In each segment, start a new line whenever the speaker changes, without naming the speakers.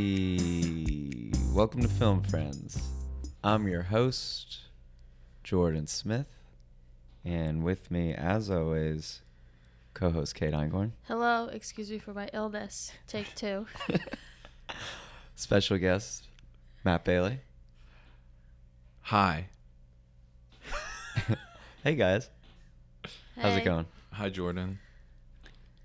Hey, welcome to Film Friends. I'm your host, Jordan Smith, and with me, as always, co-host Kate Eingorn,
Hello, excuse me for my illness. Take two.
special guest Matt Bailey.
Hi.
Hey guys, how's it
Hey.
going?
Hi, Jordan.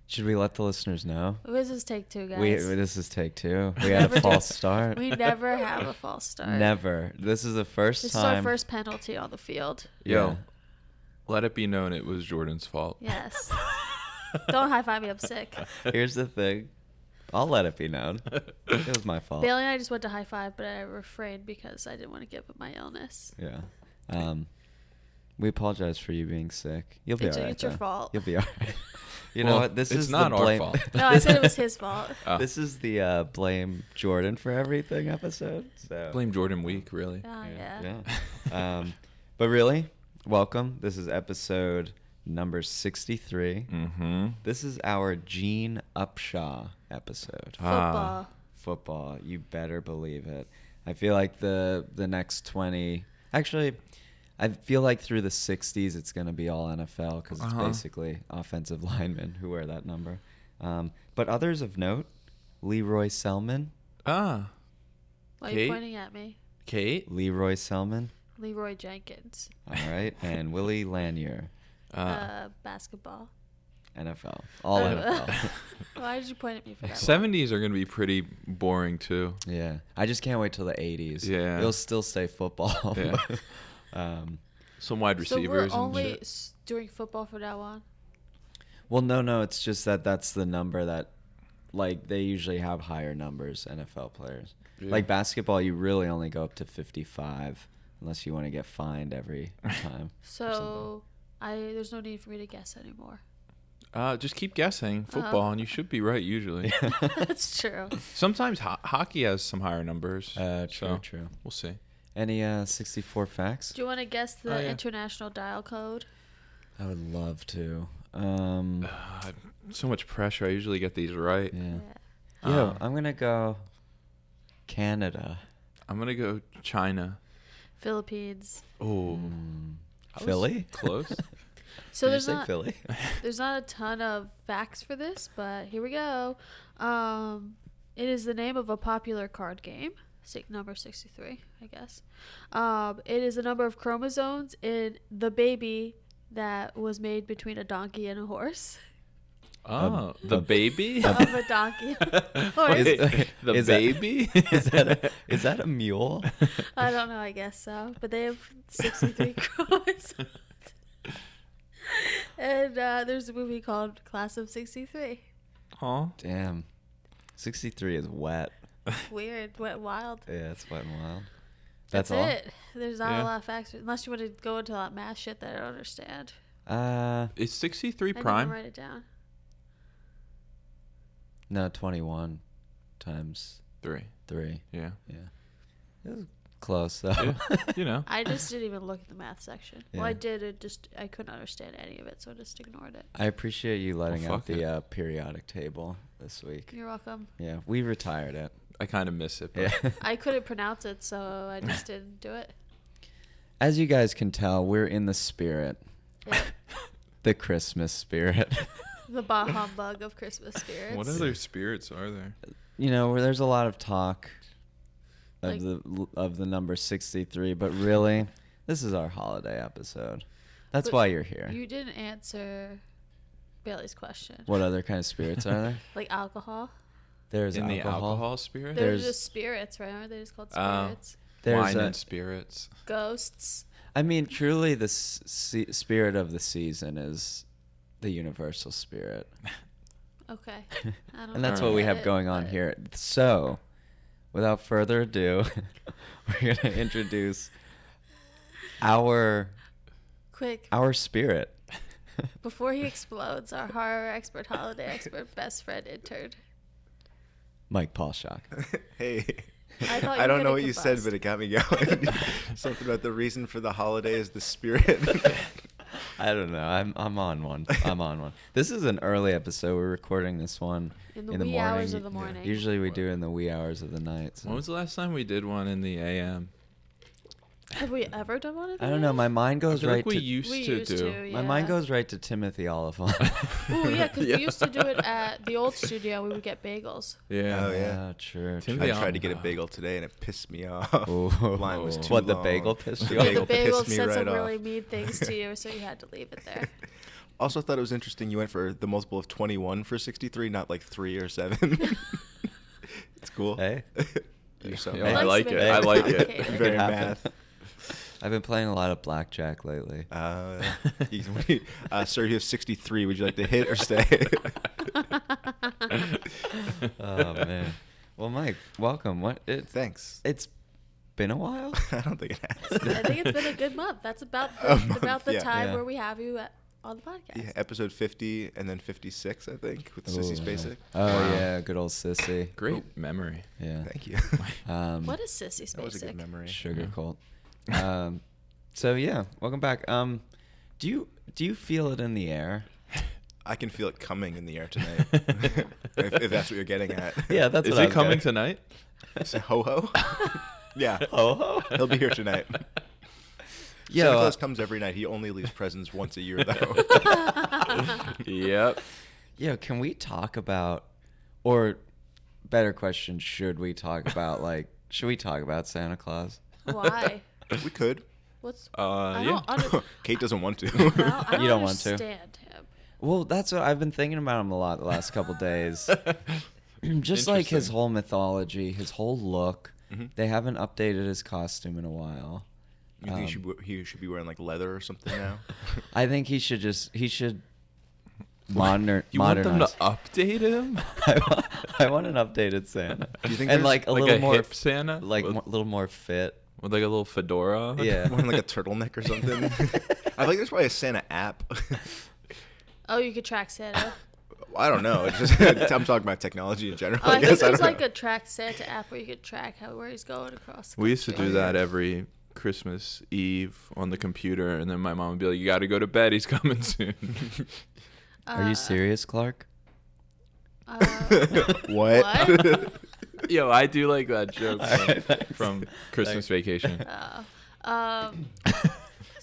Should we let the listeners know?
This is take two, guys.
We this is take two. We
We
had
never
a
do-
false start.
We never have a false start.
Never. This is the first
This is
time.
our first penalty on the field.
Yo,
Yeah.
let it be known it was Jordan's fault.
Yes. Don't high five me. I'm sick.
Here's the thing. I'll let it be known. It was my fault.
Bailey and I just went to high five, but I refrained because I didn't want to give up my illness.
Yeah. Um, we apologize for you being sick. You'll be
It's-
all right.
it's your
though.
fault.
You'll be all right. You know
Well,
what? This
it's
is the
not our
blame-
fault.
No, I said it was his fault.
Oh.
This is the uh, blame Jordan for everything episode. So
Blame Jordan Week, really.
Ah, yeah.
Yeah. um, but really, welcome. This is episode number sixty-three.
Mm-hmm.
This is our Gene Upshaw episode.
Football.
Ah.
football. You better believe it. I feel like the the next twenty. Actually, I feel like through the '60s, it's going to be all NFL because it's
Uh-huh.
basically offensive linemen who wear that number. Um, but others of note, Leroy Selman.
Ah.
Why are you
Kate?
pointing at me?
Kate?
Leroy Selman.
Leroy Jenkins.
All right, and Willie Lanier,
Ah.
Uh, basketball.
NFL, all
Oh.
NFL.
Why did you point at me for that? one?
70s are going to be pretty boring, too.
Yeah, I just can't wait till the '80s.
Yeah.
it'll still stay football.
Yeah.
um,
Some wide
So we're
receivers and
only
shit.
s- doing football from now on.
Well, no, no. It's just that that's the number that, like, they usually have higher numbers NFL players.
Yeah.
Like basketball, you really only go up to fifty-five unless you want to get fined every time.
So I there's no need for me to guess anymore.
Uh, just keep guessing
Uh-huh.
football, and you should be right usually.
That's true.
Sometimes ho- hockey has some higher numbers.
Uh, true,
so
true.
We'll see.
Any uh, sixty-four facts?
Do you want to guess the
Oh, yeah.
international dial code?
I would love to. Um,
Uh, so much pressure. I usually get these right.
yeah.
Yeah.
Yo,
Um,
I'm gonna go Canada,
I'm going to go China.
Philippines.
Oh. I was
Philly.
Close.
So
Did you
there's
say
not
Philly?
there's not a ton of facts for this, but here we go. Um, it is the name of a popular card game. Six, number sixty three, I guess. Um, it is the number of chromosomes in the baby that was made between a donkey and a horse.
Oh, the
a-
baby?
of a donkey. horse.
Is-
the
is that-
baby?
is that a, is that a mule?
I don't know. I guess so. But they have 63 crores. and uh, there's a movie called Class of 63.
Aw.
Damn, sixty-three is wet.
Weird. Went wild.
Yeah, it's wet and wild.
That's,
That's, all.
it. There's not a
Yeah.
lot of facts. Unless you want to go into that math shit that I don't understand.
Uh,
Is 63
I
prime?
didn't write it down.
no, 21 times
Three.
3.
Yeah.
Yeah. It was close, though.
Yeah. you know.
I just didn't even look at the math section. Well, I
Yeah.
did. It just I couldn't understand any of it, so I just ignored it.
I appreciate you letting
Well,
out
fuck
the
it.
uh, periodic table this week.
You're welcome.
Yeah, we retired it.
I kind of miss it. But
Yeah.
I couldn't pronounce it, so I just didn't do it.
As you guys can tell, we're in the spirit,
Yeah.
the Christmas spirit.
the bah humbug of Christmas spirits.
What other spirits are there?
you know, where there's a lot of talk of
Like-
the of the number 63, but really, this is our holiday episode. That's
But
why you're here.
You didn't answer Bailey's question.
what other kind of spirits are there?
Like alcohol?
There's
In the
alcohol.
alcohol spirit?
They're
There's-
just spirits, right? Aren't they just called
Oh.
spirits?
There's
Wine
a,
and spirits.
Ghosts.
I mean, truly, the s- se- spirit of the season is the universal spirit,
Okay. I don't
and that's
know.
what we
Get
have
it,
going on
but-
here. So, without further ado, we're gonna introduce our
Quick,
our spirit.
before he explodes, our horror expert, holiday expert, best friend intern.
Mike Paulshock.
Hey.
I thought
I
you were
don't know
gonna
what you said,
combust.
but it got me going. Something about the reason for the holiday is the spirit.
I don't know. I'm I'm on one. I'm on one. This is an early episode. We're recording this one
In the wee hours of the morning.
Usually we do it in the wee hours of the night. so-
When was the last time we did one in the AM?
Have we ever done one of these?
I don't know. My mind
I
goes
feel
right
like we
to
used
We
to
used
do.
to,
my mind
Oh, yeah.
goes right to Timothy Oliphant.
Oh yeah, because we used to do it at the old studio. We would get bagels.
Yeah.
Oh, yeah.
true.
Tim-
true.
I
Yeah.
tried to get a bagel today and it pissed me off.
Oh.
Line was too
What, the
long.
bagel pissed
The
you off?
Yeah,
bagel
the bagel
pissed me
said
right
some
off.
really mean things to you, so you had to leave it there.
Also thought it was interesting you went for the multiple of 21 for 63, not like 3 or 7. it's cool.
Hey.
You're so
Yeah,
mad.
I like
Nice
it. I like
It
it.
could
Very
happen.
math.
I've been playing a lot of blackjack lately.
Uh, you- uh, sir, you have 63. Would you like to hit or stay?
oh man. Well, Mike, welcome. What it's
Thanks.
it's been a while.
I don't think it
I
has.
think it's been a good month. That's about
A
the,
month,
about the
yeah.
time
Yeah.
where we have you at, on the podcast.
yeah, episode 50 and then 56, I think, with Sissy
Ooh.
Spacek.
Oh
Wow.
yeah, good old sissy.
Great memory.
Yeah.
Thank you.
Um,
What is sissy
that was a good
spacek?
memory.
sugar
Yeah.
cult? Um, so yeah, welcome back. Um, do you do you feel it in the air?
I can feel it coming in the air tonight. if, if that's what you're getting at.
Yeah, that's
Is
what I
it
was
coming
getting-
tonight?
So, ho ho? yeah.
Oh,
He'll be here tonight.
Yeah, uh,
Santa
well-
Claus comes every night. He only leaves presents once a year, though.
Yep.
Yeah, can we talk about, or better question, should we talk about like, should we talk about Santa Claus?
Why?
we could.
What's
Uh,
I
yeah.
don't under-
Kate doesn't want to.
well, I don't
You don't want to.
understand him.
Well, that's what I've been thinking about him a lot the last couple days. Just like his
Interesting. Mm-hmm.
whole mythology, his whole look. They haven't updated his costume in a while.
you think he, should, we- he should be wearing like leather or something now?
I think he should just he should modern
You want them to
modernize.
update him?
I, want, I want an updated Santa.
Do you think
and
there's
like a
like
little
a
more
hip Santa?
like
With-
mo- a little more fit.
With like a little fedora. on?
Yeah.
wearing like a turtleneck or something? I think there's probably a Santa app.
Oh, you could track Santa.
I don't know. It's just I'm talking about technology in general.
Oh, I,
I,
think
guess I
there's
don't
like
know.
a track Santa app where you could track how where he's going across. The
We used to
country.
do that every Christmas Eve on the computer, and then my mom would be like, "You got to go to bed. He's coming soon."
Are you serious, Clark?
Uh,
what?
What?
Yo, I do like that joke
All
from,
right, thanks.
from Christmas Vacation.
um, as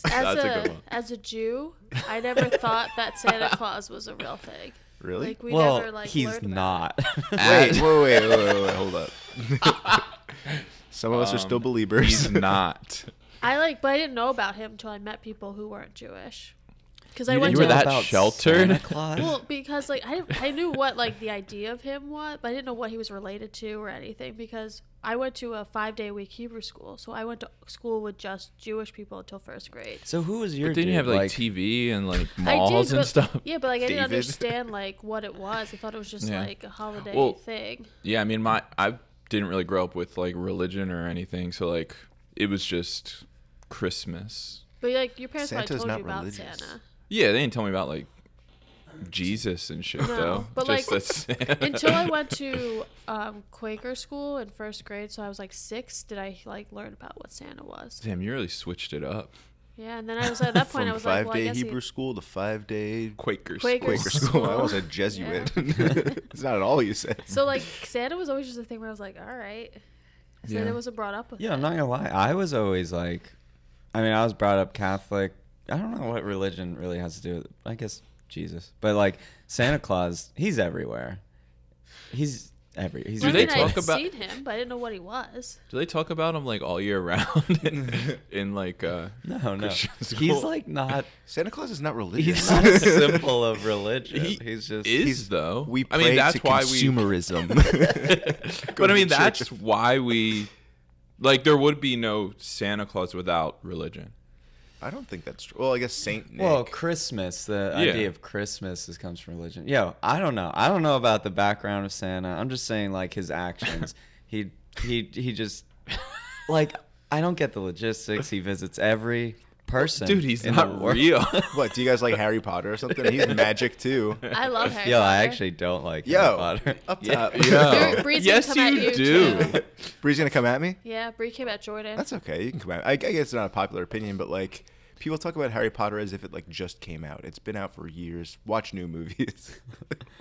That's a
a,
good one.
as a Jew, I never thought that Santa Claus was a real thing.
really?
Like we
well,
never like
he's
learned about
not.
wait, whoa, wait, wait, wait, wait, hold up. Some of us are still
Um,
believers.
He's not.
it. I like, but I didn't know about him until I met people who weren't Jewish. Because I
You
went
didn't
to
were
know
that
about
sheltered?
Santa Claus?
well because like I, I knew what like the idea of him was but i didn't know what he was related to or anything because i went to a five day a week hebrew school so i went to school with just jewish people until first grade
so who was your?
But then you
dude?
have like, TV and like
I
malls
did,
and
but-
stuff.
yeah but like i didn't
David.
understand like what it was i thought it was just
Yeah.
like a holiday
Well,
thing
Yeah, I mean, my I didn't really grow up with like religion or anything, so like it was just Christmas.
but like your parents probably
Santa's
told
not
you about
religious.
santa
Yeah, they didn't tell me about like Jesus and shit
No,
though.
but, like,
Just that's-
until i went to um, quaker school in first grade so i was like six did i like learn about what santa was
Damn, you really switched it up.
yeah and then i was at that point
From
i was like
five
well i
day
guess he-
Hebrew school to five day
Quaker.
Quaker
Quaker
school.
school. I was a Jesuit. it's not at all you said.
So like Santa was always just a thing where I was like, all right. Santa
Yeah.
wasn't brought up with
Yeah,
it.
I'm not gonna lie. I was always like, I mean, I was brought up Catholic. I don't know what religion really has to do with. I guess Jesus, but like Santa Claus, he's everywhere. He's every. He's
Well,
Do
I
they
mean,
everywhere.
talk
I'd
about-
seen him, but I didn't know what he was.
Do they talk about him like all year round in, in like uh
No, no.
Christian
He's
school?
like not.
Santa Claus is not religious.
He's not a symbol of religion.
He
he's just.
is
he's-
though.
we
I
play
mean that's
to
why we
consumerism. Go
But
to
I mean
church.
that's why we like there would be no Santa Claus without religion.
I don't think that's true. Well, I guess Saint Nick.
Well, Christmas, the
Yeah.
idea of Christmas is, comes from religion. Yo, I don't know. I don't know about the background of Santa. I'm just saying like his actions. he he he just like I don't get the logistics. He visits every person.
Dude, he's
in the
not
world.
real.
what do you guys like Harry Potter or something? He's magic too.
I love Harry
Yo,
Potter.
I actually don't like Harry
Yo,
Potter.
up
Yeah.
top.
Yeah.
Bree- Bree's gonna
yes,
come at
you
you,
do.
too.
Bree's gonna come at me.
Yeah, Bree came at Jordan.
That's okay. You can come at me. I, I guess it's not a popular opinion, but like people talk about Harry Potter as if it like just came out. It's been out for years. Watch new movies.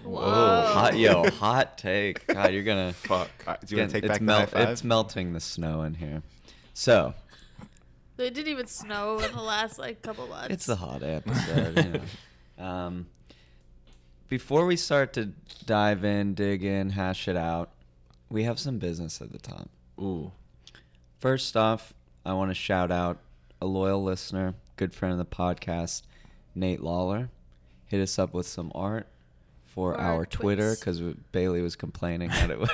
Whoa,
Whoa.
hot yo, hot take. God, you're gonna
Fuck.
All right, do you
Again,
want to take
it's
back
melt-
the high five?
It's melting the snow in here. So
It didn't even snow in the last like couple months.
it's a hot episode. you know. um, before we start to dive in, dig in, hash it out, we have some business at the top.
Ooh.
First off, I want to shout out a loyal listener, good friend of the podcast, Nate Lawler. Hit us up with some art for,
For our
our Twitter
tweets.
because Bailey was complaining that it wa-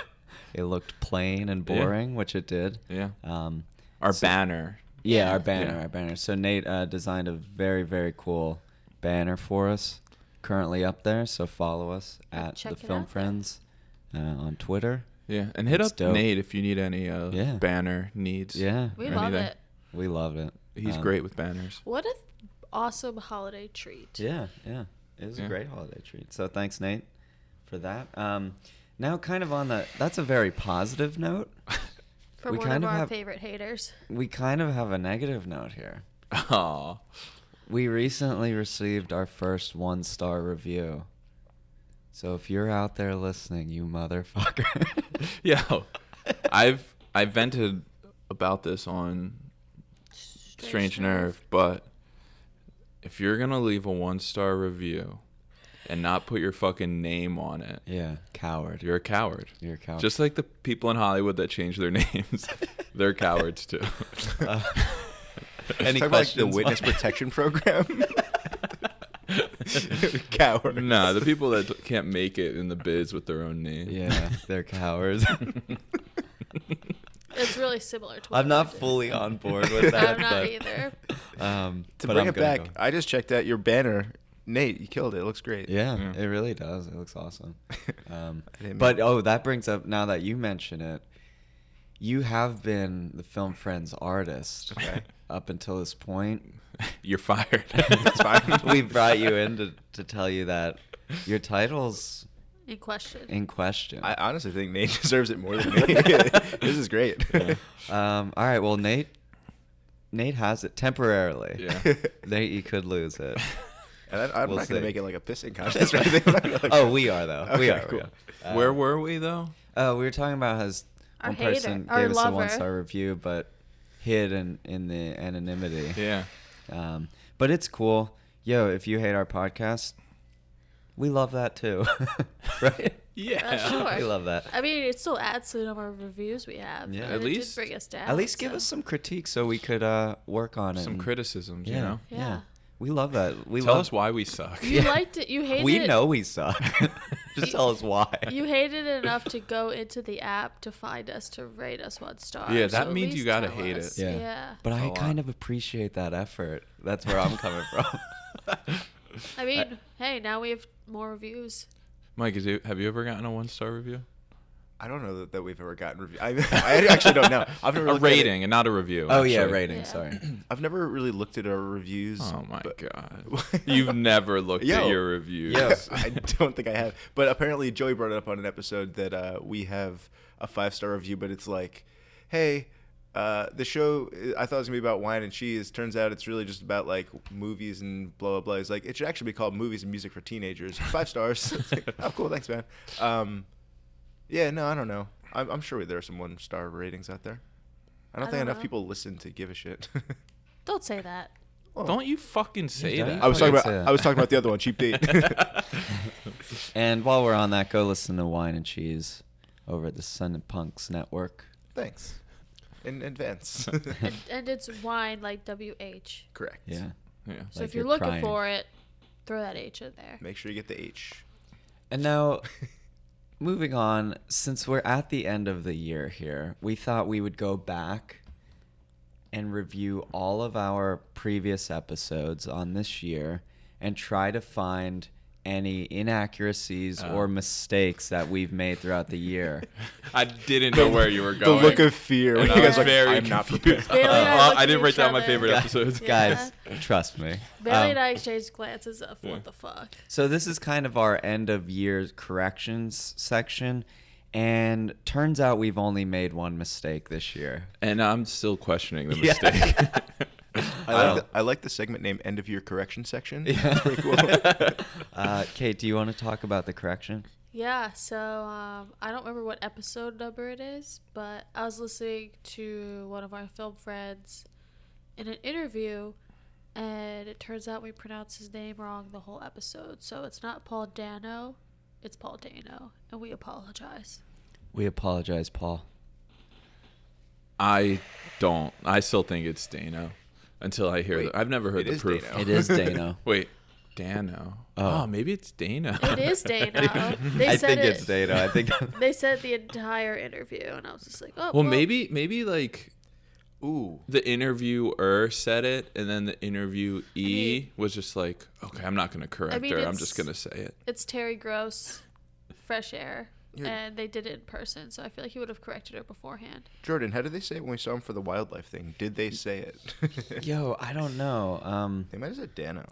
it looked plain and
Yeah.
boring, which it did.
Yeah.
Um,
Our
So-
banner.
yeah, our
Yeah.
banner,
Yeah.
our banner. So Nate uh, designed a very very cool banner for us. Currently up there, so follow us
Yeah,
at the
check it
Film
out.
Friends uh, on Twitter.
Yeah. And hit
That's
up
dope.
Nate if you need any uh,
Yeah.
banner needs.
Yeah,
we
or
love
anything.
it.
we loved it.
He's
Um,
great with banners.
What an awesome holiday treat.
Yeah, yeah. It was a
Yeah.
great holiday treat. So thanks, Nate, for that. Um, now, kind of on the that's a very positive note.
For
We
one
kind
of
of
our
have-
favorite haters.
We kind of have a negative note here.
Aw.
We recently received our first one star review. So if you're out there listening, you motherfucker.
Yo. I've I vented about this on Strange, Nerve, but if you're gonna leave a one star review and not put your fucking name on it,
yeah, coward. You're,
you're a coward.
a coward.
Just like the people in Hollywood that change their names, they're cowards too.
Uh,
Any
any
talk about like, the
questions?
witness protection program? Coward.
nah, the people that t- can't make it in the biz with their own name.
yeah, they're cowards.
It's really similar to what
I'm not
we did.
fully on board with that.
I'm not
but,
either.
uh,
Um,
to
but
bring
I'm
it
gonna
back,
go.
I just checked out your banner, Nate. You killed it. It looks great.
Yeah,
Yeah.
it really does. It looks awesome. Um,
I didn't
but
mean-
oh, that brings up now that you mention it, you have been the Film Friends artist
Okay.
up until this point.
You're fired.
It's fine.
we brought you in to, to tell you that your title's
In question.
in question.
I honestly think Nate deserves it more than me. this is great.
Yeah.
um, all right, well, Nate. Nate has it temporarily.
Yeah.
Nate, you could lose it.
And I, I'm
We'll
not going
see.
to make it like a pissing contest or anything. I'm not gonna-
oh, we are though. we
Okay,
are.
cool.
We are.
Where
Um,
were we though?
Uh, we were talking about how s-
Our
one
hater-
person
our
gave us a
lover.
one star review, but hid in, in the anonymity.
Yeah.
Um, but it's cool. Yo, if you hate our podcast, we love that too. right?
Yeah.
Uh, sure.
We love that.
I mean, it still adds to the number of reviews we have.
Yeah.
and
At
it
least-
did bring us down.
At least give
so-
us some critique so we could uh, work on it.
Some
and-
criticisms,
Yeah,
you know.
yeah.
Yeah.
We love that. We
Tell
love
us why we suck.
You
Yeah.
liked it. You hated.
We
it-
know we suck. Just
You-
tell us why.
You hated it enough to go into the app to find us to rate us one star.
Yeah, that
at
means you
least
gotta
tell
hate
us.
it.
Yeah. Oh,
Yeah.
But I
A lot.
kind of appreciate that effort. That's where I'm coming from.
I mean, hey, now we have more reviews.
Mike, is it, have you ever gotten a one star review?
I don't know that, that we've ever gotten review. I, I actually don't know. I've never
a
looked at it.
rating and not a review.
oh, yeah,
actually.
rating.
Yeah.
Sorry.
I've never really looked at our reviews.
Oh my
but-
god. You've never looked at
Yo.
your reviews.
Yo.
I don't think I have. But apparently, Joey brought it up on an episode that uh, we have a five star review, but it's like, hey, uh, the show I thought it was gonna be about wine and cheese. Turns out it's really just about like movies and blah blah blah. It's like it should actually be called movies and music for teenagers. Five stars. It's like, oh, cool. Thanks, man. Um, yeah, no, I don't know. I'm, I'm sure there are some one star ratings out there. I don't
I
think
don't
enough
know.
people listen to give a shit.
Don't say that.
Don't you fucking say
don't
that.
you
I was talking
Fucking
about
say that.
I was talking about the other one, cheap date.
And while we're on that, go listen to Wine and Cheese over at the Sun and Punks Network.
Thanks. In advance.
And, and it's wine like W H.
Correct.
Yeah.
yeah.
So
Like
if you're,
you're
looking
crying.
for it, throw that H in there.
Make sure you get the H.
And now, moving on, since we're at the end of the year here, we thought we would go back and review all of our previous episodes on this year and try to find any inaccuracies or mistakes that we've made throughout the year.
I didn't know where you were
The
going.
look of fear. When
And
you
I
guys
was
are like,
very
I'm not prepared.
confused.
Bailey and I
Uh,
looked
I
at
didn't write
each
down my
other.
favorite
Yeah.
episodes.
Guys, trust me.
Bailey
Um,
and I exchanged glances of
Yeah.
what the fuck.
So this is kind of our end of year corrections section, and turns out we've only made one mistake this year.
And I'm still questioning the
Yeah.
mistake.
I
I
like,
don't-
the, I like the segment name "End of Year Correction Section."
Yeah.
Pretty cool.
uh, Kate, do you want to talk about the correction?
Yeah, so um, I don't remember what episode number it is, but I was listening to one of our film friends in an interview, and it turns out we pronounced his name wrong the whole episode. So it's not Paul Dano, it's Paul Dano, and we apologize.
We apologize, Paul.
I don't. I still think it's Dano until I hear
Wait,
the I've never heard
it
the
is
proof.
Dano.
It is Dano.
Wait, Dano.
Oh.
Oh. maybe it's Dano.
It is Dano. They
I
said
think
it-
it's Dano. I think.
They said the entire interview, and I was just like, oh,
well, maybe maybe like
Ooh,
the interviewer said it, and then the interviewee
mean-
was just like, "Okay, I'm not gonna correct
mean,
her. I'm
it's-
just gonna say it."
It's Terry Gross, Fresh Air,
Yeah.
and they did it in person, so I feel like he would have corrected her beforehand.
Jordan, how did they say it when we saw him for the wildlife thing? Did they say it?
Yo, I don't know. Um,
they might have said Dano.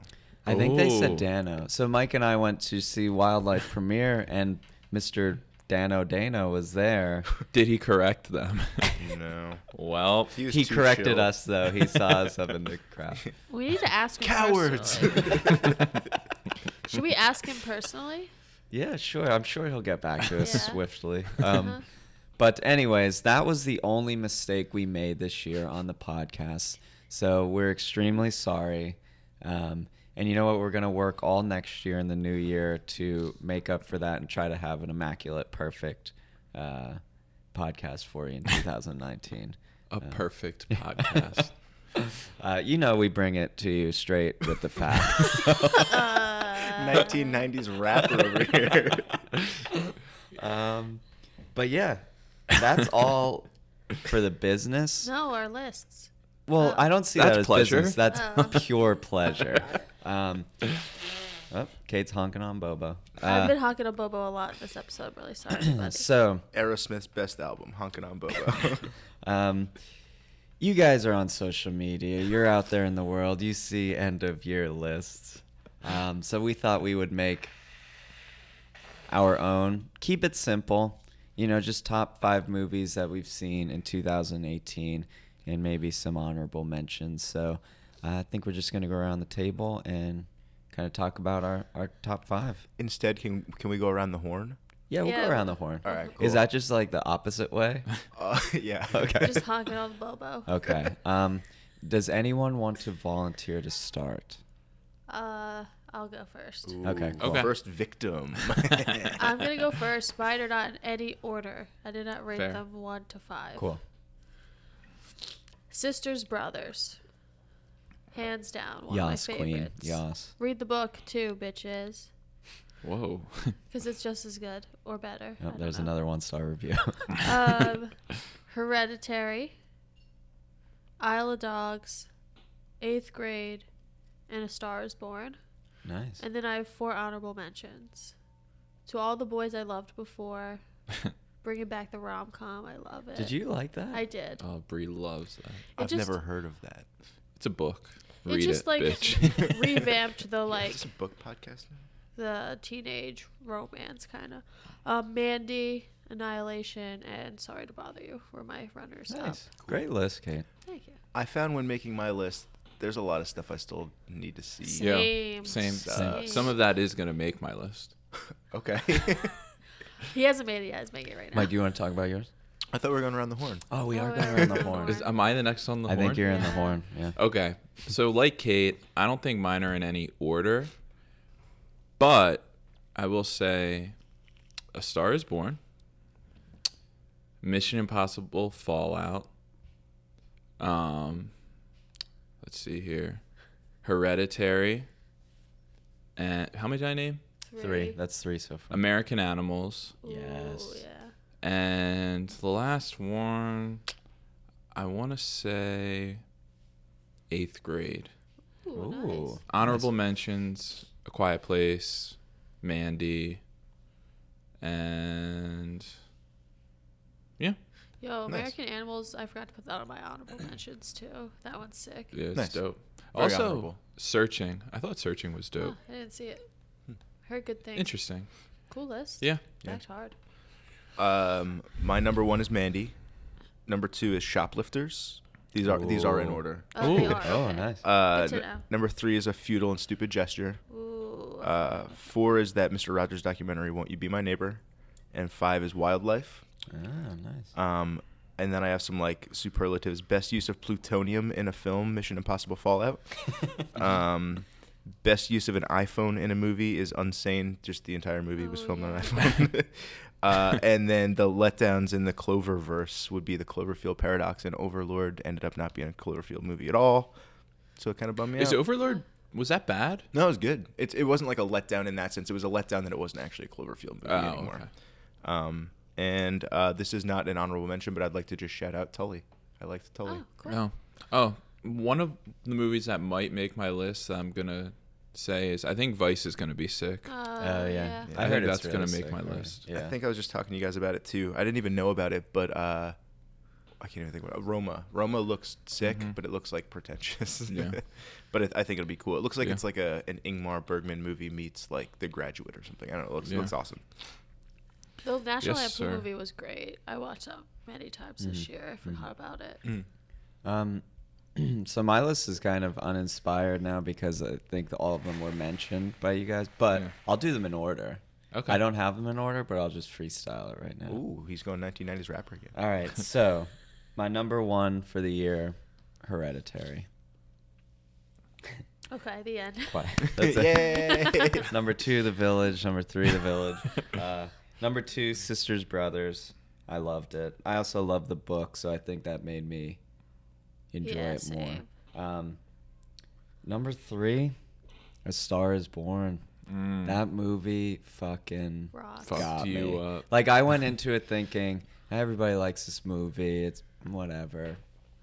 I think they
Ooh.
said Dano. So Mike and I went to see Wildlife premiere, and Mr. Dano Dano was there.
Did he correct them?
No,
well,
was
He
too
corrected
chill.
us though. He saw us up in the crowd.
We need to ask him
Cowards.
personally. Should we ask him personally?
Yeah, sure. I'm sure he'll get back to us
Yeah.
swiftly. Um,
Uh-huh.
But anyways, that was the only mistake we made this year on the podcast. So we're extremely sorry. Um, and you know what? We're gonna work all next year in the new year to make up for that and try to have an immaculate, perfect uh, podcast for you in 2019.
a perfect podcast.
Uh, you know, we bring it to you straight with the facts.
Uh-huh. uh,
1990s rapper over here.
um, but yeah, that's all for the business.
No, our lists.
Well,
Oh.
I don't see
That's
that as
pleasure.
business. That's
Oh.
pure pleasure. Um, oh, Kate's honking on Bobo.
I've been
Uh,
honking a Bobo a lot this episode. I'm really sorry, buddy.
so,
Aerosmith's best album, "Honkin' on Bobo."
um, you guys are on social media. You're out there in the world. You see end of year lists. Um, so we thought we would make our own. Keep it simple. You know, just top five movies that we've seen in 2018 and maybe some honorable mentions. So uh, I think we're just going to go around the table and kind of talk about our, our top five.
Instead, can can we go around the horn?
Yeah, we'll
Yeah.
go around the horn.
All right,
Is
cool.
that just like the opposite way?
Uh, yeah.
Okay.
Just honking on Bobo.
okay. Um, does anyone want to volunteer to start?
Uh, I'll go first.
Okay,
Ooh,
cool.
Okay.
First victim.
I'm gonna go first. Mine are not in any order. I did not rate
Fair.
them one to five.
Cool.
Sisters, brothers, hands down, one
Yas,
of my
queen.
favorites.
Yas.
Read the book too, bitches,
Whoa.
because it's just as good or better. I
Oh,
don't
there's
know.
another one star review.
um, Hereditary, Isle of Dogs, Eighth Grade, and A Star Is Born.
nice.
And then I have four honorable mentions. To all the boys I loved before, bringing back the rom com, I love it.
Did you like that?
I did.
oh, Bree loves that.
I've
just-
never heard of that.
It's a book.
It
Read
just
it,
like
bitch.
revamped the like
Is this a book podcast now?
the teenage romance kind of. Um, Mandy, Annihilation, and Sorry to Bother You were my runners up.
nice. Great list, Kate.
Thank you.
I found when making my list, there's a lot of stuff I still need to see.
Same.
Same.
Same.
Some of that is gonna make my list.
Okay.
He hasn't made it yet. He's making it right now.
Mike, do you want to talk about yours?
I thought we were going around the horn.
Oh, we
Oh,
are
we're
going around the horn.
Is, am I the next on the
I
horn?
think you're in the
Yeah.
horn. Yeah.
Okay. So, like Kate, I don't think mine are in any order, but I will say A Star is Born, Mission Impossible Fallout. Um, let's see here Hereditary. And how many did I name?
Three. That's three so far.
American Animals.
Ooh,
Yes.
yeah.
And the last one, I want to say eighth grade.
Ooh,
Ooh.
nice.
Honorable mentions: A Quiet Place, Mandy, and yeah,
Yo,
Nice.
American Animals. I forgot to put that on my honorable mentions too. That one's sick.
yeah, it's
Nice.
dope.
Very
also,
honorable.
Searching. I thought Searching was dope.
Huh, I didn't see it. Heard good things.
Interesting.
Cool list.
Yeah.
Backed hard.
Um, my number one is Mandy. Number two is Shoplifters. These are these are in
Ooh.
order.
Oh, they
Ooh.
are.
Oh,
okay.
nice.
Uh,
Good to
n-
know.
number three is a futile and stupid gesture.
Ooh.
Uh, four is that Mr. Rogers documentary "Won't You Be My Neighbor," and five is wildlife.
Ah, nice.
Um, and then I have some like superlatives: best use of plutonium in a film, Mission Impossible Fallout.
Mm-hmm. Oh,
um, best use of an iPhone in a movie is Unsane. Just the entire movie was
Oh,
filmed on
yeah.
an iPhone. uh, and then the letdowns in the Cloververse would be the Cloverfield paradox, and Overlord ended up not being a Cloverfield movie at all. So it kind of bummed me
Is
out.
Overlord was that bad?
no, it was good. It, it wasn't like a letdown in that sense. It was a letdown that it wasn't actually a Cloverfield movie
Oh,
anymore.
okay.
Um, and uh, this is not an honorable mention, but I'd like to just shout out Tully. I liked Tully.
oh, cool.
No. Oh, one of the movies that might make my list that I'm gonna say is I think Vice is gonna be sick.
Oh,
oh
yeah.
yeah.
Yeah.
I
heard
think
it's
that's gonna
really
make
sick,
my
right?
list.
Yeah.
I think I was just talking to you guys about it too. I didn't even know about it, but uh, I can't even think about it. Roma. Roma looks sick,
Mm-hmm.
Mhm.
but it looks like pretentious.
Yeah.
but it, I think it'll be cool. It looks like
Yeah.
it's like a an Ingmar Bergman movie meets like The Graduate or something. I don't know. It looks, it
Yeah.
looks awesome.
The National
Yes,
Lampoon
sir.
movie was great. I watched that many times this year. I forgot about it.
Um, so my list is kind of uninspired now because I think that all of them were mentioned by you guys, but
Yeah.
I'll do them in order.
Okay.
I don't have them in order, but I'll just freestyle it right now.
Ooh, he's going 1990s rapper again.
All right, so my number one for the year, Hereditary.
Okay, the end.
Why? That's it.
Yay!
number two, The Village. Number three, The Village. Uh, number two, Sisters Brothers. I loved it. I also loved the book, so I think that made me enjoy
Yeah,
it
same.
more. Um, number three, A Star Is Born. That movie fucking
Rocks.
Mm. Fucked
got
you
me.
up.
Like I went into it thinking everybody likes this movie. It's whatever.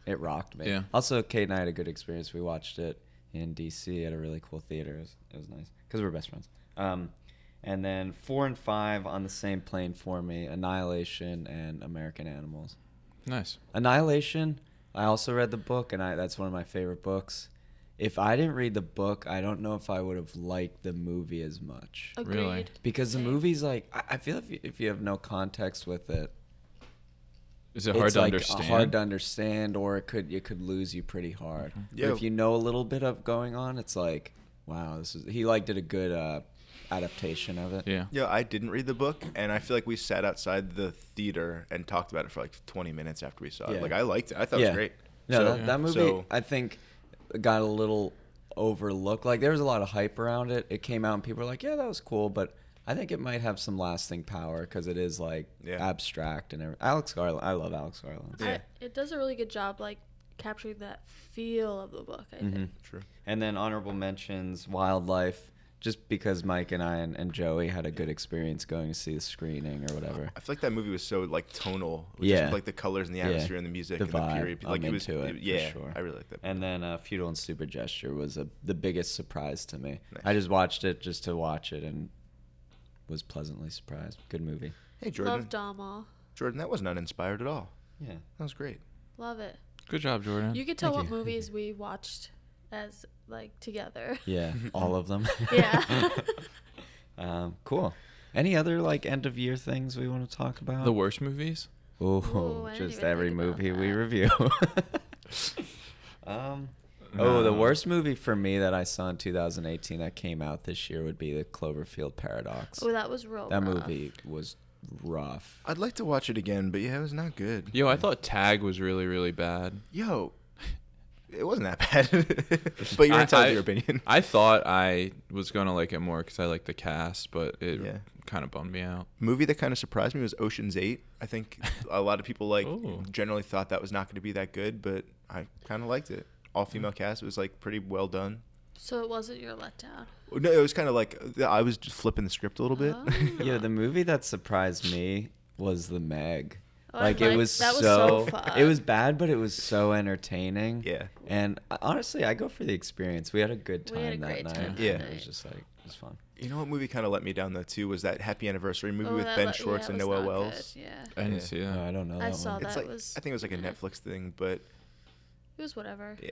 It rocked me.
Yeah.
Also, Kate and I had a good experience. We watched it in D.C. at a really cool theater. It was, it was nice because we're best friends. Um, and then four and five on the same plane for me: Annihilation and American Animals.
Nice.
Annihilation. I also read the book, and I that's one of my favorite books. If I didn't read the book, I don't know if I would have liked the movie as much
Agreed.
Really?
because the
Same.
movie's like I, I feel if you, if you have no context with it,
Is it hard
it's
to
like
understand?
hard to understand, or it could you could lose you pretty hard.
Mm-hmm.
But
Yeah.
if you know a little bit of going on, it's like wow, this is he like did a good uh, adaptation of it.
yeah.
Yeah, I didn't read the book, and I feel like we sat outside the theater and talked about it for like 20 minutes after we saw it.
Yeah.
Like I liked it. I thought it was great.
No,
So-
that, that movie
so-
I think got a little overlooked. Like there was a lot of hype around it. It came out and people were like, "Yeah, that was cool," but I think it might have some lasting power because it is like
Yeah.
abstract and everything. Alex Garland. I love Alex Garland.
I-
Yeah.
it does a really good job, like capturing that feel of the book. I think.
True.
And then honorable mentions, wildlife, just because Mike and I and, and Joey had a good experience going to see the screening or whatever.
I feel like that movie was so like tonal. With
Yeah.
Just, like the colors and the
Yeah.
atmosphere and the music
The
and
vibe.
the period. Like
I'm
it was.
into it, for
yeah.
sure.
I really like that.
And then uh, Feudal and Stupid Gesture was a, the biggest surprise to me.
Nice.
I just watched it just to watch it and was pleasantly surprised. Good movie.
hey
Love
Jordan.
Dama.
Jordan, that wasn't uninspired at all.
Yeah.
That was great.
Love it.
Good job, Jordan.
You could tell what
you.
movies we watched as like together.
Yeah, all of them.
yeah.
um, cool. Any other like end of year things we want to talk about?
the worst movies?
Oh,
Ooh, I didn't
just
even
every
think about
movie we
that.
review. um, oh, the
No.
worst movie for me that I saw in 2018 that came out this year would be the Cloverfield Paradox.
oh, that was real.
that
rough.
movie was rough.
I'd like to watch it again, but yeah, it was not good.
Yo, I thought Tag was really, really bad.
Yo, it wasn't that bad. but you're
I-
entitled
I-
to your opinion.
I thought I was gonna like it more because I like the cast, but it
Yeah.
kind of bummed me out.
movie that kind of surprised me was Ocean's Eight. I think a lot of people like
Ooh.
generally thought that was not going to be that good, but I kind of liked it. All
Mm.
female cast it was like pretty well done.
So it wasn't your letdown.
No, it was kind of like I was just flipping the script a little bit.
Oh.
Yeah, the movie that surprised me was The Meg.
Oh, I
like it
liked-
was,
that was
so,
so fun.
it was bad, but it was so entertaining.
Yeah.
and uh, honestly, I go for the experience. We had a good time
We had a
that
great
night.
time
that Yeah.
it was
night.
just like it was fun.
you know what movie kind of let me down though too was that Happy Anniversary movie
Oh,
with
that
Ben
le-
Schwartz
yeah,
and
it was
Noah
not good,
Wells.
Yeah.
I didn't
Yeah.
see that.
No, I don't know.
I
that
saw
one.
that.
It's like
was-
I think it was like a
yeah.
Netflix thing, but
It was whatever.
yeah,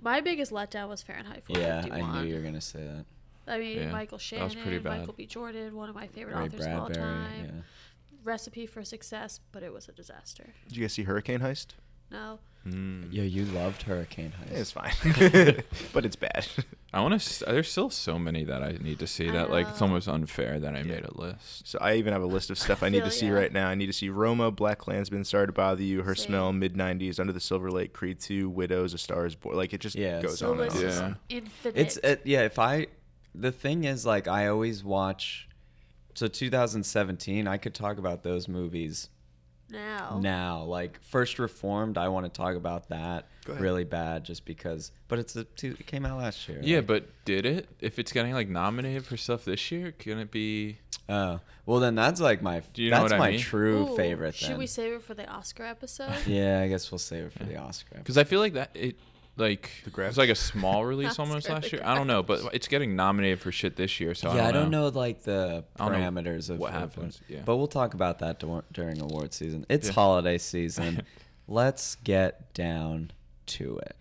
My biggest letdown was Fahrenheit
Yeah,
451.
I knew you were gonna say that.
I mean,
Yeah,
Michael
that
Shannon,
was pretty bad.
Michael B. Jordan, one of my favorite
Ray
authors of all
Bradbury.
time.
Yeah.
Recipe for Success, but it was a disaster.
did you guys see Hurricane Heist?
No,
Mm.
Yo, you loved Hurricane Heist.
It's fine, but it's bad.
I want to. There's still so many that I need to see
I
that like it's
know.
almost unfair that I
Yeah.
made a list.
So I even have a list of stuff I need
Feel
to see
ya.
right now. I need to see Roma, Black Klansman, Sorry to Bother You, Her
Same.
Smell, Mid '90s, Under the Silver Lake, Creed Two, Widows, A Star Is Born. Like it just
Yeah,
goes
The
on and
list
on.
Yeah.
is
Yeah.
infinite.
It's it, yeah. If I, the thing is, like I always watch. So 2017, I could talk about those movies
now.
now. Like First Reformed, I want to talk about that
Go ahead.
really bad, just because. But it's a two, it came out last year.
Yeah,
like-
but did it? If it's getting like nominated for stuff this year, can it be?
Oh well, then that's like my.
Do you know
that's
what I
my
mean?
true
Ooh,
favorite.
Should
then.
we save it for the Oscar episode?
Yeah, I guess we'll save it for the Oscar.
Because I feel like that it like
The Grudge.
it's like a small release almost
Oscar The
last year. I don't know, but it's getting nominated for shit this year. So
yeah,
I don't, know.
like the
I don't know
parameters of
what
of-
happens, yeah.
But we'll talk about that dur- during award season. It's
Yeah.
holiday season. Let's get down to it.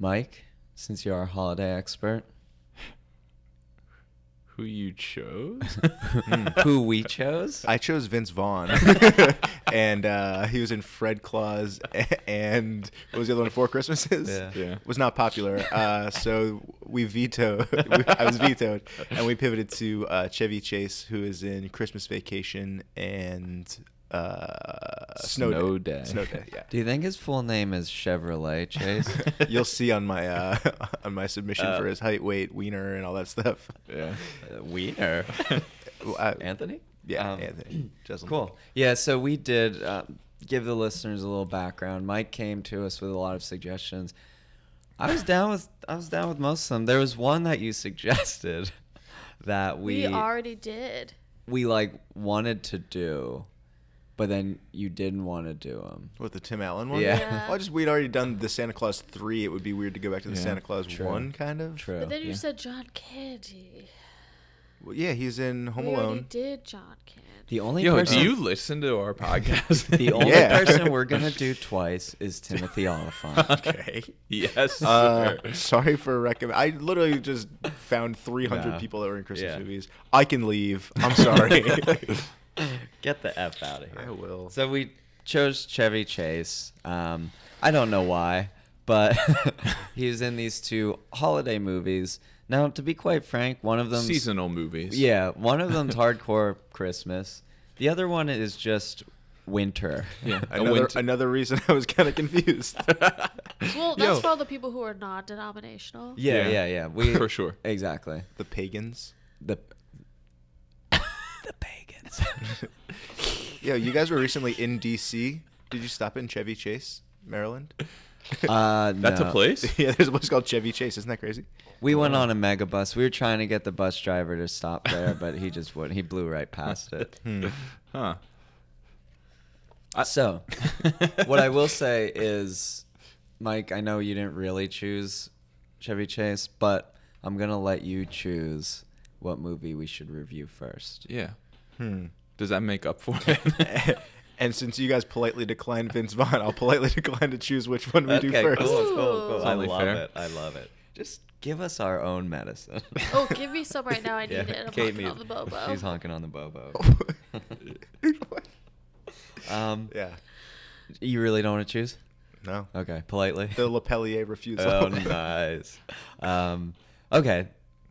Mike, since you're our holiday expert,
who you chose. Hmm.
who we chose?
I chose Vince Vaughn, and uh, he was in Fred Claus and what was the other one? Four Christmases.
Yeah.
Yeah.
Was not popular, uh, so we vetoed. I was vetoed, and we pivoted to uh, Chevy Chase, who is in Christmas Vacation and uh, Snow,
Snow Day.
Snow Day. Yeah.
Do you think his full name is Chevrolet Chase?
You'll see on my uh, on my submission
Uh,
for his height, weight, wiener, and all that stuff.
yeah.
uh, Wiener.
Well, I-
Anthony?
yeah,
Um,
Anthony. Jeselnik.
Cool. Yeah, so we did uh, give the listeners a little background. Mike came to us with a lot of suggestions. I was down with I was down with most of them. There was one that you suggested that we
we, already did.
we like wanted to do, but then you didn't want to do them.
With the Tim Allen one?
Yeah.
Yeah.
Well, just we'd already done the Santa Claus three. It would be weird to go back to the
Yeah,
Santa Claus
true.
one, kind of.
True.
But then you
Oh, yeah.
said John Candy.
Well, yeah, he's in Home
we already
Alone.
did John Candy.
the only
Yo,
person
do you listen to our podcast?
the only
Yeah.
person we're gonna do twice is Timothy Oliphant.
Okay.
yes.
Uh,
sir.
sorry for recommend. I literally just found 300
Nah.
people that were in Christmas
Yeah.
movies. I can leave. I'm sorry.
Get the f out of here.
I will.
So we chose Chevy Chase. Um, I don't know why, but he was in these two holiday movies. Now, to be quite frank, one of them
Seasonal movies.
Yeah, one of them's hardcore Christmas. The other one is just winter.
Yeah. A
Another,
winter-
another reason I was kind of confused.
Well,
Yo.
that's for all the people who are non-denominational.
Yeah, yeah,
Yeah.
yeah. We
For sure.
Exactly.
the pagans.
The the pagans.
Yeah, you guys were recently in D.C. Did you stop in Chevy Chase, Maryland?
Uh,
That's
no.
a place.
yeah, there's a place called Chevy Chase. Isn't that crazy?
We went on a mega bus. We were trying to get the bus driver to stop there, but he just wouldn't. He blew right past it.
Huh.
so, what I will say is, Mike, I know you didn't really choose Chevy Chase, but I'm gonna let you choose what movie we should review first.
Yeah.
Hmm.
Does that make up for it?
And since you guys politely declined Vince Vaughn, I'll politely decline to choose which one we do first.
cool, cool, cool.
It's only fair.
I love it. Just give us our own medicine.
Oh, give me some right now. I need
Yeah,
it. I'm
Kate
honking
needs-
on the bobo.
She's honking on the bobo. um,
yeah.
you really don't want to choose?
No.
Okay, politely.
The Lapelier refusal.
Oh, nice. Um, okay.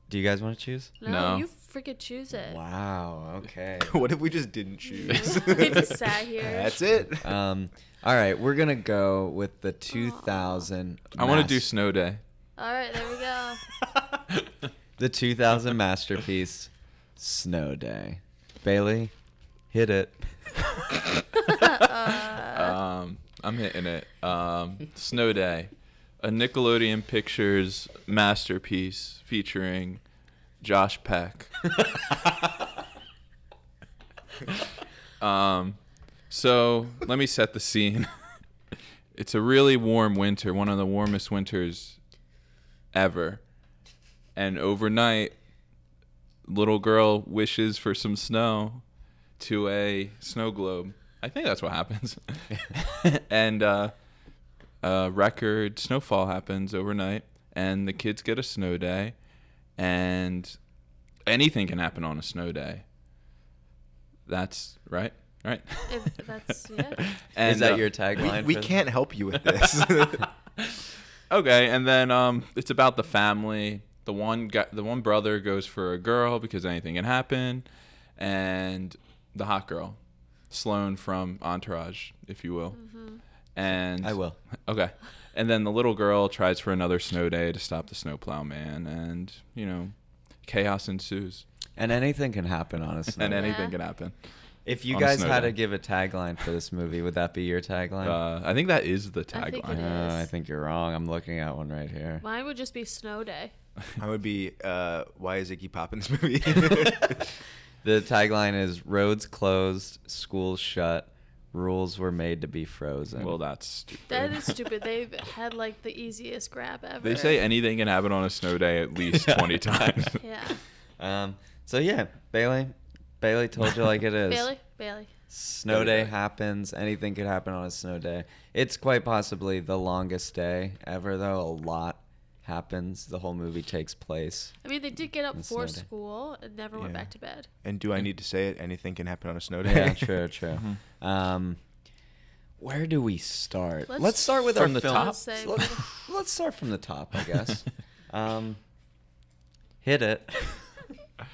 Do you guys want to choose?
no,
No.
you freaking choose it.
Wow. Okay.
what if we just didn't choose?
I just sat here.
That's it.
um, all right. We're gonna go with the 2000.
I want to do
mas-
Snow Day.
All right, there we go.
the 2000 masterpiece, Snow Day. Bailey, hit it.
Um, I'm hitting it. Um, Snow Day, a Nickelodeon Pictures masterpiece featuring Josh Peck. um, so let me set the scene. it's a really warm winter, one of the warmest winters ever. And overnight, little girl wishes for some snow to a snow globe. I think that's what happens. and uh, a record snowfall happens overnight, and the kids get a snow day, and anything can happen on a snow day. That's right, All right.
If that's- yeah.
And,
Is that
uh,
your tagline?
we
for-
can't help you with this.
okay, and then um, it's about the family. The one guy, the one brother goes for a girl because anything can happen, and the hot girl, Sloane from Entourage, if you will.
Mm-hmm.
And
I will.
Okay, and then the little girl tries for another snow day to stop the snowplow man, and you know, chaos ensues,
And anything can happen, honestly.
and anything
Yeah.
can happen.
if you
on a
guys
snow
had
day.
to give a tagline for this movie, would that be your tagline?
Uh, I think that is the
I think it
tagline.
Uh, I
is.
think you're wrong. I'm looking at one right here.
Mine would just be snow day.
I would be. Uh, why is Iggy Pop in this movie?
The tagline is "Roads closed, schools shut, rules were made to be frozen."
Well, that's stupid.
That is stupid. They've had like the easiest grab ever.
They say anything can happen on a snow day at least
Yeah.
20 times.
Yeah.
um, so yeah, Bailey, Bailey told you like it is.
Bailey, Bailey.
Snow
Bailey
day
back.
happens. Anything could happen on a snow day. It's quite possibly the longest day ever, though. A lot happens. The whole movie takes place.
I mean, they did get up
And
for
snow day.
school and never went
Yeah.
back to bed.
and do I need to say it? Anything can happen on a snow day.
Yeah, true, true.
Mm-hmm.
Um, where do we start? Let's,
Let's
start with
From
our
the
film.
top?
Let's say-
Let's, let's start from the top, I guess. um, hit it.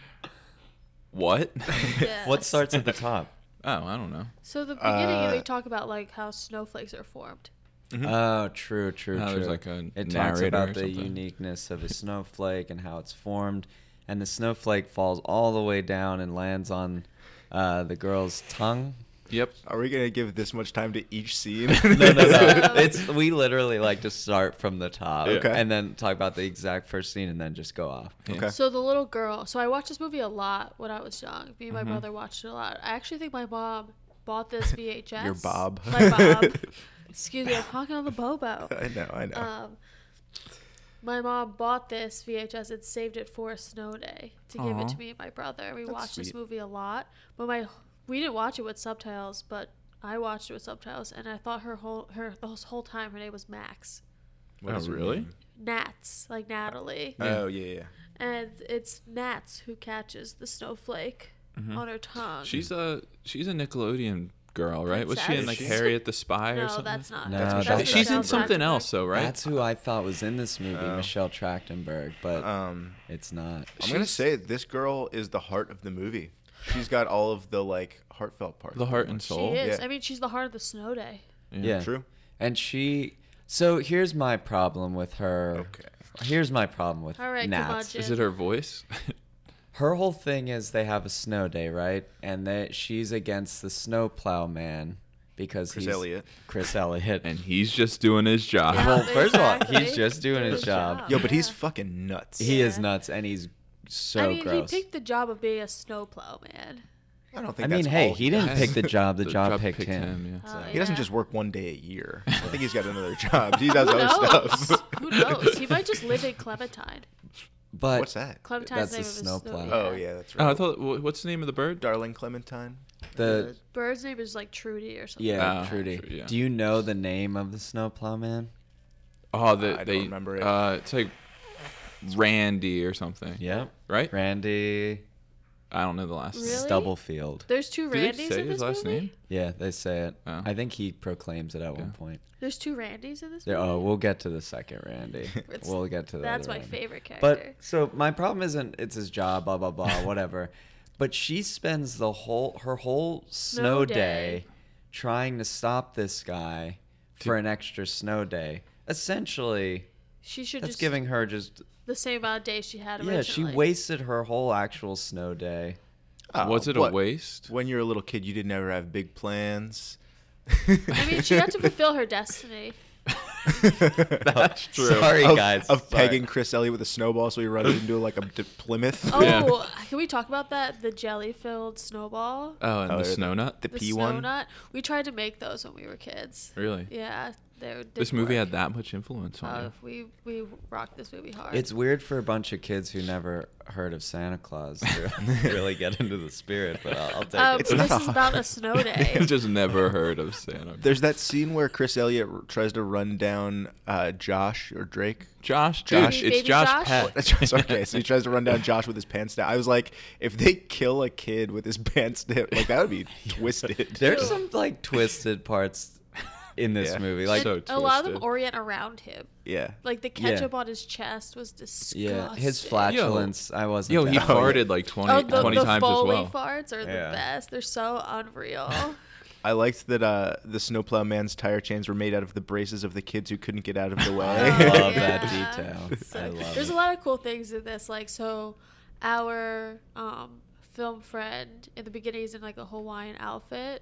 What?
Yeah.
What starts at the top?
Oh, I don't know.
So the beginning,
Uh,
they talk about like how snowflakes are formed.
Oh, true, true,
Oh,
true.
Mm-hmm. there's like a
it talks
narrator or
about the
something.
uniqueness of a snowflake and how it's formed, and the snowflake falls all the way down and lands on uh, the girl's tongue.
Yep.
Are we gonna give this much time to each scene?
No, no, no. it's we literally like to start from the top,
Okay.
and then talk about the exact first scene, and then just go off.
Okay.
So the little girl. So I watched this movie a lot when I was young. Me and my brother watched it a lot. I actually think my mom bought this VHS.
Mm-hmm. Your Bob.
My Bob. Excuse me, I'm honking on the Bobo.
I know. I know.
Um, my mom bought this VHS and saved it for a snow day to give
Aw.
it to me and my brother. We watched this
sweet.
movie a lot, but my we didn't watch it with subtitles, but I watched it with subtitles, and I thought her whole her the whole time her name was Max.
What
oh,
is her
really?
name?
Nats, like Natalie.
Oh yeah, yeah.
And it's Nats who catches the snowflake on her tongue.
Mm-hmm. She's a she's a Nickelodeon girl, right? Was she in
Princess.
like
She's-
Harriet the Spy or
no,
something?
that's not.
No,
her.
that's
That's
not
she's in
Michelle
something
Trachtenberg.
else though, right?
That's who I thought was in this movie,
Oh.
Michelle Trachtenberg, but
Uh.
Um,
it's not.
I'm gonna
She's-
say it, this girl is the heart of the movie. She's got all of the like heartfelt parts.
the heart and
She
soul.
is.
Yeah.
I mean, she's the heart of the snow day.
Yeah.
True.
And she. So here's my problem with her.
Okay.
Here's my problem with
All right,
Nats.
Kamaji.
Is it her voice?
Her whole thing is they have a snow day, right? And that she's against the snowplow man because
Chris
he's
Elliott.
Chris Elliott.
and he's just doing his job.
Yeah.
Uh, well, first of all,
Exactly.
he's just doing his
Good
job.
job.
Yo, but he's
Oh, Yeah.
fucking nuts.
He is
Yeah.
nuts, and he's so
I mean,
gross.
he picked the job of being a snowplow man.
I don't think.
I mean,
that's
hey,
all
he didn't
does.
pick the job. The, job,
job
picked, him.
yeah.
Uh,
He doesn't
yeah.
just work one day a year. I think he's got another job. He does
Who
other
knows?
stuff.
Who knows? He might just live in Clementine.
But
What's that?
Clementine's
That's a
name is
snowplow.
Oh yeah, that's right.
Oh, I thought. wh- What's the name of the bird?
Darling Clementine.
the
The bird's name is like Trudy or something.
yeah,
Ah,
Trudy.
true, yeah.
Do you know the name of the snowplow man?
Oh, the,
I don't
they
remember it.
Uh, it's like Randy or something,
Yep.
right?
Randy
I don't know the last.
Really?
Stubblefield.
There's two
Did
Randys
they say
in
his
this
last
movie.
name?
Yeah, they say it.
Oh.
I think he proclaims it at one
Yeah.
point.
There's two Randys in this
There,
movie.
oh, we'll get to the second Randy.
It's-
we'll get to the
That's
other
my
Randy.
favorite
But
character.
so my problem isn't it's his job, blah blah blah, whatever. but she spends the whole her whole snow, day.
day.
trying to stop this guy for an extra snow day. Essentially,
she should
that's
just
giving her just
the same amount of days she had originally.
yeah. She wasted her whole actual snow day.
Oh,
was it
what?
a waste?
When you're a little kid, you didn't ever have big plans.
I mean, she had to fulfill her destiny.
That's
true.
Sorry,
of,
guys.
Of
Sorry.
pegging Chris Elliott with a snowball, so he runs into like a d- Plymouth.
Oh,
Yeah.
can we talk about that? The jelly-filled snowball,
Oh, and
Oh,
the
the-
snow nut.
The
the
P
snow
one.
nut. We tried to make those when we were kids.
Really?
Yeah, there.
This movie had that much influence on
Oh,
Uh,
you.
we we rocked this movie hard.
It's weird for a bunch of kids who never heard of Santa Claus to really get into the spirit, but I'll, I'll take
Um,
it.
so this is about a snow day.
They've just never heard of Santa.
There's that scene where Chris Elliott r- tries to run down uh, Josh or Drake.
Josh,
Dude.
Josh, it's
Baby
Josh,
Josh?
Peck.
That's right, okay, so he tries to run down Josh with his pants down. I was like, if they kill a kid with his pants down, like that would be twisted.
There's some like twisted parts in this
Yeah.
movie.
And
Like,
So
a lot of them
twisted.
orient around him.
yeah.
Like the
Yeah.
ketchup on his chest was disgusting.
yeah, his flatulence. I wasn't.
Yo, he
down.
farted like 20,
Oh, the,
20
the
times as
Foley
well.
farts are
Yeah.
the best. They're so unreal.
I liked that uh, the snowplow man's tire chains were made out of the braces of the kids who couldn't get out of the way.
I
Oh,
love that
yeah.
detail.
So-
I love
There's
it.
a lot of cool things in this. Like, so our um, film friend in the beginning is in like a Hawaiian outfit.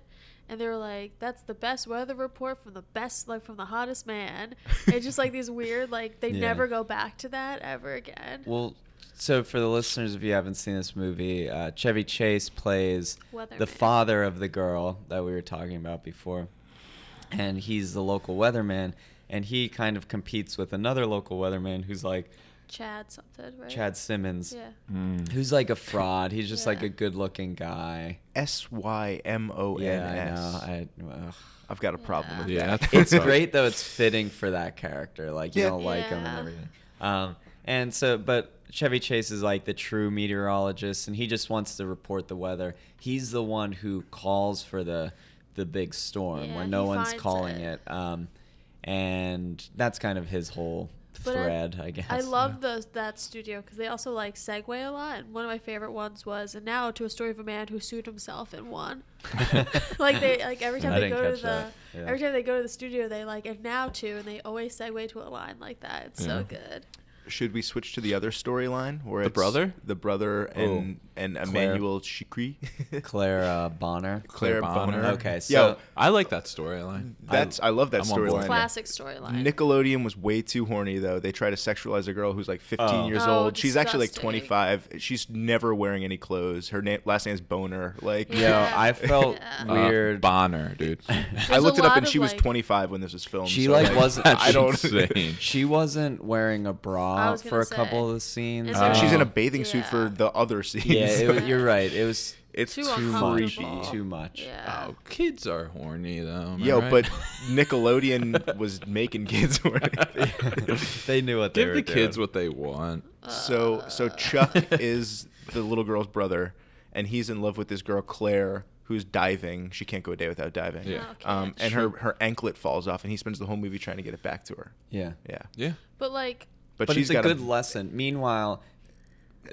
And they were like, "That's the best weather report from the best, like from the hottest man." It's just like these weird, like they
Yeah.
never go back to that ever again.
Well, so for the listeners, if you haven't seen this movie, uh, Chevy Chase plays the
Weatherman.
father of the girl that we were talking about before, and he's the local weatherman, and he kind of competes with another local weatherman who's like
Chad something, right?
Chad Simmons,
Yeah.
Mm.
who's like a fraud. He's just like
Yeah.
a good-looking guy.
S Y M
Oh,
O N
Yeah,
S.
I know. I, ugh.
I've got a problem with
Yeah.
that.
Yeah.
it's great though. It's fitting for that character. Like you
Yeah.
don't like him and
Yeah.
everything. Um, and so, but Chevy Chase is like the true meteorologist, and he just wants to report the weather. He's the one who calls for the the big storm
Yeah,
when no
he
one's
finds
calling it.
it.
Um, and that's kind of his whole
But I-
thread, I, guess.
I love those that studio because they also like segue a lot. And one of my favorite ones was, and now to a story of a man who sued himself and won. like they like every time
I
they
didn't
go to
catch
the
that. Yeah.
every time they go to the studio, they like and now to, and they always segue to a line like that. It's so
Yeah.
good.
Should we switch to the other storyline where
The
it's
brother?
the brother, and and
Claire.
Emmanuel Chikri,
Clara Bonner.
Claire
Bonner.
Bonner.
Okay, so
Yo,
I like that storyline.
that's I, love that
I'm on board.
storyline.
Classic storyline.
Nickelodeon was way too horny though. They try to sexualize a girl who's like 15
Oh.
years
Oh,
old. She's actually like
disgusting.
25. She's never wearing any clothes. Her name, last name is Boner. Like
yo, I felt
Yeah.
Uh,
weird.
Bonner, dude.
I
There's
looked
a
it up
lot
and
of,
she was
like-
25 when this was filmed.
She,
so,
like, wasn't-
That's
I don't.
insane.
she wasn't wearing a
I
bra
was
for
gonna
a couple
say.
of the scenes.
Is
And
there-
Uh, she's in a
Oh.
bathing suit for
Yeah.
the other scenes.
Yeah, it,
Like,
wa- you're right. It was
it's
Too
too,
much.
creepy.
uncomfortable.
Too much.
Yeah.
Oh, kids are horny though. am I
Yo,
right?
but Nickelodeon was making kids wear it.
they knew what they
give
were
the kids
doing.
what they want.
So so
Uh.
Chuck is the little girl's brother, and he's in love with this girl Claire, who's diving. She can't go a day without diving.
Yeah.
Okay.
Um, and her her anklet falls off, and he spends the whole movie trying to get it back to her.
Yeah.
Yeah,
Yeah.
but like
but,
But
she's
it's a
got
good lesson. Meanwhile,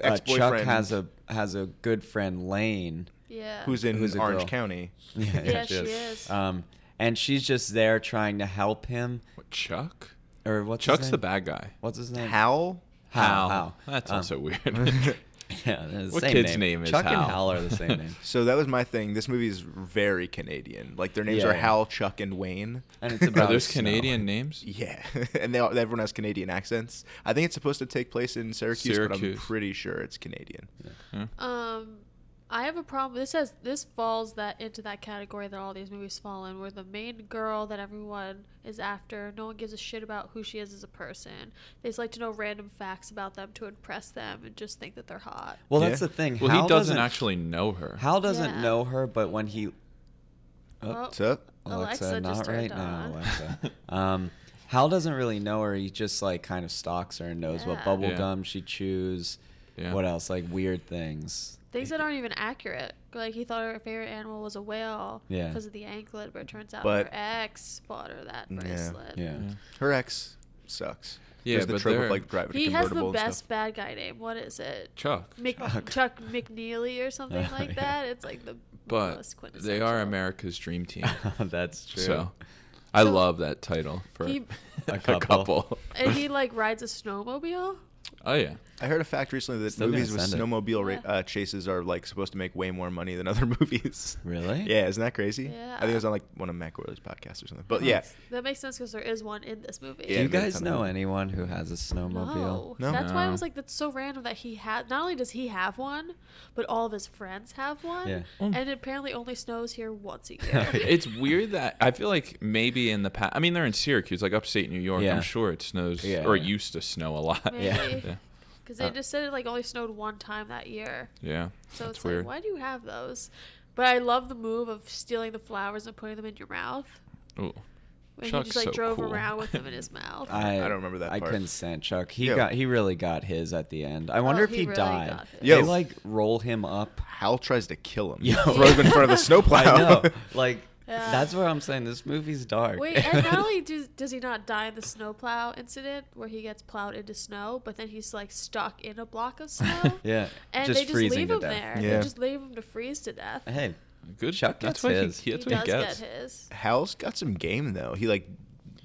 uh, Chuck
ex-boyfriend
has a has a good friend Lane.
yeah.
who's in
who's a
Orange
girl.
County.
Yeah, she is.
Um, and she's just there trying to help him.
What, Chuck?
Or what's his
Chuck's the
name?
bad guy.
What's his name?
Hal.
Hal. Hal.
That's
Um,
also weird.
Yeah, they're the
What
same
kid's
name,
name is
Chuck
Hal?
and Hal are the same name,
So that was my thing. This movie is very Canadian. Like their names
Yeah.
are Hal, Chuck, and Wayne.
and it's
Are
about
there
snow.
Canadian names?
Yeah, and they all, everyone has Canadian accents. I think it's supposed to take place in Syracuse, but I'm
Syracuse.
pretty sure it's Canadian.
Yeah.
Um, I have a problem. This has this falls that into that category that all these movies fall in, where the main girl that everyone is after, no one gives a shit about who she is as a person. They just like to know random facts about them to impress them and just think that they're hot.
Well,
Yeah.
that's the thing.
Well,
Hal
he doesn't, actually know her.
Hal doesn't
Yeah.
know her, but when he Oh,
What's up?
Alexa,
Alexa
not
just
right
turned
now,
on.
Alexa. um, Hal doesn't really know her. He just like kind of stalks her and knows what
Yeah.
bubble
Yeah.
gum she chews.
Yeah.
What else? Like weird things.
Things that aren't even accurate. Like he thought her favorite animal was a whale
Yeah.
because of the anklet, but it turns out
But-
her ex bought her that
Yeah.
bracelet.
Yeah.
Her ex sucks.
Yeah,
There's the
but
trope of
they're-
like driving a
He has the
convertible. and
best
stuff.
bad guy name. What is it?
Chuck.
Mc,
Chuck.
Chuck McNeely or something
Oh,
like
yeah.
that. It's like the
But
most
they are
quintessential.
America's dream team.
That's true.
so I
So-
love that title for
He-
A
a
couple.
couple.
And he like rides a snowmobile.
Oh yeah.
I heard a fact recently that
Still gonna
movies with
send it.
snowmobile ra-
Yeah.
uh, chases are like supposed to make way more money than other movies.
Really?
Yeah, isn't that crazy?
Yeah.
I think it was on like one of MacWorld's podcasts or something. But yeah,
That makes sense because there is one in this movie.
Do
Yeah,
you
it made a
guys
ton of
know
money.
anyone who has a
No.
snowmobile?
No.
That's why I
No.
was like, that's so random that he had. Not only does he have one, but all of his friends have one.
Yeah.
And
Mm.
it apparently only snows here once a
Yeah.
year.
It's weird that I feel like maybe in the past. I mean, they're in Syracuse, like upstate New York.
Yeah.
I'm sure it snows,
Yeah.
or it used to snow a lot.
Maybe. Yeah.
yeah. Uh,
Because they just said it like only snowed one time that year.
Yeah.
So
That's
it's
weird.
like, why do you have those? But I love the move of stealing the flowers and putting them in your mouth.
Ooh.
When
Chuck's
he just like
so
drove
cool.
around with them in his mouth.
I,
I don't remember that
I
part.
couldn't stand Chuck. He
Yo.
got he really got his at the end. I wonder
Oh,
if
he
he,
really
died.
got his.
They
Yo.
like roll him up.
Hal tries to kill him.
Yo.
Throws him in front of the snowplow.
I know. Like
Yeah.
that's what I'm saying. This movie's dark.
Wait, and not only does, does he not die in the snowplow incident where he gets plowed into snow, but then he's like stuck in a block of snow.
yeah.
And
just
they just
freezing
leave
to
him
death.
there.
Yeah.
They just leave him to freeze to death.
Hey,
Good.
Chuck
That's
gets
what
his.
he, that's
he
what
does
he gets.
get his.
Hal's got some game though. He like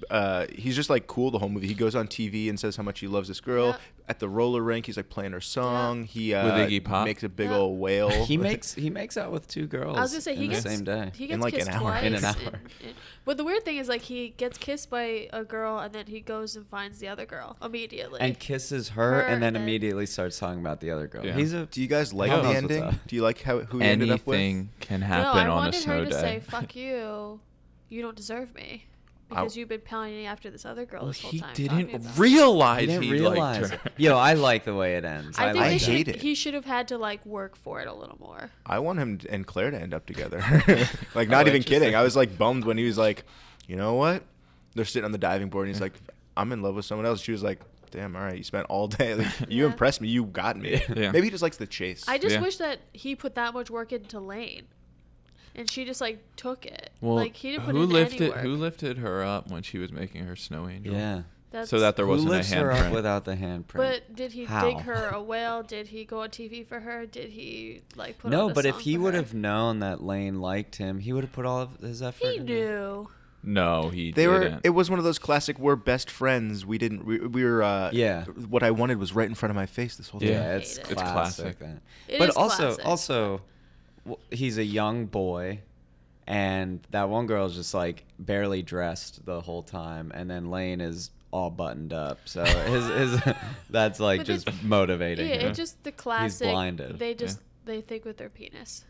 uh, he's just like cool the whole movie. He goes on TV and says how much he loves this girl.
Yeah.
At the roller rink, he's like playing her song. He uh,
Iggy Pop.
makes a big
Yeah.
old whale.
he makes he makes out with two girls
I was gonna say
in
he
the
gets
same day.
he
In,
gets
like, an
kissed
hour.
twice.
In an
and-
hour.
and- but the weird thing is like he gets kissed by a girl and then he goes and finds the other girl immediately.
and kisses her,
her
and then
and-
immediately starts talking about the other girl.
Yeah.
He's a
Do you guys like
Hal
the
knows what's
ending?
up.
Do you like how who he ended up with?
Anything can
no,
happen
I
on a
wanted
snow
her to
day.
say "fuck you," you don't deserve me
I-
because you've been pounding after this other girl
Well,
this whole
he
time. talking
didn't
about it."
realize
I
he,
didn't realize.
liked her.
Yo, I like the way it ends.
I think
like
they
that.
should.
hate it.
He should have had to like work for it a little more.
I want him and Claire to end up together.
Oh,
like not even
interesting.
kidding. I was like bummed when he was like, you know what? They're sitting on the diving board and he's like, I'm in love with someone else. She was like, damn, all right, you spent all day. Like, you
Yeah.
impressed me. You got me.
Yeah.
Maybe he just likes the chase.
I just
Yeah.
wish that he put that much work into Lane, and she just like took it.
Well,
like he didn't put
who
in
lifted
any work.
who lifted her up when she was making her snow angel?
Yeah.
That's,
so that there
Who
wasn't a
lifts her up
handprint.
without the handprint?
But did he
How?
dig her a whale? Did he go on TV for her? Did he like put
no,
on a
but if
song
he
for
would
her?
have known that Lane liked him, he would have put all of his effort.
he
into it.
knew.
No, he
They
didn't.
were. It was one of those classic. We're best friends. We didn't. We, we were. Uh,
Yeah.
What I wanted was right in front of my face this whole
Yeah,
time.
Hate
it's,
it.
classic.
It's
classic.
then.
It
but
is
also,
classic.
also, w- he's a young boy, and that one girl's just like barely dressed the whole time, and then Lane is all buttoned up. So his his that's like
But
just
it's- Yeah,
motivating. him.
it's just the classic.
blinded.
They just they think with their penis.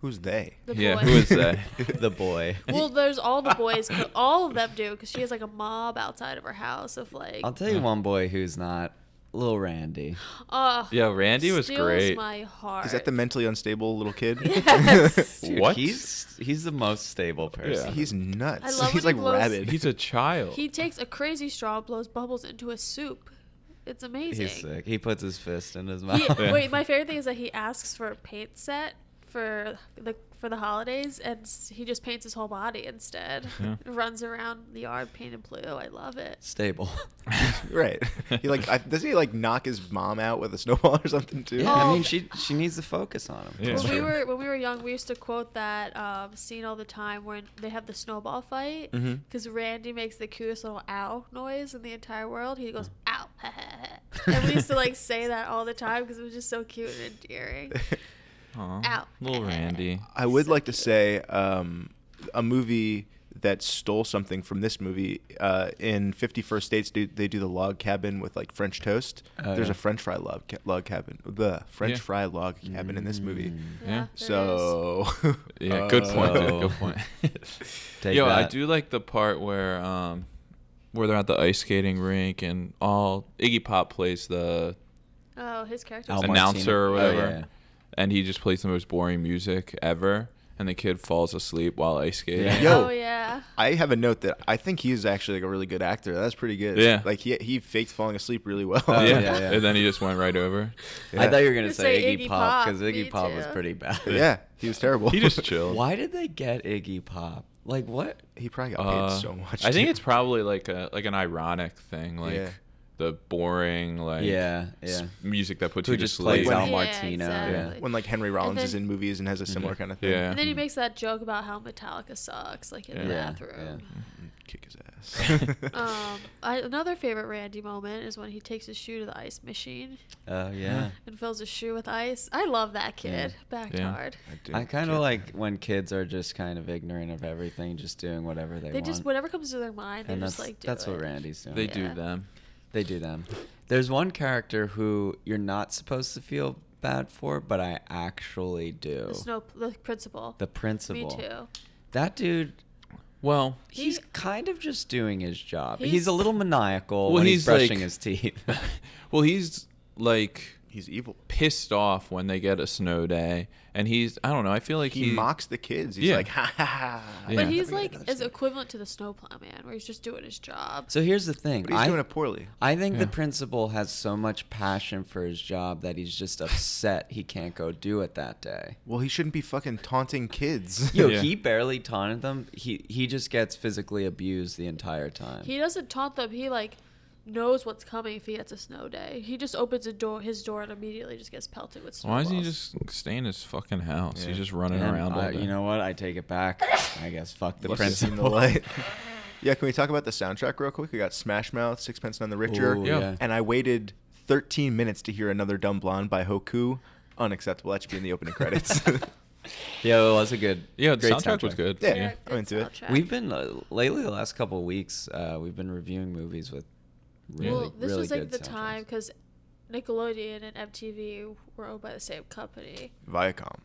Who's they?
The
Yeah,
boy.
who is that?
the boy.
Well, there's all the boys. All of them do because she has like a mob outside of her house of like.
I'll tell you one boy who's not Little Randy.
Oh,
Yeah, Randy was
steals
great.
My heart.
Is that the mentally unstable little kid?
Yes.
Dude,
What?
He's he's the most stable person.
Yeah.
He's nuts.
I love
He's
when
like
he blows-
rabid.
He's a child.
he takes a crazy straw, blows bubbles into a soup. It's amazing.
He's sick. He puts his fist in his mouth.
He,
Yeah.
Wait, my favorite thing is that he asks for a paint set for the for the holidays, and s- he just paints his whole body instead.
Yeah.
Runs around the yard painted blue. I love it.
Stable.
right. He like I, doesn't he like knock his mom out with a snowball or something too?
Yeah,
Oh.
I mean she she needs to focus on him.
Yeah,
when we
true.
were when we were young, we used to quote that um, scene all the time when they have the snowball fight
Mm-hmm.
Mhm.
because Randy makes the cutest little ow noise in the entire world. He goes
Mm-hmm.
ow, and we used to like say that all the time because it was just so cute and endearing.
Aw,
Ow.
little Randy.
I would like to say um, a movie that stole something from this movie uh, in 51st States. Do, they do the log cabin with like French toast.
Oh,
There's
yeah.
a French fry log ca- log cabin. The French
Yeah.
fry log cabin in this movie.
Yeah,
Yeah.
there it is.
So
Yeah, good point. dude,
Oh.
Good point.
Take
Yo, I
that.
do like the part where um, where they're at the ice skating rink and all Iggy Pop plays the
oh, his character.
Al
An announcer or
Oh,
whatever.
yeah.
and he just plays the most boring music ever, and the kid falls asleep while ice skating.
Yeah.
Yo.
Oh yeah.
I have a note that I think he's actually like a really good actor. That's pretty good.
Yeah.
like he he faked falling asleep really well.
Oh,
yeah.
yeah, yeah.
and then he just went right over.
I thought you were gonna
Just
say,
say
Iggy
Iggy
Pop
Pop,
because
me
Iggy Pop was
too.
pretty bad.
yeah, he was terrible.
He just chilled.
Why did they get Iggy Pop? Like what?
he probably got paid
Uh,
so much.
I think
dude.
it's probably like a like an ironic thing, like
Yeah.
the boring like
yeah,
s-
yeah.
music that puts
Who
you to
just plays
sleep.
Al
Yeah,
Martino?
exactly.
when like Henry Rollins
then-
is in movies and has a similar kind of thing.
Yeah.
And then he makes that joke about how Metallica sucks, like in the
Mm-hmm. Yeah.
bathroom.
Mm, kick his ass.
Um, I, another favorite Randy moment is when he takes his shoe to the ice machine
Uh,
Oh yeah.
and fills his shoe with ice. I love that kid. Backed
Yeah.
hard.
do
I kind
get
of like when kids are just kind of ignorant of everything, just doing whatever they,
They,
want.
just whatever comes to their mind, they
and that's
just like do
that's what
it.
Randy's doing.
They
Yeah.
do them.
They do them. There's one character who you're not supposed to feel bad for, but I actually do.
The snow, the principal.
The principal.
Me too.
That dude,
Well,
He-
he's kind of just doing his job. He's,
He's-
a little maniacal
Well,
when he's,
he's like-
brushing his teeth.
well, he's like
He's evil.
pissed off when they get a snow day, and he's I don't know. I feel like
He,
he,
mocks the kids. He's
Yeah.
like, ha ha ha.
Yeah.
But he's
We gotta
like
do this.
is equivalent to the snowplow man, where he's just doing his job.
so here's the thing.
But he's
I,
doing it poorly.
I think the
Yeah.
principal has so much passion for his job that he's just upset he can't go do it that day.
Well, he shouldn't be fucking taunting kids.
Yo,
Yeah.
he barely taunted them. He he just gets physically abused the entire time.
He doesn't taunt them. He like knows what's coming if he gets a snow day. He just opens a door, his door, and immediately just gets pelted with snow.
Why doesn't he just stay in his fucking house?
Yeah.
He's just running
And
around.
I-
all day.
you know what? I take it back. I guess fuck the
Must have seen
principal.
the light. yeah, can we talk about the soundtrack real quick? We got Smash Mouth, Sixpence None the Richter,
Ooh,
Yeah.
yeah.
and I waited 13 minutes to hear another Dumb Blonde by Hoku. Unacceptable. That should be in the opening credits.
Yo, it was a good.
yeah, the
great
soundtrack, was good.
Yeah.
yeah.
I'm into it.
We've been uh, lately the last couple of weeks. Uh, we've been reviewing movies with really,
well, this
really
was like
good
the
soundtracks.
time because Nickelodeon and MTV were owned by the same company,
Viacom.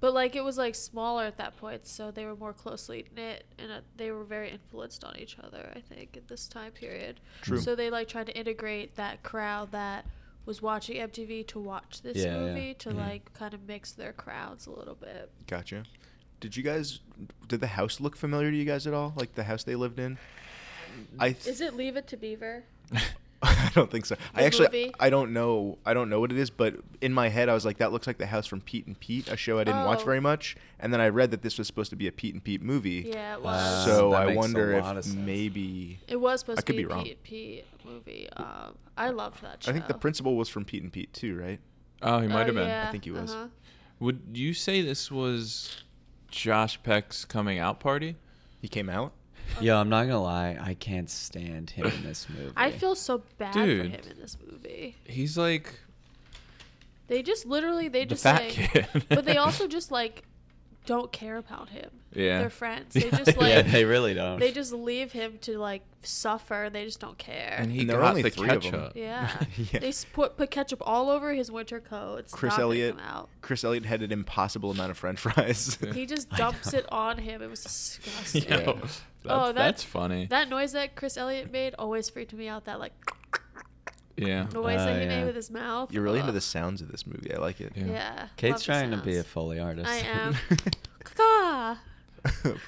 but like it was like smaller at that point, so they were more closely knit and uh, they were very influenced on each other. I think at this time period,
True.
So they like tried to integrate that crowd that was watching MTV to watch this
Yeah, yeah.
movie to
Mm-hmm.
Mhm.
like kind of mix their crowds a little bit.
Gotcha. Did you guys? Did the house look familiar to you guys at all? Like the house they lived in? I th-
Is it Leave It to Beaver?
I don't think so. I
The
actually,
movie?
I don't know. I don't know what it is, but in my head, I was like, that looks like the house from Pete and Pete, a show I didn't watch
Oh.
very much. And then I read that this was supposed to be a Pete and Pete movie.
Yeah, it
Wow.
was.
so
that
I
makes a
wonder
lot of
if
sense.
maybe.
it was supposed
I
to
could
be,
be wrong.
a Pete Pete movie. Um, I loved that show.
I think the principal was from Pete and Pete too, right?
Oh, he might
Oh,
have been.
yeah,
think he was.
uh-huh.
Would you say this was Josh Peck's coming out party?
He came out.
Yo, I'm not gonna lie. I can't stand him in this movie.
I feel so bad for
Dude.
him in this movie.
He's like
They just literally they
the
just
fat
like,
kid.
but they also just like don't care about him.
yeah.
They're friends. They
Yeah,
just like
yeah, they really don't.
they just leave him to like suffer. They just don't care.
and he
And there were
got
only
the
three of 'em.
ketchup.
Yeah.
Yeah.
They s- put, put ketchup all over his winter coat. It's
Chris
not gonna
Elliott.
Come out.
Chris Elliott had an impossible amount of French fries.
He just
I
dumps
know.
it on him. It was disgusting.
Yo,
Yeah.
that's,
Oh, that-
that's funny.
That noise that Chris Elliott made always freaked me out. That like
yeah.
noise that
Oh,
he
yeah.
made with his mouth.
You're really into
Ugh.
the sounds of this movie. I like it.
Yeah.
Yeah. love
Kate's
the
trying to be a
sounds.
Foley artist.
I am. Caw.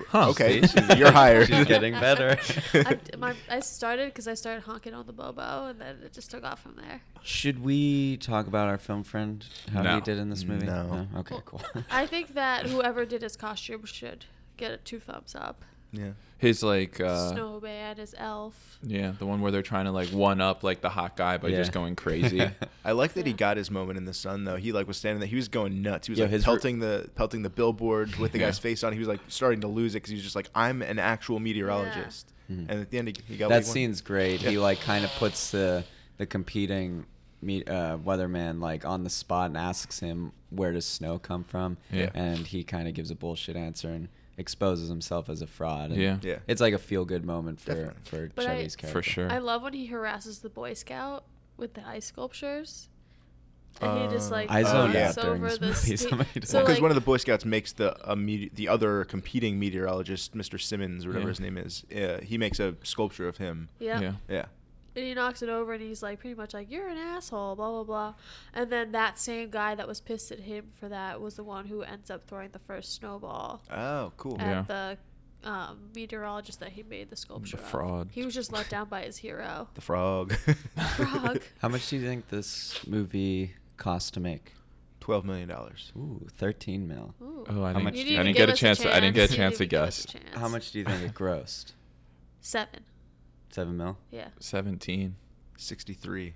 Huh.
okay,
See, she's-
you're hired.
she's getting better.
I, my, I started because I started honking on the bobo, and then it just took off from there.
Should we talk about our film friend? How
No.
he did in this movie?
No.
Okay, cool.
I think that whoever did his costume should get a two thumbs up.
Yeah.
His like uh
Snowman, his elf.
yeah, the one where they're trying to like one up like the hot guy by
Yeah.
just going crazy.
I like that he
Yeah.
got his moment in the sun though. He like was standing there. He was going nuts. He was
Yo,
like
his re-
pelting the pelting the billboard with the
Yeah.
guy's face on. He was like starting to lose it because he was just like, "I'm an actual meteorologist."
Mhm.
And at the end, he, he got
that
what he wanted.
scene's great. He
Yeah.
like kind of puts the the competing meet, uh, weatherman like on the spot and asks him where does snow come from,
Yeah.
and he kind of gives a bullshit answer and exposes himself as a fraud. And
Yeah.
Yeah.
it's like a feel good moment for
Definitely.
for
But I-
Chevy's
For
character.
For sure.
I love when he harasses the Boy Scout with the ice sculptures. And he just
Uh,
like
I
Oh,
zoned
yeah.
out
walks
during this
the
movie.
sta-
Somebody
so,
Well, because
like-
one of the Boy Scouts makes the a mete- the other competing meteorologist, Mr. Simmons or whatever
Yeah.
his name is, uh, he makes a sculpture of him.
Yep.
Yeah.
Yeah.
And he knocks it over and he's like pretty much like, You're an asshole, blah blah blah. And then that same guy that was pissed at him for that was the one who ends up throwing the first snowball
Oh, cool.
Yeah.
at the um, meteorologist that he made the sculpture. of.
fraud.
He was just let down by his hero.
The frog.
Frog.
How much do you think this movie cost to make?
Twelve million dollars.
Ooh, thirteen mil.
Ooh.
Oh,
How
I didn't,
much
You
did-
I
even
didn't
give
get a
us
chance. I didn't get a
You
chance to
didn't even give us
guess.
a chance.
How much do you think it grossed?
Seven.
Seven mil,
Yeah.
Seventeen.
Sixty-three.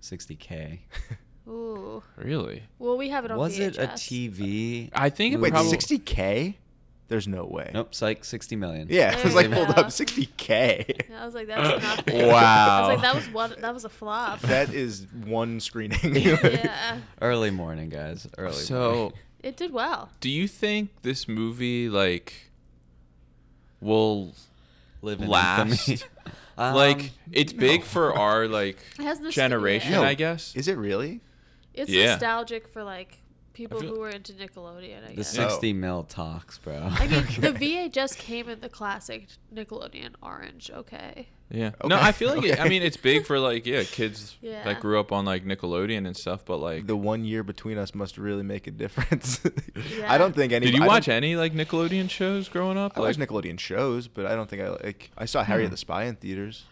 sixty k.
Ooh.
Really?
Well, we have it on
Was it a
VHS.
TV?
I think it
movie?
Wait,
Probably-
sixty k? There's no way.
Nope, psych, 60 million.
Yeah, I
There
was like,
you
hold
go.
up, 60k.
And I was like, that's nothing. I
Wow.
was like, that was one. That was a flop.
that is one screening.
yeah,
Early morning, guys. Early
so,
morning.
it did well.
do you think this movie like will
Living
last?
infamy. Um,
like it's big for our like
It has nostalgia.
generation,
No.
I guess.
Is it really?
It's
Yeah.
nostalgic for like people
I feel-
who were into Nickelodeon. I
The
guess.
six-
60 mil talks, bro.
I mean, the
Okay.
VHS came in the classic Nickelodeon orange. Okay.
Yeah. No,
Okay.
I feel like it, I
Okay.
mean it's big for like yeah kids
Yeah.
that grew up on like Nickelodeon and stuff. But like,
The one year between us must really make a difference.
Yeah.
I don't think any.
did you
I
watch
don't-
any like Nickelodeon shows growing up?
I
like,
watched Nickelodeon shows, but I don't think I like. I saw Harry
Hmm.
at the Spy in theaters.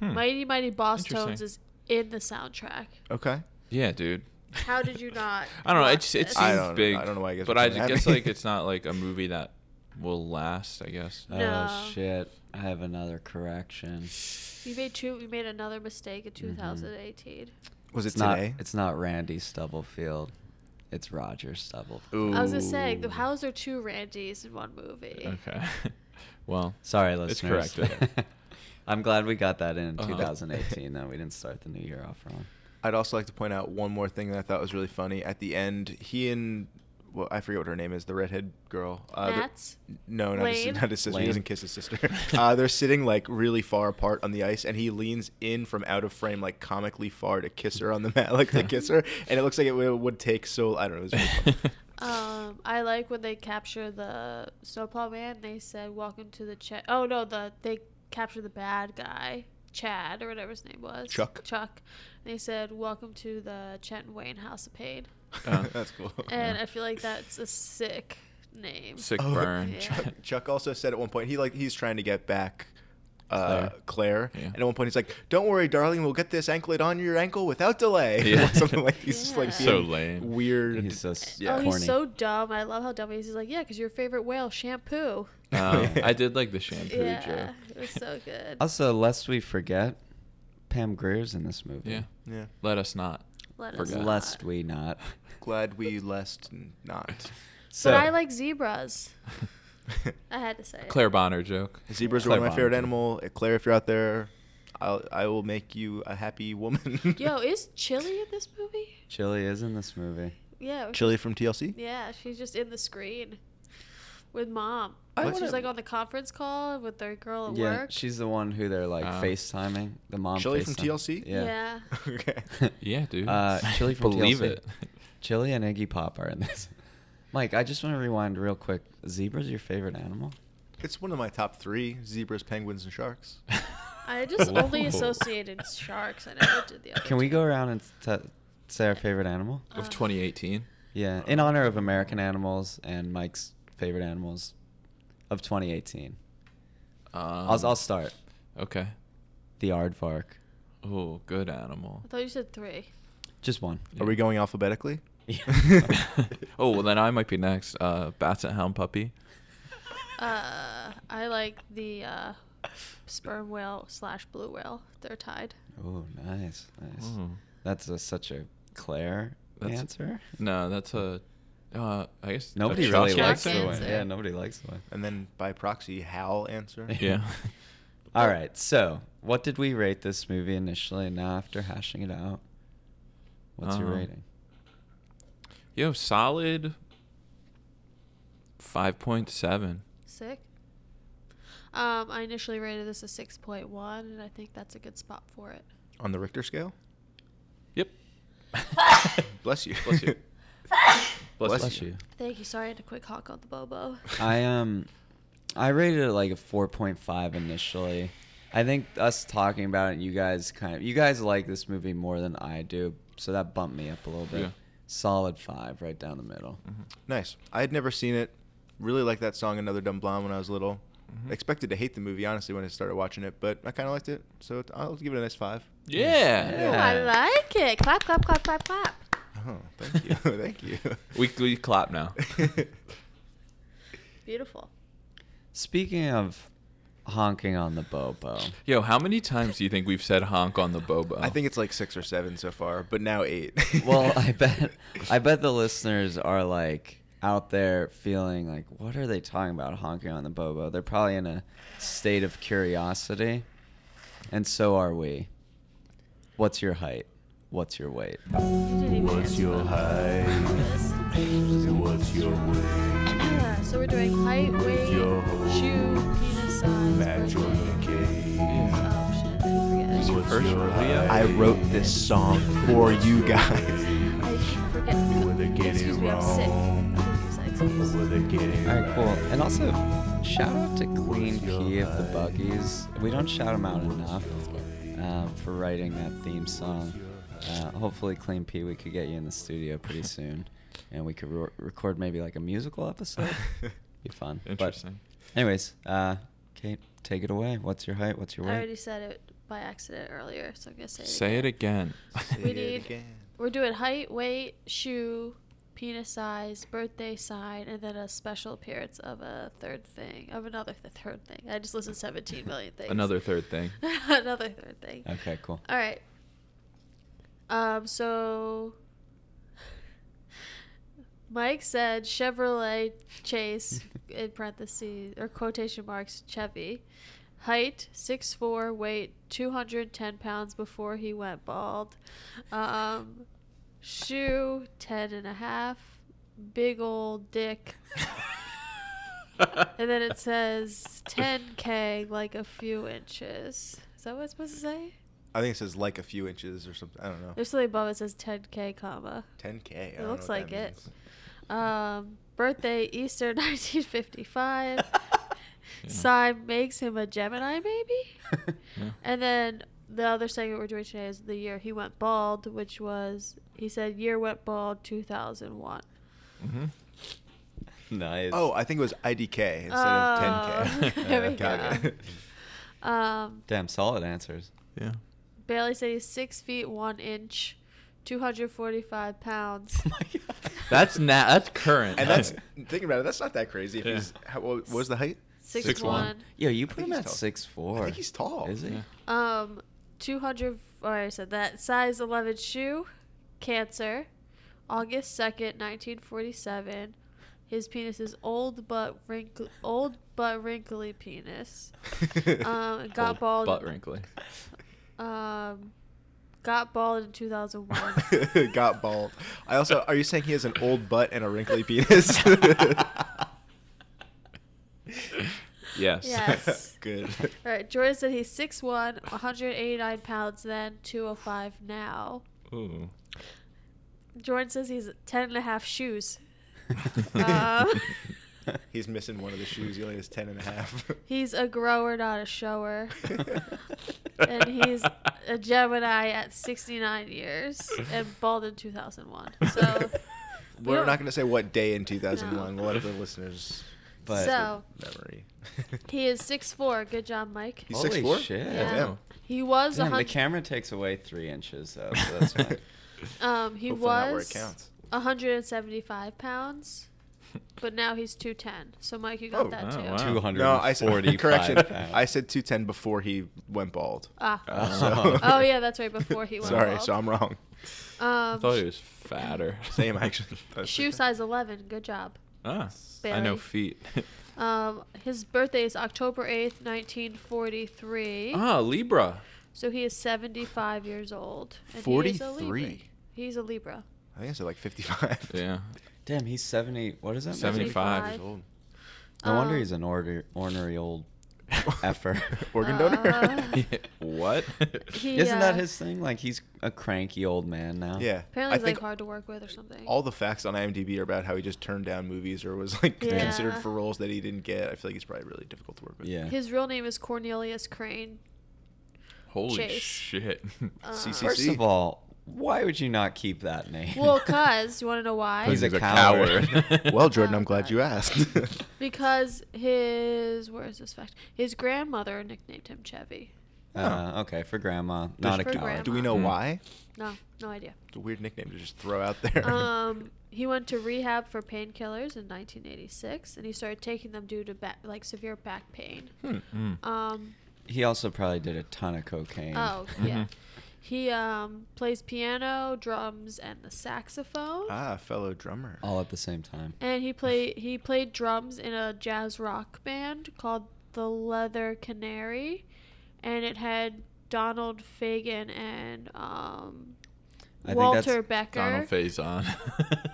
Hmm.
Mighty Mighty Boss Tones
Interesting.
is in the soundtrack.
Okay.
Yeah, dude.
How did you not?
I don't know.
watch
It's it
this?
seems
I don't-
big.
I don't know why I guess
But
we're
I
coming at
guess
me.
like it's not like a movie that will last. I guess.
No.
Oh, shit. I have another correction.
We made two. We made another mistake in
Mm-hmm.
2018.
Was it
it's not,
today?
It's not Randy Stubblefield. It's Roger Stubblefield.
Ooh.
I was gonna say, the- how is there two Randys in one movie?
Okay. well,
Sorry,
It's
listeners.
corrected.
I'm glad we got that in
Uh-huh.
2018, though. We didn't start the new year off wrong.
I'd also like to point out one more thing that I thought was really funny. At the end, he and well, I forget what her name is, the redhead girl. Uh, they're-
Matt's?
No, not his,
Lane?
not his sister.
Lane.
He doesn't kiss his sister. uh, they're sitting like really far apart on the ice, and he leans in from out of frame, like comically far, to kiss her on the mat, like to kiss her. And it looks like it would, would take so I don't know. It was really funny.
Um, I like when they capture the snowplow man. They said, "Welcome to the Chad." Oh no, the they capture the bad guy, Chad or whatever his name was.
Chuck.
Chuck. And they said, "Welcome to the Chet and Wayne House of Pain."
Oh.
That's cool.
And
Yeah.
I feel like that's a sick name.
sick
Oh,
burn.
Yeah.
Chuck, Chuck also said at one point he like he's trying to get back uh, Claire,
Yeah.
and at one point he's like, "Don't worry, darling, we'll get this anklet on your ankle without delay."
Yeah.
Something like he's just like
Yeah.
So
being
lame.
weird.
He's so s-
Yeah.
Oh,
corny.
he's so dumb. I love how dumb he is. He's like, "Yeah, 'cause your favorite whale, shampoo."
Um, I did like the shampoo
Yeah,
joke.
it was so good.
also, lest we forget, Pam Greer's in this movie.
Yeah.
yeah,
Let us not.
Let us
Forgot.
not.
Lest we not.
glad we lest not.
So,
but I like zebras. I had to say it.
Claire Bonner joke.
Zebras
Claire
are one of my
Bonner
favorite
too.
animal. Uh, Claire, if you're out there, I'll, I will make you a happy woman.
Yo, is Chili in this movie?
Chili is in this movie.
Yeah.
Chili from TLC.
Yeah, she's just in the screen with mom.
I
She's
wanna-
like on the conference call with their girl at
yeah,
work.
she's the one who they're like
Oh.
FaceTiming. The mom.
Chili from
FaceTime.
TLC?
Yeah.
okay.
Yeah, dude.
Uh, Chili from
Believe
TLC.
it.
Chili and Iggy Pop are in this. Mike, I just want to rewind real quick. Zebra's your favorite animal?
It's one of my top three: zebras, penguins, and sharks.
I just only
Whoa.
associated sharks. I never did the other.
Can we
two.
go around and t- say our favorite animal?
um,
Of 2018.
Yeah, in honor of American animals and Mike's favorite animals of 2018.
Um,
I'll, I'll start.
Okay.
The aardvark.
Oh, good animal.
I thought you said three.
Just one.
Yeah.
Are we going alphabetically?
oh, well, then I might be next. Uh, Basset Hound Puppy.
Uh, I like the uh, sperm whale slash blue whale. They're tied.
Oh, nice, nice.
Ooh.
That's a, such a Claire
That's-
answer.
No, that's a. Uh, I guess a
Nobody
Chuck
really likes
Chuck
the
answer?
one.
answer.
Yeah, nobody likes the one.
And then by proxy, Hal answer.
Yeah.
All right, so what did we rate this movie initially? And now after hashing it out, what's your
Um,
rating?
Yo, solid. Five point seven.
Sick. Um, I initially rated this a 6.1, and I think that's a good spot for it.
On the Richter scale?
Yep.
Bless you.
Bless you.
Bless
Bless you.
Thank you. Sorry, I had to quick hawk on the Bobo.
I um, I rated it like a four point five initially. I think us talking about it, you guys kind of, you guys like this movie more than I do, so that bumped me up a little bit.
Yeah.
Solid five, right down the middle.
Mm-hmm.
nice. I had never seen it. Really liked that song, Another Dumb Blonde, when I was little.
Mm-hmm.
Expected to hate the movie, honestly, when I started watching it, but I kind of liked it. So it- I'll give it a nice five.
Yeah.
Ooh, Oh, I like it. Clap, clap, clap, clap, clap.
Oh, thank you. thank you.
We we clap now.
Beautiful.
Speaking of honking on the bobo,
Yo, how many times do you think we've said honk on the bobo?
I think it's like six or seven so far, but now eight.
well, I bet, I bet the listeners are like, out there feeling like, what are they talking about honking on the bobo? They're probably in a state of curiosity. And so are we. What's your height? What's your weight?
What's your height?
What's your weight?
so we're doing height, weight,
Yo.
shoe, penis size,
Match or
birthday.
locate?
Oh shit, I
What's
forget.
First
your
rodeo?
height?
I wrote this song for you guys.
I forget.
Will they get
Excuse
it
me, I'm sick.
wrong?
I think it's excuse.
Or will they get it
All right, cool.
right?
And also, shout out to Clean
What's your
P of the
height?
Buggies. We don't shout them out enough um, for writing that theme song. Uh, hopefully, Clean P, we could get you in the studio pretty soon, and we could re- record maybe like a musical episode. Be fun. But
Interesting.
anyways, uh, Kate, take it away. What's your height? What's your
I
weight?
already said it by accident earlier, so I'm gonna say it.
Say it again.
We need- We're doing height, weight, shoe, penis size, birthday sign, and then a special appearance of a third thing, of another th- third thing. I just listed 17 million things.
Another third thing.
another third thing.
Okay, cool.
All right. Um. So. Mike said Chevrolet Chase in parentheses or quotation marks Chevy, height six four, weight two hundred ten pounds before he went bald, um, shoe ten and a half, big old dick, and then it says ten k like a few inches. Is that what it's supposed to say?
I think it says like a few inches or something. I don't know.
There's something above it says 10k comma.
10k. I
It
don't know
looks
what
like
that
it.
means.
Um, birthday Easter 1955.
Yeah.
Sign makes him a Gemini maybe.
Yeah.
and then the other segment we're doing today is the year he went bald, which was he said year went bald 2001.
Mhm.
nice.
Oh, I think it was IDK instead of 10k.
Oh, there we
Got
go.
it.
Um,
damn, solid answers.
Yeah.
Bailey said he's six feet one inch, 245 pounds.
Oh
That's na- that's current.
And that's thinking about it. That's not that crazy. If
Yeah.
he's how, what what was the height?
Six,
Six
one.
one.
Yo, you
I
put
think
him
he's
at
tall.
six four.
I think he's tall.
Is he?
Yeah.
Um, 200. Or I said that. Size 11 shoe. Cancer. August 2nd, 1947. His penis is old but wrinkly, old but wrinkly penis. Um, and got
Old
bald.
Butt wrinkly.
Um, got bald in 2001.
Got bald. I also are you saying he has an old butt and a wrinkly penis?
Yes.
Yes.
Good.
All right, Jordan said he's 6'1", 189 pounds then, 205 now.
Ooh.
Jordan says he's 10 and a half shoes. Um,
He's missing one of the shoes. He only has ten and a half.
He's a grower, not a shower. and he's a Gemini at 69 years and bald in 2001. So,
We're
don't-
not going to say what day in 2001.
No.
We'll let the listeners
But
so
memory.
he is 6'4. Good job, Mike.
He's
holy
6'4"?
shit.
Yeah.
Damn.
He was a
Damn, the
100,
camera takes away three inches though, so that's fine.
um, he
Hopefully not where it
was
counts.
175 pounds, Um, but now he's 210. So, Mike, you got
Oh,
that
oh,
too.
wow.
Two hundred
No, I
and forty.
said correction.
Pounds.
I said 210 before he went bald.
Ah.
Oh.
So-
Oh, yeah, that's right, before he went
Sorry,
bald.
so I'm wrong.
I
Um,
thought he was fatter.
Same actually. That's-
shoe size 11. Good job.
Ah, I
Barely.
know feet.
Um, his birthday is October 8th, 1943.
ah, Libra.
So he is 75 years old. and He is a Libra.
43.
He's a Libra.
I think I said like 55.
Yeah.
Damn, he's seventy. What is that? measure?
75.
He's old.
No wonder
Um,
he's an order, ornery old effer.
Organ donor.
Uh,
what?
He,
Isn't that
uh,
his thing? Like he's a cranky old man now.
yeah.
Apparently,
I
he's like
think
hard to work with or something.
all the facts on IMDb are about how he just turned down movies or was like
Yeah.
considered for roles that he didn't get. I feel like he's probably really difficult to work with.
Yeah.
his real name is Cornelius Crane.
Holy
Chase.
shit.
Uh,
CC.
First of all, why would you not keep that name?
well, cause you want to know why?
He's a coward.
Well, Jordan,
Oh,
I'm glad
God.
you asked.
because his where is this fact? His grandmother nicknamed him Chevy.
uh, okay, for grandma, not a
For
coward.
Oh. Do we know
Hmm.
why?
No, no idea.
It's a weird nickname to just throw out there.
Um, he went to rehab for painkillers in 1986, and he started taking them due to back, like severe back pain.
Hmm.
Um,
Mm.
Mm-hmm.
He also probably did a ton of cocaine.
Oh yeah. He um, plays piano, drums, and the saxophone.
Ah, fellow drummer.
all at the same time.
and he played he played drums in a jazz rock band called the Leather Canary, and it had Donald Fagen and um,
I think that's
Walter Becker.
Donald Faison.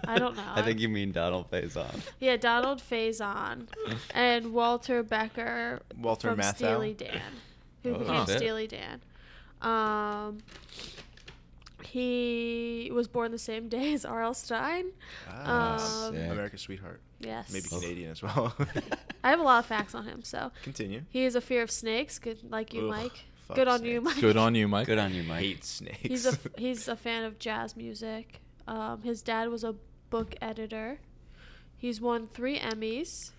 I don't know.
I think you mean Donald Faison.
yeah, Donald Faison and Walter Becker
Walter
from
Matthau?
Steely Dan, who
Oh,
became
shit.
Steely Dan. Um, he was born the same day as R.L. Stein.
Ah,
Um,
Sick.
America's sweetheart.
Yes,
Maybe
Oh.
Canadian as well.
I have a lot of facts on him, so.
Continue.
He is a fear of snakes, good like you,
Ugh,
Mike.
fuck
Good on you,
snakes.
Mike.
Good on you, Mike.
Good on you, Mike.
Hate snakes.
He's a f- he's a fan of jazz music. Um, his dad was a book editor. He's won three Emmys.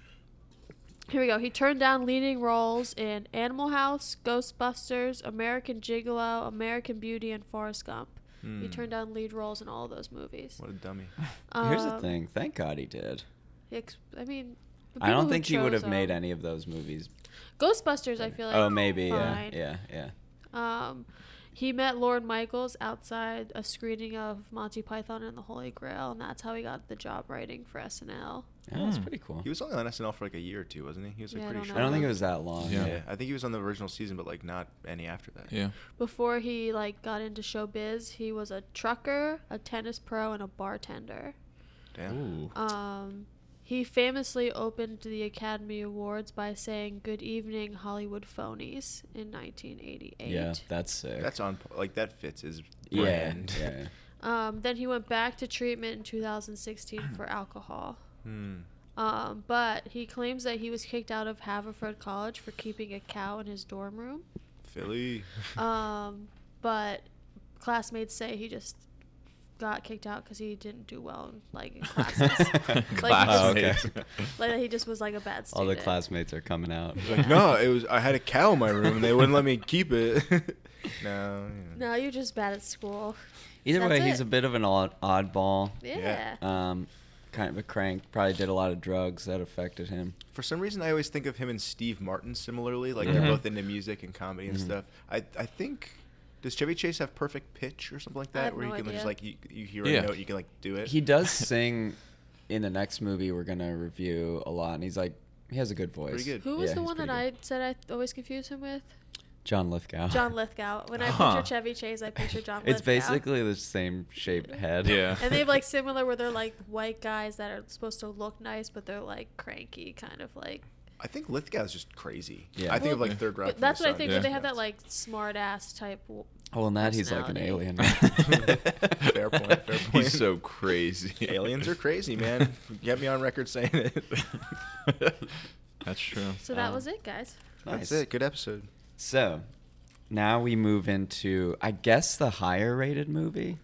Here we go. He turned down leading roles in Animal House, Ghostbusters, American Gigolo, American Beauty, and Forrest Gump. He
Hmm.
turned down lead roles in all of those movies.
what a dummy.
Here's the
Um,
thing. Thank God he did.
ex- I mean, the
I
people
don't
who
think he would
chose
have made
him-
any of those movies.
Ghostbusters. I feel like
oh, maybe.
fine.
Yeah, yeah, yeah.
Um, he met Lord Michaels outside a screening of Monty Python and the Holy Grail, and that's how he got the job writing for SNL.
Yeah, That's
Hmm.
pretty cool.
He was only on SNL for like a year or two, wasn't he? He was like
Yeah, I
pretty
don't
short.
I don't think it
on-
was that long.
Yeah.
Yeah.
Yeah, I think he was on the original season, but like not any after that.
Yeah.
Before he like got into showbiz, he was a trucker, a tennis pro, and a bartender.
Damn.
Um, he famously opened the Academy Awards by saying "Good evening, Hollywood phonies" in 1988.
Yeah, that's sick.
That's on like that fits his
yeah,
brand.
yeah.
Um, then he went back to treatment in 2016 for alcohol.
Hmm.
Um, but he claims that he was kicked out of Haverford College for keeping a cow in his dorm room.
Philly.
Um, but classmates say he just got kicked out because he didn't do well in, like in classes.
Oh,
Classmates.
Classmates.
like he just was like a bad
All
student.
the classmates are coming out.
He's like, no, it was I had a cow in my room and they wouldn't let me keep it. no. you know.
No, you're just bad at school.
Either
That's
way, he's
it.
a bit of an odd, oddball.
Yeah.
Yeah.
Um, kind of a crank. Probably did a lot of drugs that affected him.
For some reason, I always think of him and Steve Martin similarly. Like
Mhm.
they're both into music and comedy and
Mhm.
stuff. I I think. Does Chevy Chase have perfect pitch or something like
I
that,
have
where
no
you can
idea.
just like you, you hear
Yeah.
a note, you can like do it?
He does sing in the next movie we're gonna review a lot, and he's like, he has a good voice.
Pretty good.
Who
Um,
was
Yeah,
the
he's
one that
pretty
I
good.
said I th- always confuse him with?
John Lithgow.
John Lithgow. When I
Huh.
picture Chevy Chase, I picture John Lithgow.
Uh-huh. It's basically the same shaped head.
Yeah.
and they have like similar where they're like white guys that are supposed to look nice but they're like cranky kind of like
I think Lithgow's just crazy.
Yeah.
I think of
Well,
like third rock.
but that's what i think
Yeah.
but they have that like smart ass type w-
Well, in that he's like an
Personality.
alien.
Fair point, fair point.
He's so crazy.
Aliens are crazy, man. Get me on record saying it.
That's true.
so that
Um,
was it guys
Nice.
That's it. Good episode.
So, now we move into, I guess, the higher rated movie.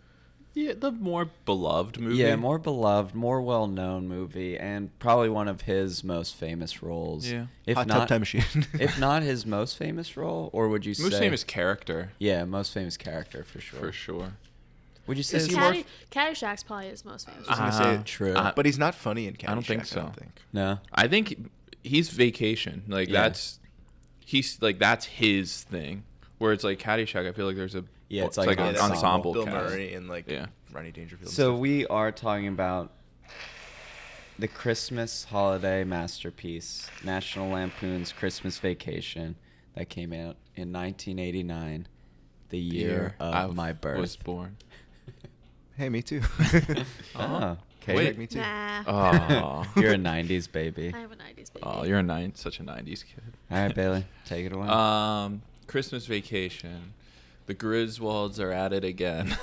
Yeah, the more beloved movie.
Yeah, more beloved, more well known movie, and probably one of his most famous roles.
Yeah.
If
Hot
not,
Tub Time Machine.
if not his most famous role, or would you say
most famous character
Yeah, most famous character for sure.
for sure.
Would you say
Is
it's
he
more-
more-
Caddy, caddyshack's probably his most famous
I was gonna say-
True.
uh,
But he's not funny in Caddyshack.
I don't think
I don't
so.
think.
no?
I think he's vacation. Like
Yeah.
that's he's like that's his thing. Where it's like Caddyshack, I feel like there's a
Yeah, it's like
an
an
ensemble,
ensemble.
uh, Bill
cast.
Murray and like
Yeah.
Ronnie Dangerfield. and
So
stuff.
we are talking about the Christmas holiday masterpiece, National Lampoon's Christmas Vacation, that came out in 1989, the
The
year, of
I
my birth.
was born. Uh-huh.
hey, me too.
Oh, okay.
Wait.
me too.
nah
Oh,
You're a 90s baby.
i have a 90s baby
Oh, you're a nine, such a '90s kid.
All right, Bailey, take it away.
Um, Christmas Vacation. The Griswolds are at it again.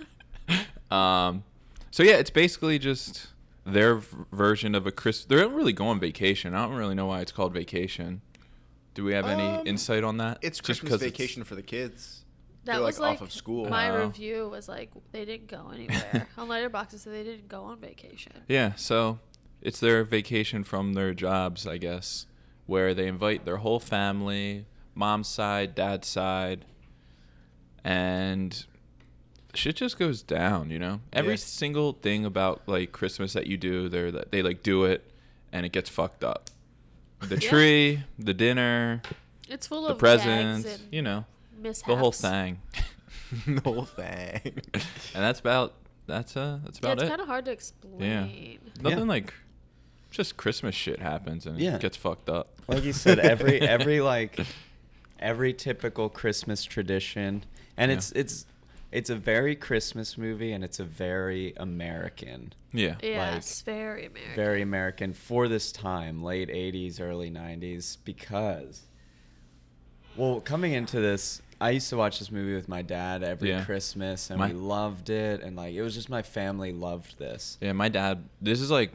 um, so yeah, it's basically just their v- version of a Chris. They don't really go on vacation. I don't really know why it's called vacation. Do we have any
Um,
insight on that?
It's
Just
Christmas
'cause it's-
vacation for the kids.
that
They're
was
like,
like
off of school.
my
Oh.
review was like they didn't go anywhere on letterboxd it said they didn't go on vacation
Yeah, so it's their vacation from their jobs, I guess, where they invite their whole family, mom's side, dad's side, and shit just goes down, you know? Every
Yeah.
single thing about like Christmas that you do, they are they like do it and it gets fucked up. The
Yeah.
tree, the dinner,
it's full
the
of presents
presents, you know,
mishaps
the whole thing.
the whole thing.
and that's about that's uh that's
Yeah,
about
it's
it.
kind of hard to explain.
Nothing
Yeah.
like just Christmas shit happens and
Yeah.
it gets fucked up.
Like you said, every every like every typical Christmas tradition, and
Yeah.
it's it's it's a very Christmas movie, and it's a very American,
yeah.
Yeah,
Like,
it's very American.
very American for this time, late '80s, early '90s, because well, coming into this. I used to watch this movie with my dad every
Yeah.
Christmas, and
My-
we loved it, and like it was just my family loved this.
Yeah, my dad. This is like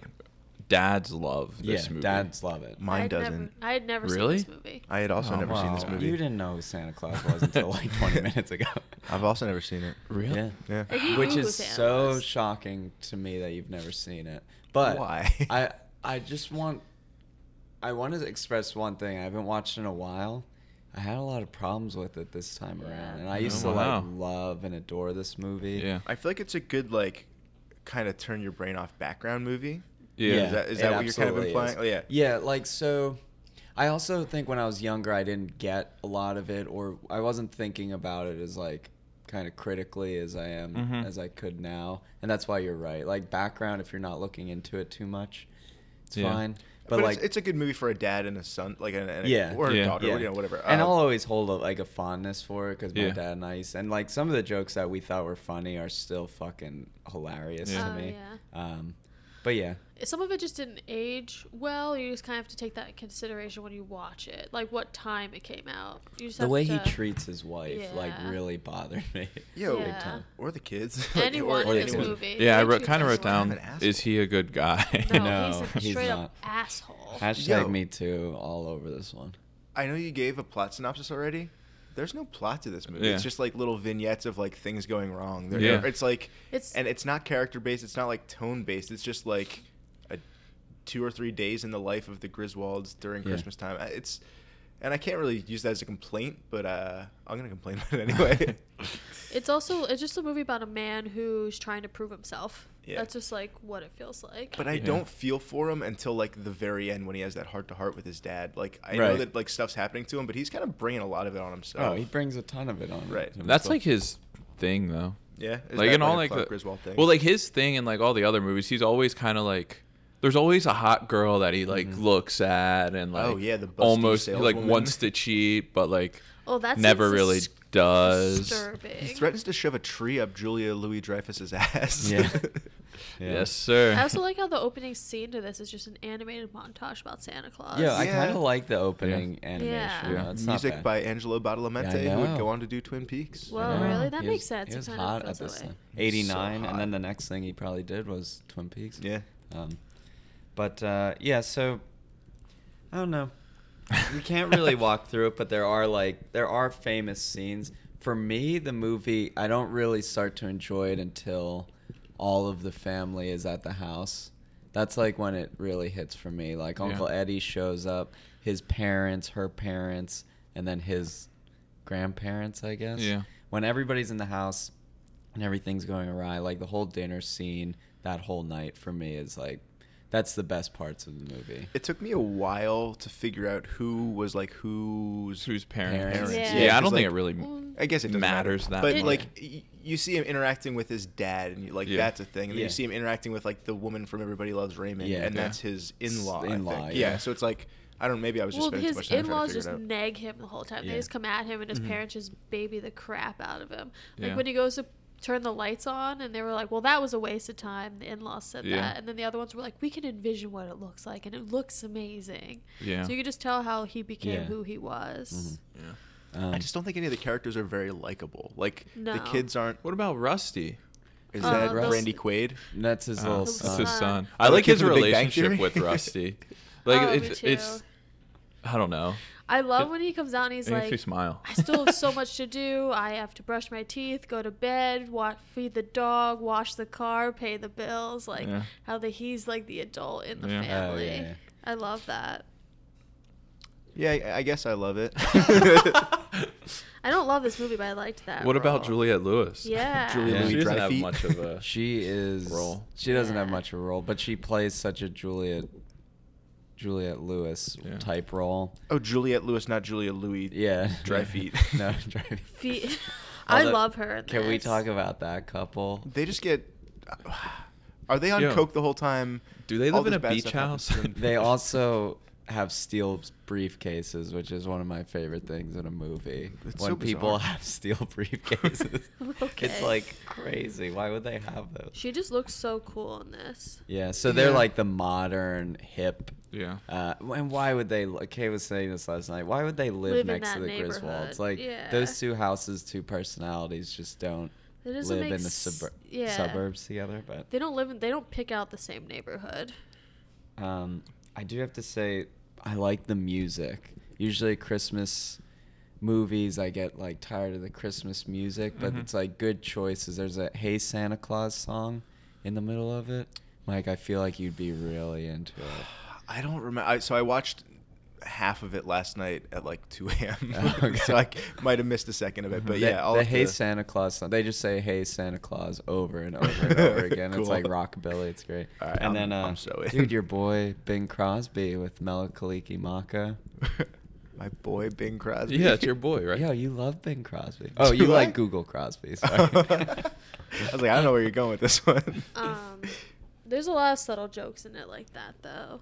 dad's love. This
yeah,
movie.
dads love it.
Mine
I'd
doesn't.
Never, I had never
Really?
seen this movie.
I had also
Oh,
never seen this
wow.
movie.
You didn't know who Santa Claus was until like 20 minutes ago.
I've also never seen it.
Really?
Yeah.
Yeah.
Like, you
Which
knew who
is
Santa
so
was.
shocking to me that you've never seen it. But
Why?
I I just want I want to express one thing. I haven't watched in a while. I had a lot of problems with it this time around, and I used
Oh,
to
wow.
like love and adore this movie.
Yeah.
I feel like it's a good like kind of turn your brain off background movie.
Yeah.
Is that- is that
it
what you're kind of
absolutely
implying?
is.
Oh, yeah.
Yeah, like so. I also think when I was younger, I didn't get a lot of it, or I wasn't thinking about it as like kind of critically as I am
Mm-hmm.
Mhm.
as I could now, and that's why you're right. Like background, if you're not looking into it too much, it's
Yeah.
fine.
But,
But, like,
it's, it's a good movie for a dad and a son, like an, and a,
Yeah.
or a
Yeah.
daughter,
yeah,
or, you know, whatever.
And
Uh,
I'll always hold a, like a fondness for it because my
Yeah.
dad and I used, and like some of the jokes that we thought were funny are still fucking hilarious
Yeah.
to
Oh,
me.
yeah.
Um, but yeah,
Some of it just didn't age well. You just kind of have to take that in consideration when you watch it, like what time it came out. You just
the
have
way
to,
he treats his wife like
Yeah.
really bothered me.
yo,
Big time.
or the kids, Like,
anyone
or
in this
anyone.
movie.
Yeah, I
They
wrote,
treat
kind of wrote
everyone-
down:
Kind of an
Is he a good guy?
No,
No,
he's a
he's
straight up
not.
asshole.
Hashtag
Yo.
me too all over this one.
I know you gave a plot synopsis already. There's no plot to this movie.
Yeah.
It's just like little vignettes of like things going wrong. There,
Yeah.
It's like,
It's-
and it's not character based. It's not like tone based. It's just like a two or three days in the life of the Griswolds during
Yeah.
Christmas time. I- It's, and I can't really use that as a complaint, but uh, I'm gonna complain about it anyway.
It's also it's just a movie about a man who's trying to prove himself.
Yeah.
That's just like what it feels like.
but I
Yeah.
don't feel for him until like the very end when he has that heart to heart with his dad. Like I know
Right.
that like stuff's happening to him, but he's kind of bringing a lot of it on himself.
Oh, he brings a ton of it on.
Right.
himself.
That's like his thing, though.
yeah, is
like
that
in all
a
like
Clark
the
Griswold thing.
well, like his thing and like all the other movies, he's always kind of like there's always a hot girl that he like looks at and like
Mm-hmm. Oh, yeah, the busty
almost he, like
saleswoman.
wants to cheat but like
oh, that's
never really does.
Disturbing.
He threatens to shove a tree up Julia Louis Dreyfus's ass.
Yeah. yeah.
Yes, sir.
I also like how the opening scene to this is just an animated montage about Santa Claus.
Yeah, I
Yeah.
kind of like the opening animation.
Yeah.
though. It's not
Music
bad.
by Angelo Badalamenti,
Yeah, I
who would
know.
go on to do Twin Peaks.
Well,
Yeah.
really, that
He
makes
was-
sense.
He
It
was
kind of
hot
feels
at
that
this
way.
time. '89,
hot.
and then the next thing he probably did was Twin Peaks.
yeah.
Um, but uh, yeah, so I don't know. we can't really walk through it, but there are like there are famous scenes. For me, the movie I don't really start to enjoy it until all of the family is at the house. That's like when it really hits for me. Like
Yeah.
Uncle Eddie shows up, his parents, her parents, and then his grandparents, I guess.
Yeah.
When everybody's in the house and everything's going awry, like the whole dinner scene, that whole night for me is like that's the best parts of the movie.
It took me a while to figure out who was like who's.
Who's parents?
Parents.
Yeah,
Yeah.
Yeah,
I don't
'cause,
think it
like,
really.
Mm.
I guess it doesn't
matters
matter.
that
But
much.
like y- you see him interacting with his dad, and you, like
Yeah.
that's a thing. And then
Yeah.
you see him interacting with like the woman from Everybody Loves Raymond,
Yeah.
and
Yeah.
that's his in-law. I
in-law,
think.
yeah.
yeah. So it's like I don't. know, Maybe I was just
Well,
spending too
his
much time trying
in-laws
to figure
just
it out. Mm-hmm.
nag him the whole time.
Yeah.
They just come at him, and his parents just baby the crap out of him. Like
Yeah.
when he goes to turn the lights on, and they were like, "Well, that was a waste of time." The in-laws said
Yeah.
that, and then the other ones were like, "We can envision what it looks like, and it looks amazing."
Yeah.
So you could just tell how he became
Yeah.
who he was.
Mm-hmm.
Yeah.
Um,
I just don't think any of the characters are very likable. Like the
No.
kids aren't.
What about Rusty?
Is
Uh,
that
those-
Randy Quaid?
that's his little
that's
son.
That's his
son.
son.
Oh,
I
the
like
kid
his
from The Big Bang
relationship
Theory?
with Rusty. Like
Oh, me
it's, it's.
too.
I don't know.
I love
It-
when he comes out and he's
it makes me
like,
smile.
I still have so much to do. I have to brush my teeth, go to bed, wa feed the dog, wash the car, pay the bills. Like
Yeah.
how the he's like the adult in the
Yeah. Oh,
family.
yeah, yeah.
I love that.
Yeah, I, I guess I love it.
I don't love this movie, but I liked that.
What about
role.
Juliette Lewis?
Yeah.
Julia
Yeah.
Louis
She doesn't have much
Dreyfus.
of a.
She is.
Role.
She doesn't have
Yeah.
much of a role, but she plays such a Juliet, Juliet Lewis
Yeah.
type role.
oh, Juliette Lewis, not Julia Louis.
Yeah.
Dry feet.
no, dry feet.
Fe- I
Although,
love her. in
Can we
this.
talk about that couple?
They just get. Are they on
Yo.
coke the whole time?
Do they
All
live in
this
a
bad
beach
stuff happens
house?
to them.
They also have steel briefcases, which is one of my favorite things in a movie.
It's
when
so
people
bizarre.
have steel briefcases, it's
Okay.
like crazy. Why would they have those?
She just looks so cool in this.
Yeah, so they're
Yeah.
like the modern hip.
yeah.
Uh, and why would they? li- Kay was saying this last night. Why would they live,
Live in
next
that
to the Griswolds?
neighborhood,
Like
yeah.
those two houses, two personalities, just don't
It doesn't
live
make
in the
s-
subur-
yeah.
suburbs together. But
They don't live in. They don't pick out the same neighborhood.
Um, I do have to say, I like the music. Usually, Christmas movies, I get like tired of the Christmas music, but
Mhm.
it's like good choices. There's a "Hey Santa Claus" song in the middle of it. Mike, I feel like you'd be really into it.
I don't remember. I, so I watched half of it last night at like 2 a.m.
Oh, okay.
so I c- might have missed a second of it, but
The-
yeah, all
the
of
"Hey
the-
Santa Claus" song. They just say "Hey Santa Claus" over and over and over again. It's
Cool.
like rockabilly. It's great.
All right,
and
I'm-
then, uh,
I'm so in.
dude, your boy Bing Crosby with Melakaliki Maka.
my boy Bing Crosby.
Yeah, it's your boy, right?
Yeah, you love Bing Crosby. Oh,
Do
you
I?
like Google Crosby. Sorry.
I was like, I don't know where you're going with this one.
Um, there's a lot of subtle jokes in it like that though.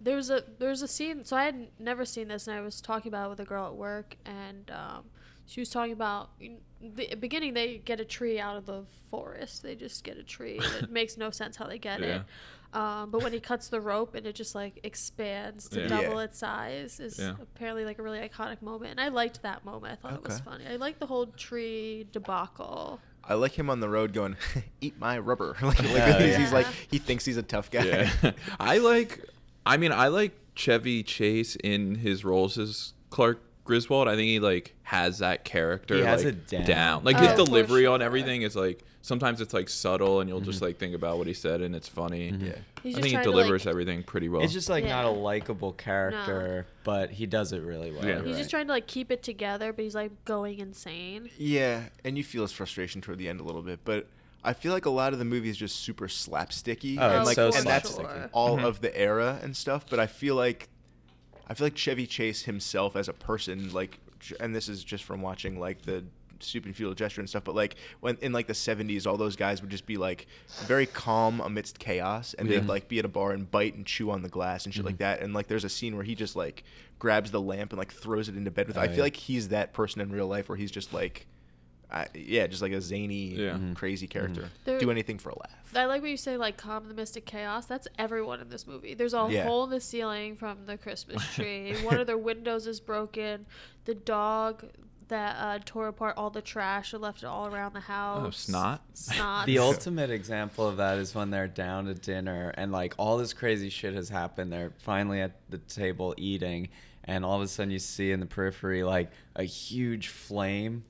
There was a there was a scene. So I had n- never seen this, and I was talking about it with a girl at work, and um, she was talking about in the beginning they get a tree out of the forest. They just get a tree. and It makes no sense how they get
Yeah.
it. Um, but when he cuts the rope and it just like expands to
Yeah.
double
Yeah.
its size is
Yeah.
apparently like a really iconic moment, and I liked that moment. I thought it was
Okay.
funny. I liked the whole tree debacle.
I like him on the road going, eat my rubber. like, like
Yeah,
he's,
yeah.
he's like, he thinks he's a tough guy.
Yeah. I like I mean, I like Chevy Chase in his roles as Clark Griswold. I think he like has that character
He has
like,
it down.
Like
Oh,
his
for
delivery on
sure.
everything is like sometimes it's like subtle and you'll
Mm-hmm.
just like think about what he said and it's funny. Yeah.
He's
I
just
think he
trying to,
delivers
like-
everything pretty well.
It's just like not a
Yeah.
likable character, but he does it really well.
Yeah.
you're
He's
right.
just trying to like keep it together, but he's like going insane.
Yeah, and you feel his frustration toward the end a little bit, but I feel like a lot of the movie is just super slapsticky,
Oh,
and
it's
like
so
and that's
slapsticky.
all of the era and stuff. But I feel like, I feel like Chevy Chase himself as a person, like, and this is just from watching like the soup and feudal gesture and stuff. But like when in like the '70s, all those guys would just be like very calm amidst chaos, and
Yeah.
they'd like be at a bar and bite and chew on the glass and shit like that. And like there's a scene where he just like grabs the lamp and like throws it into bed with.
Oh,
I feel
yeah.
like he's that person in real life where he's just like. I, yeah, just like a zany,
Yeah. Mhm.
crazy character.
There-
Do anything for a laugh.
I like what you say, like calm the mystic chaos. That's everyone in this movie. There's a
Yeah.
hole in the ceiling from the Christmas tree. One of their windows is broken. The dog that uh, tore apart all the trash and left it all around the house.
Oh, snot?
Snot.
the ultimate example of that is when they're down to dinner and like all this crazy shit has happened. They're finally at the table eating, and all of a sudden you see in the periphery like a huge flame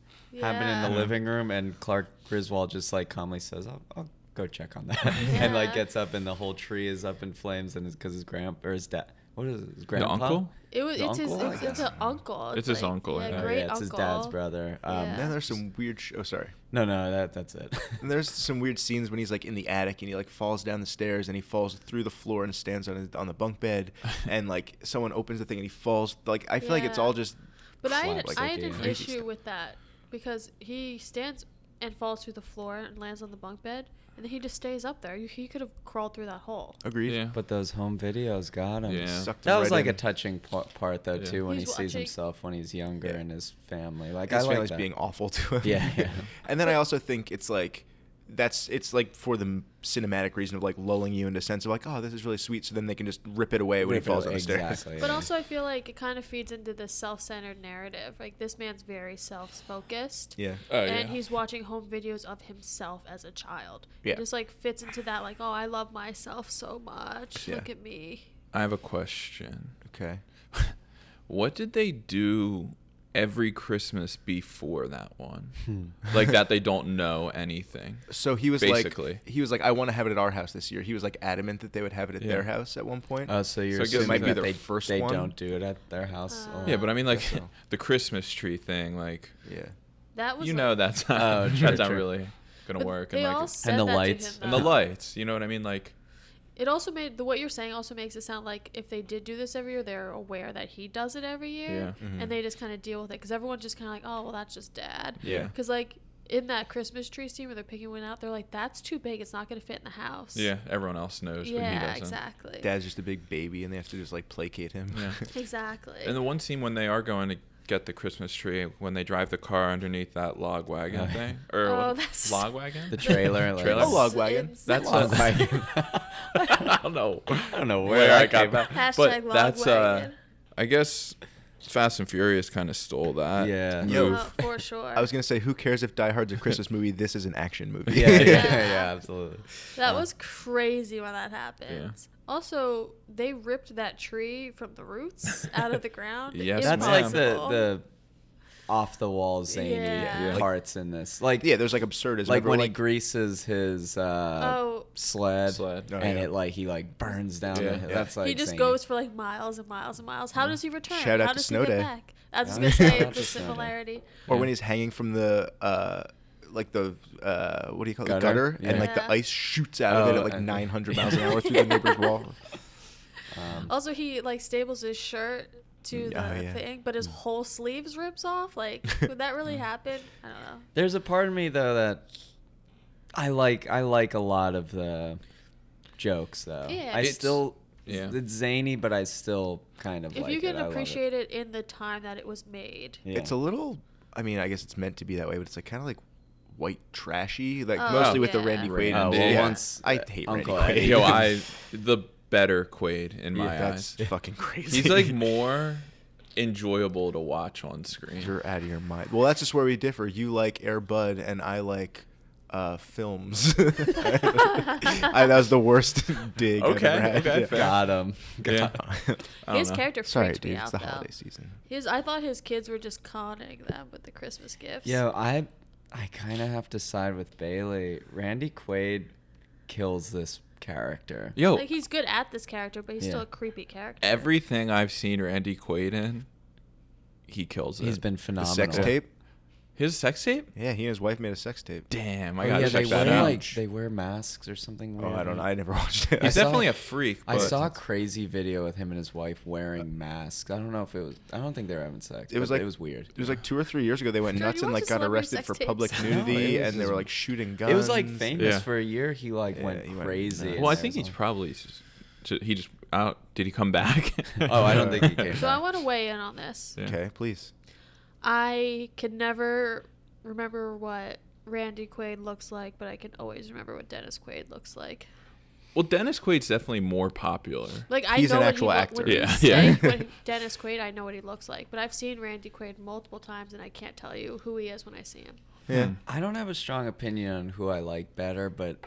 happen in the
Yeah.
living room, and Clark Griswold just like calmly says, "I'll." I'll Go check on that, and like
Yeah.
gets up, and the whole tree is up in flames, and because his grand or his dad, what is it, his
the
grandpa?
uncle?
It was.
The
It's his.
uncle, I
It's, it's
guess.
an uncle.
It's his uncle,
Yeah,
yeah.
Oh,
great
yeah, it's
uncle.
his dad's brother. Um,
Yeah.
Then there's some weird. Sh- oh, sorry.
No, no, that that's it.
And there's some weird scenes when he's like in the attic and he like falls down the stairs and he falls through the floor and stands on his, on the bunk bed and like someone opens the thing and he falls. Like I feel like it's
Yeah.
all just.
But I had,
slapsticky
I had an
and
issue
crazy stuff.
with that because he stands and falls through the floor and lands on the bunk bed, and then he just stays up there. You, he could have crawled through that hole.
Agreed.
Yeah.
but those home videos got him.
Yeah.
Sucked
That
him
was
right
like a
in.
touching pa- part though
Yeah.
too when he,
He's
sees
watching-
himself when he's younger
Yeah.
and his family. Like
his
I like
family's
that.
being awful to him.
Yeah, yeah.
and then I also think it's like that's it's like for the m- cinematic reason of like lulling you into a sense of like oh this is really sweet so then they can just rip it away when
Rip it
he falls
away,
down the stairs.
exactly.
But
Yeah.
also, I feel like it kind of feeds into this self-centered narrative. Like this man's very self-focused.
Yeah.
Oh,
and
yeah.
he's watching home videos of himself as a child.
Yeah.
It just like fits into that, like, oh, I love myself so much.
Yeah.
Look at me.
I have a question.
Okay.
What did they do every Christmas before that
Hmm.
one? like that they don't know anything.
So he was
Basically.
like, he was like, I want to have it at our house this year. He was like adamant that they would have it at
Yeah.
their house at one point.
Oh, so
So
you're
I guess it
so
might be
that
their
they,
first
they
one?
don't do it at their house.
Uh,
or-
Yeah, but I mean like
guess so.
the Christmas tree thing like
yeah.
That was
you
like-
know that's not,
Oh, true,
that's not
true.
really gonna
but
work
They
and
all
like
said
the
that to
lights.
him,
and the
though.
lights you know what i mean like
It also made the what you're saying also makes it sound like if they did do this every year, they're aware that he does it every year,
Yeah.
Mhm.
and they just kind of deal with it because everyone's just kind of like, oh well, that's just dad.
Yeah.
Because like in that Christmas tree scene where they're picking one out, they're like, that's too big. It's not gonna fit in the house.
Yeah, everyone else knows, but he
Yeah.
doesn't.
Exactly.
Dad's just a big baby, and they have to just like placate him.
Yeah.
Exactly.
And the one scene when they are going to get the Christmas tree, when they drive the car underneath that log wagon
Oh, yeah.
thing, or
Oh,
what-
that's-
log wagon,
The trailer, like-
trailer. Oh,
A log wagon.
That's
Log
a-
wagon.
I don't know.
I don't know where,
Where
I
I got
came
that.
from.
Hashtag
but
log
that's,
wagon.
uh, I guess Fast and Furious kind of stole that.
Yeah.
Yo.
Oh, for sure.
I was gonna say, who cares if Die Hard's a Christmas movie? This is an action movie.
Yeah, yeah, yeah,
Yeah.
absolutely.
That was crazy when that happened. Also, they ripped that tree from the roots out of the ground.
Yes,
That's
ma'am.
like the the off the wall zany
Yeah.
Yeah.
parts in this. Like
Yeah, there's like absurdism.
like
We're
when he greases his uh,
Oh.
sled,
Sled.
Oh,
and
yeah.
it like he like burns down.
Yeah.
the hill.
Yeah.
That's like
he just
zany.
goes for like miles and miles and miles. How does he return?
Shout out
How
to
does
Snow
he get
Day.
back? I was just
Yeah.
gonna
Shout
say
out
the
to Snow Day.
similarity.
or
Yeah.
when he's hanging from the uh, like the uh, what do you call it the
Gutter?
gutter and like
Yeah.
the ice shoots out of
Oh,
it at like
okay.
900 miles an hour through the neighbor's wall
Um,
Also, he like stables his shirt to
Mm,
the
oh, yeah.
thing, but his whole sleeves rips off. Like, would that really happen? I don't know.
There's a part of me though that I like. I like a lot of the jokes though.
Yeah.
I
It's-
still.
yeah.
It's zany, but I still kind of
If
like
you can
it. I love
appreciate it. in the time that it was made,
Yeah.
it's a little i mean i guess it's meant to be that way but it's like kind of like white trashy like
Oh,
mostly with the
yeah.
randy quaid
Oh,
and
well,
yeah.
once,
i
uh,
hate
Uncle
randy
Eddie-
quaid
Yo, I the better Quaid in
Yeah,
my
that's
eyes.
fucking crazy
He's like more enjoyable to watch on screen.
you're out of your mind well that's just where we differ you like air bud and i like uh, films. I, that was the worst dig. I've
Okay,
ever had.
okay, fair.
Got him.
Yeah. I don't
his
know.
character freaked
Sorry,
me
dude.
out.
It's the
though.
holiday season.
His, I thought his kids were just conning them with the Christmas gifts.
Yo, I I kind of have to side with Bailey. Randy Quaid kills this character.
Yo,
like he's good at this character, but he's
Yeah.
still a creepy character.
everything I've seen Randy Quaid in, he kills it.
He's been
The
phenomenal.
sex tape.
his sex tape.
Yeah, he and his wife made a sex tape.
Damn, I
Oh,
gotta
yeah, they
check that
wear
out.
like they wear masks or something.
Oh,
Weird.
I don't know.
like-
I never watched it.
I
He's
saw-
definitely a freak.
I
but-
saw a crazy video with him and his wife wearing masks. I don't know if it was. I don't think they were having sex.
It was
but
like
it was weird.
It was like two or three years ago. They went
Dude,
nuts
you
and
watch the
like got
celebrity
arrested
sex
for
tapes.
public
No,
nudity,
it was
and they
just-
were like shooting guns.
It was like famous
Yeah.
for a year. He like
Yeah,
went
he went
crazy.
nuts.
in
Well, I
Yeah,
think he's
Arizona.
probably s- s- he just out. Did he come back?
Oh, I don't think he came
So
back.
I want to weigh in on this.
Yeah.
Okay, please.
I can never remember what Randy Quaid looks like, but I can always remember what Dennis Quaid looks like.
Well, Dennis Quaid's definitely more popular.
Like I
He's
know
an
what
actual
he
actor.
Lo- when you
Yeah,
say
yeah.
what he- Dennis Quaid, I know what he looks like, but I've seen Randy Quaid multiple times, and I can't tell you who he is when I see him.
Hmm.
Yeah.
I don't have a strong opinion on who I like better, but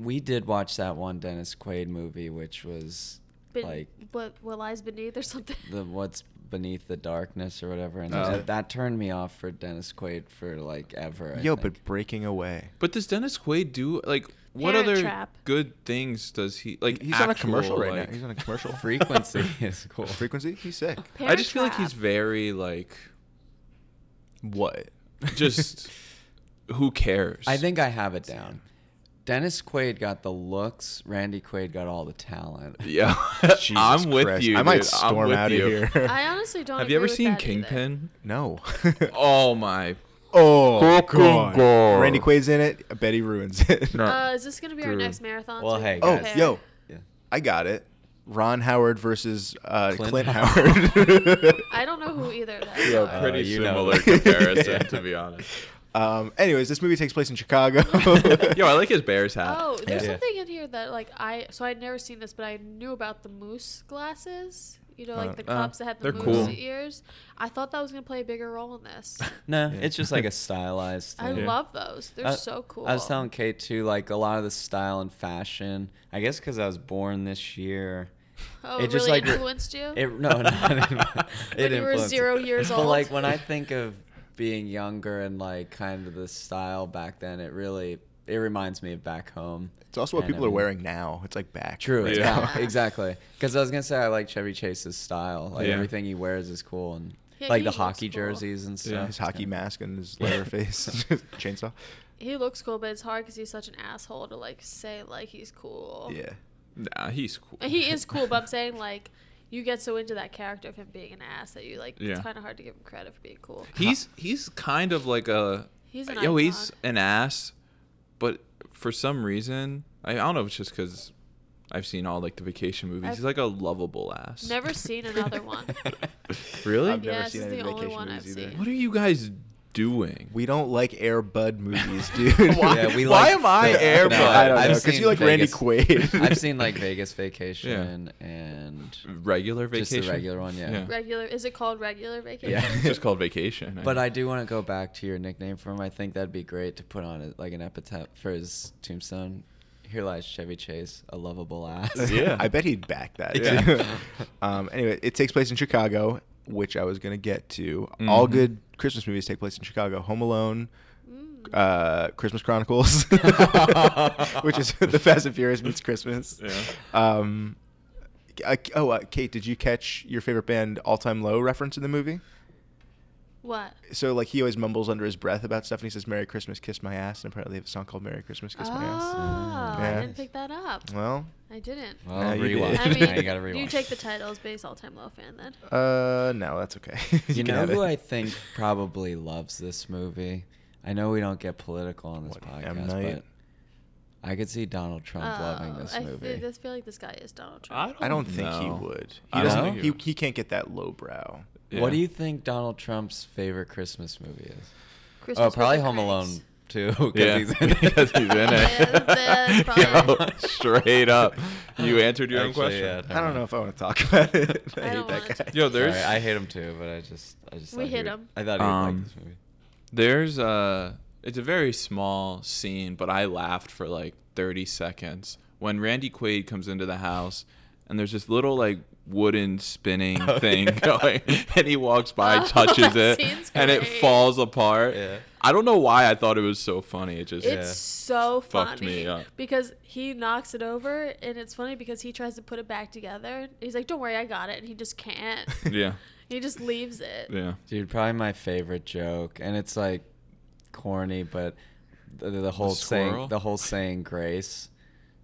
we did watch that one Dennis Quaid movie, which was
But
like
what what lies beneath or something?
the what's beneath the darkness or whatever, and
Oh.
that, that turned me off for Dennis Quaid for like ever. I
Yo,
think.
but breaking away.
But does Dennis Quaid do like what
Parent
other
Trap.
good things does he like?
he's on a
actual,
commercial right
like-
now. He's on a commercial.
frequency is cool.
Frequency. He's sick.
I just feel like he's very like
What?
just who cares?
I think I have it down. Dennis Quaid got the looks. Randy Quaid got all the talent.
Yeah,
Jesus
I'm with
Christ.
you.
I might
dude. I'm
storm
with
out
you.
of here.
I honestly don't.
Have you ever
agree with
seen
that either.
Kingpin?
no.
Oh my!
oh,
Fucking God.
Randy Quaid's in it. I bet he ruins it.
Uh, is this gonna be our
Dude.
next marathon?
Well,
so we
hey,
can
Oh,
guys.
compare?
yo,
Yeah.
I got it. Ron Howard versus uh,
Clint
Clint,
Howard.
Howard.
I don't know who either. Of
We
them
are
pretty
are.
pretty
you know.
similar comparison,
Yeah.
to be honest.
um, anyways, this movie takes place in Chicago.
Yo, I like his Bears hat.
Oh, there's
Yeah.
something in here that like I so I'd never seen this, but I knew about the moose glasses. You know,
Uh,
like the
uh,
cups that had the
they're
moose
cool.
ears. I thought that was gonna play a bigger role in this.
No,
Yeah.
it's just like a stylized.
I
thing.
love those. They're
I-
so cool.
Uh, I was telling Kate too, like a lot of the style and fashion. I guess because I was born this year.
Oh,
it
it,
just,
really
like, re-
influenced you.
It no, no it
When you were
influenced it.
zero years
But
old.
like when I think of being younger and like kind of the style back then, it really it reminds me of back home.
It's also what
And
people are
everything.
wearing now. It's like back.
True. it's
Yeah.
back, exactly. Because I was gonna say I like Chevy Chase's style. Like
Yeah.
everything he wears is cool, and
Yeah,
like
he
the
looks
hockey
cool.
jerseys and stuff.
Yeah.
His
It's
hockey
kinda-
mask and his leather face chainsaw.
he looks cool, but it's hard because he's such an asshole to like say like he's cool.
Yeah.
Nah, he's cool.
He is cool, but I'm saying like you get so into that character of him being an ass that you like
Yeah.
it's kind of hard to give him credit for being cool.
He's he's kind of like a
He's an
yo. He's
icon.
an ass, but for some reason, I, I don't know if it's just because I've seen all like the vacation movies.
I've
he's like a lovable ass.
Never seen another one.
really.
I've never
Yeah, this
seen
is
any
the only
vacation
one
movies
I've
either.
seen.
what are you guys doing?
We don't like Air Bud movies, dude.
Why-
Yeah, we
why
like
am I
Phil.
Air
No,
Bud?
I don't know
I've
because
seen
you like Randy
Vegas-
Quaid.
I've seen like Vegas Vacation and
regular
Just
vacation.
the regular one, yeah.
Yeah.
Regular is it called regular vacation?
Yeah.
it's just called vacation.
But I do want to go back to your nickname for him. I think that'd be great to put on it like an epitaph for his tombstone. Here lies Chevy Chase, a lovable ass.
Yeah.
I bet he'd back that.
Yeah.
too. um, anyway, it takes place in Chicago, which I was gonna get to.
Mm-hmm.
All
Mhm.
good Christmas movies take place in Chicago. Home Alone,
Mm.
uh, Christmas Chronicles, which is the Fast and Furious meets Christmas.
Yeah.
Um, I- oh, uh, Kate, did you catch your favorite band All Time Low reference in the movie?
What?
So like he always mumbles under his breath about stuff, and he says "Merry Christmas, Kiss My Ass," and apparently they have a song called "Merry Christmas, Kiss
oh,
My Ass."
Ah, I
Yeah.
didn't pick that up.
Well,
I didn't.
Well,
No, you
rewind.
did.
I
now
mean,
you gotta
do
rewind.
you take the title as base all time low fan then?
uh, no, that's okay.
You,
can
know
have
who
it.
I think probably loves this movie? I know we don't get political on this
What, M.
podcast,
Night?
but I could see Donald Trump loving
Oh,
this
I feel-
movie.
I feel like this guy is Donald
I
Trump.
don't,
I don't think he
know.
would. He
I don't
doesn't.
think
He,
would.
he can't get that lowbrow.
What do
Yeah.
you think Donald Trump's favorite Christmas movie is?
Christmas
oh,
with
probably
the
Home
Cranks.
Alone too. 'cause
Yeah,
he's in it.
because he's in
Yeah, that's
it.
probably-
Yo, straight up, you answered your own
Actually,
question.
yeah,
I don't know if I want to talk about it. I,
I
hate
don't
that
wanna
guy.
talk
Uh, Yo, there's-
Sorry, I hate him too, but I just, I just.
We
thought he
hate
would-
him.
I thought he would
Um,
like this movie.
There's a. It's a very small scene, but I laughed for like 30 seconds when Randy Quaid comes into the house, and there's this little like wooden spinning
Oh,
thing
yeah.
going, and he walks by,
Oh,
touches
that
it,
scene's
and it
great.
falls apart.
Yeah.
I don't know why I thought it was so funny. It just
It's so funny
Fucked me up.
because he knocks it over, and it's funny because he tries to put it back together. He's like, "Don't worry, I got it," and he just can't.
yeah,
he just leaves it.
yeah.
Dude, probably my favorite joke, and it's like corny, but the, the whole
squirrel?
saying, the whole saying grace.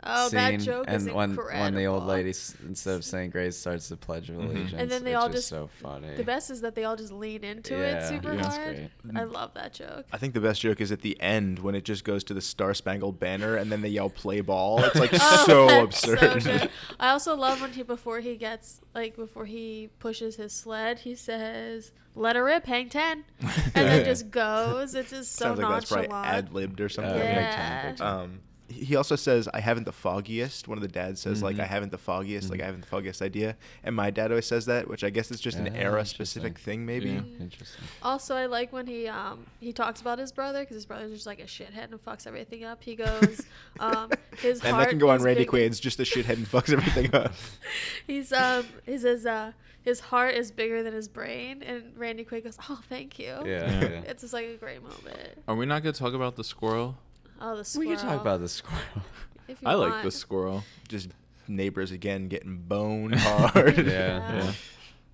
Oh,
scene,
that joke
and
is
when
incredible.
when the old lady s- instead of saying grace starts the pledge of
Mhm.
allegiance,
and then they
it's
all
just
just
so funny.
The best is that they all just lean into
Yeah,
it super
yeah. That's
hard. I love that joke.
I think the best joke is at the end when it just goes to the Star Spangled Banner and then they yell "Play ball." It's like
Oh,
so
that's so
absurd.
good. I also love when he before he gets like before he pushes his sled, he says, "Let her rip, hang ten. and then just goes. It's just so
Sounds like that's probably
nonchalant.
ad libbed or something.
Uh,
Yeah.
big time, big time.
Um, he also says, "I haven't the foggiest." One of the dads says,
Mhm.
"Like
Mm-hmm.
I haven't the foggiest. Like
Mhm.
I haven't the foggiest idea." And my dad always says that, which I guess is just an
Ah,
era specific
interesting.
thing, maybe.
Yeah.
Interesting.
Also, I like when he um he talks about his brother because his brother's just like a shithead and fucks everything up. He goes, um, his
and
heart
that can go on
is
Randy
big-
Quaid's just a shithead and fucks everything up.
He's um he says uh his heart is bigger than his brain, and Randy Quaid goes, oh thank you.
Yeah,
Yeah. Oh,
yeah.
It's just like a great moment.
Are we not gonna talk about the squirrel?
Oh, the squirrel.
we could talk about the squirrel.
If you
I like
want.
the squirrel.
Just neighbors again getting bone hard.
Yeah.
Yeah.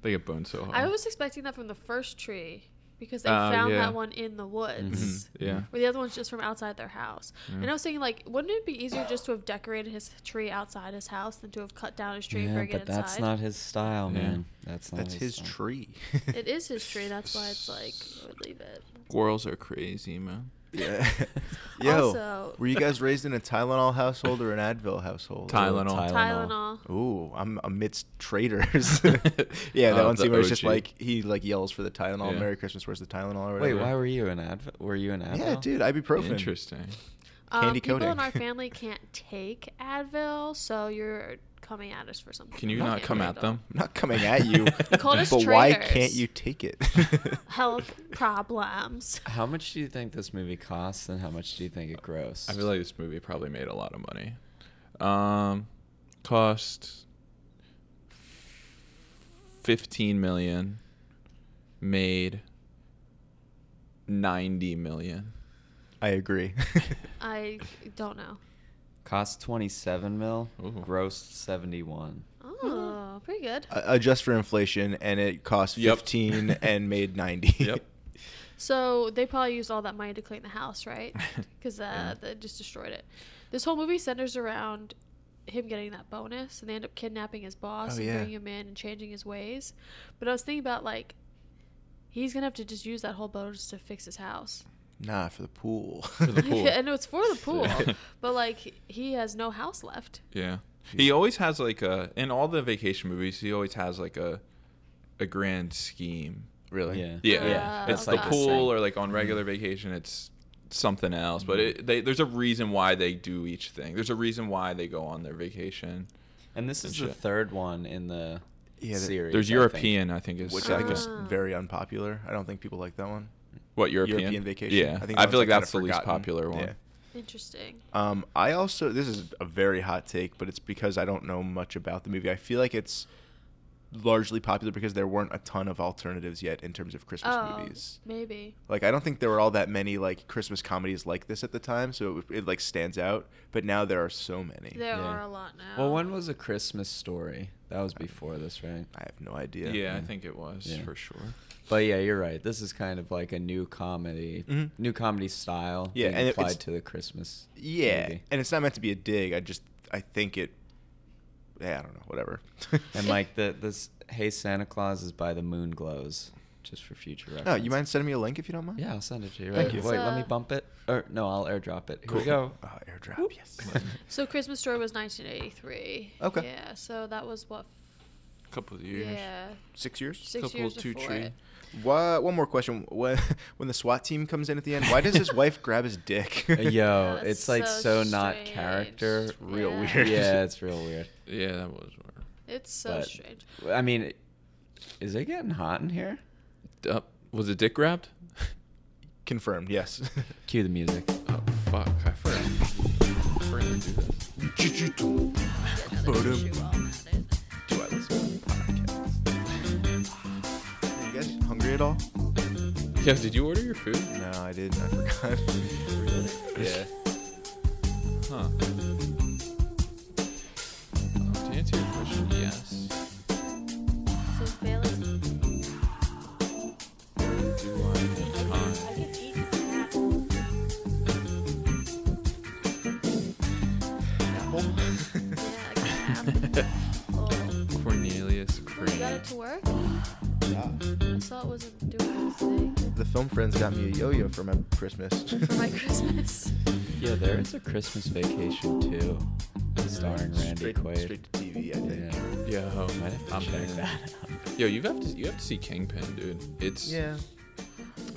They get boned so hard.
I was expecting that from the first tree because they
Um, Oh,
found
yeah.
that one in the woods.
Mm-hmm.
Mhm. Yeah.
Where the other one's just from outside their house. And
Yeah.
I was thinking, like, wouldn't it be easier just to have decorated his tree outside his house than to have cut down his tree and
yeah,
bring
but
it inside?
that's not his style,
Yeah.
man. That's not
That's his
style.
tree.
it is his tree. That's why it's like, I would leave it.
Squirrels are crazy, man.
Yeah. Yo,
Also-
were you guys raised in a Tylenol household or an Advil household?
Tylenol.
Tylenol.
Ooh, I'm amidst traitors. yeah, that
Oh,
one
the
scene where it's just
OG.
like he like yells for the Tylenol,
Yeah.
"Merry Christmas, where's the Tylenol?" or
Wait,
whatever.
why were you an Advil? Were you an Advil?
Yeah, dude, ibuprofen.
Interesting.
Um,
Candy
people
coating.
in our family can't take Advil, so you're coming at us for something.
Can you
we
not
can't
come at
handle.
them?
I'm not coming at you,
You called us
but why
traitors.
can't you take it?
Health problems.
How much do you think this movie costs, and how much do you think it grossed?
I feel like this movie probably made a lot of money. Um, cost fifteen million. Made ninety million.
I agree.
I don't know.
cost twenty-seven mil,
Ooh.
grossed seventy-one.
Oh, pretty good.
Uh, Adjust for inflation, and it cost
Yep.
15 and made 90.
Yep.
So they probably used all that money to clean the house, right? Because uh,
Yeah.
they just destroyed it. This whole movie centers around him getting that bonus, and they end up kidnapping his boss
Oh,
and
yeah.
bringing him in and changing his ways. But I was thinking about like, he's gonna have to just use that whole bonus to fix his house.
Nah, for the pool.
For the pool.
and it's for the pool, but like he has no house left.
Yeah. He always has like a in all the vacation movies, he always has like a a grand scheme. Mm-hmm.
really?
Yeah.
Yeah.
Yeah.
It's
That's
the
like the
pool
same.
or like on regular vacation it's something else, but it, they, there's a reason why they do each thing. There's a reason why they go on their vacation.
And this is
Shit.
the third one in the
Yeah, the-
series.
There's
I think.
European, I think, is
Which I think was
Ah.
very unpopular. I don't think people like that one.
what European?
European vacation.
Yeah. I,
I think that
feel like
was, like, kinda
that's the least
forgotten.
popular one.
Yeah.
Interesting.
Um, I also this is a very hot take, but it's because I don't know much about the movie. I feel like it's largely popular because there weren't a ton of alternatives yet in terms of Christmas
Oh,
movies.
maybe.
Like I don't think there were all that many like Christmas comedies like this at the time, so it, it like stands out. But now there are so many.
There
Yeah.
are a lot now.
Well, when was A Christmas Story? That was before this, right?
I have no idea.
Yeah, I think it was
Yeah.
for sure.
But yeah, you're right. This is kind of like a new comedy,
Mhm.
new comedy style.
Yeah,
being
and it-
applied
it's-
to the Christmas.
Yeah,
movie.
and it's not meant to be a dig. I just I think it. Yeah, I don't know. Whatever.
And like the this, hey Santa Claus is by the moon glows, just for future reference.
Oh, you mind sending me a link if you don't mind?
Yeah, I'll send it to you. Right.
Thank
Wait,
you.
let me
It's, uh,
bump it. Or no, I'll airdrop it. Here we go.
Oh, airdrop.
Whoop.
Yes.
So Christmas Story was 1983.
Okay.
Yeah. So that was what.
A couple of years.
Yeah.
Six years.
Six
Couple
years
two
before
tree.
it.
Why, one more question. When, when the SWAT team comes in at the end, why does his wife grab his dick?
Uh, Yo,
that's
it's like so,
so
not
strange.
character.
It's real
yeah.
Oh, weird.
Yeah, it's real weird.
Yeah, that was weird.
It's so
But-
strange.
I mean, is it getting hot in here?
Uh, was it dick grabbed?
Confirmed, yes.
Cue the music.
oh fuck, I forgot. I forgot to do this.
Yeah, no, they shoot well nowadays.
Do I listen to podcasts? Are you guys hungry at all?
Kev, did you order your food?
No, I didn't. I forgot.
Yeah. Huh. Um, to answer your question, yes.
So Bailey's-
Do I need time?
yeah, I can have- Oh,
Cornelius
oh, you got
Crane.
it to work? I saw it wasn't doing its thing
The film friends got me a yo-yo for my Christmas.
for my Christmas.
Yeah, there is a Christmas Vacation too, starring Randy
straight,
Quaid.
Straight to TV, I think.
yeah.
Yo,
Might have to
I'm
check
in.
that out.
Yo, you have to you have to see Kingpin, dude. It's
Yeah.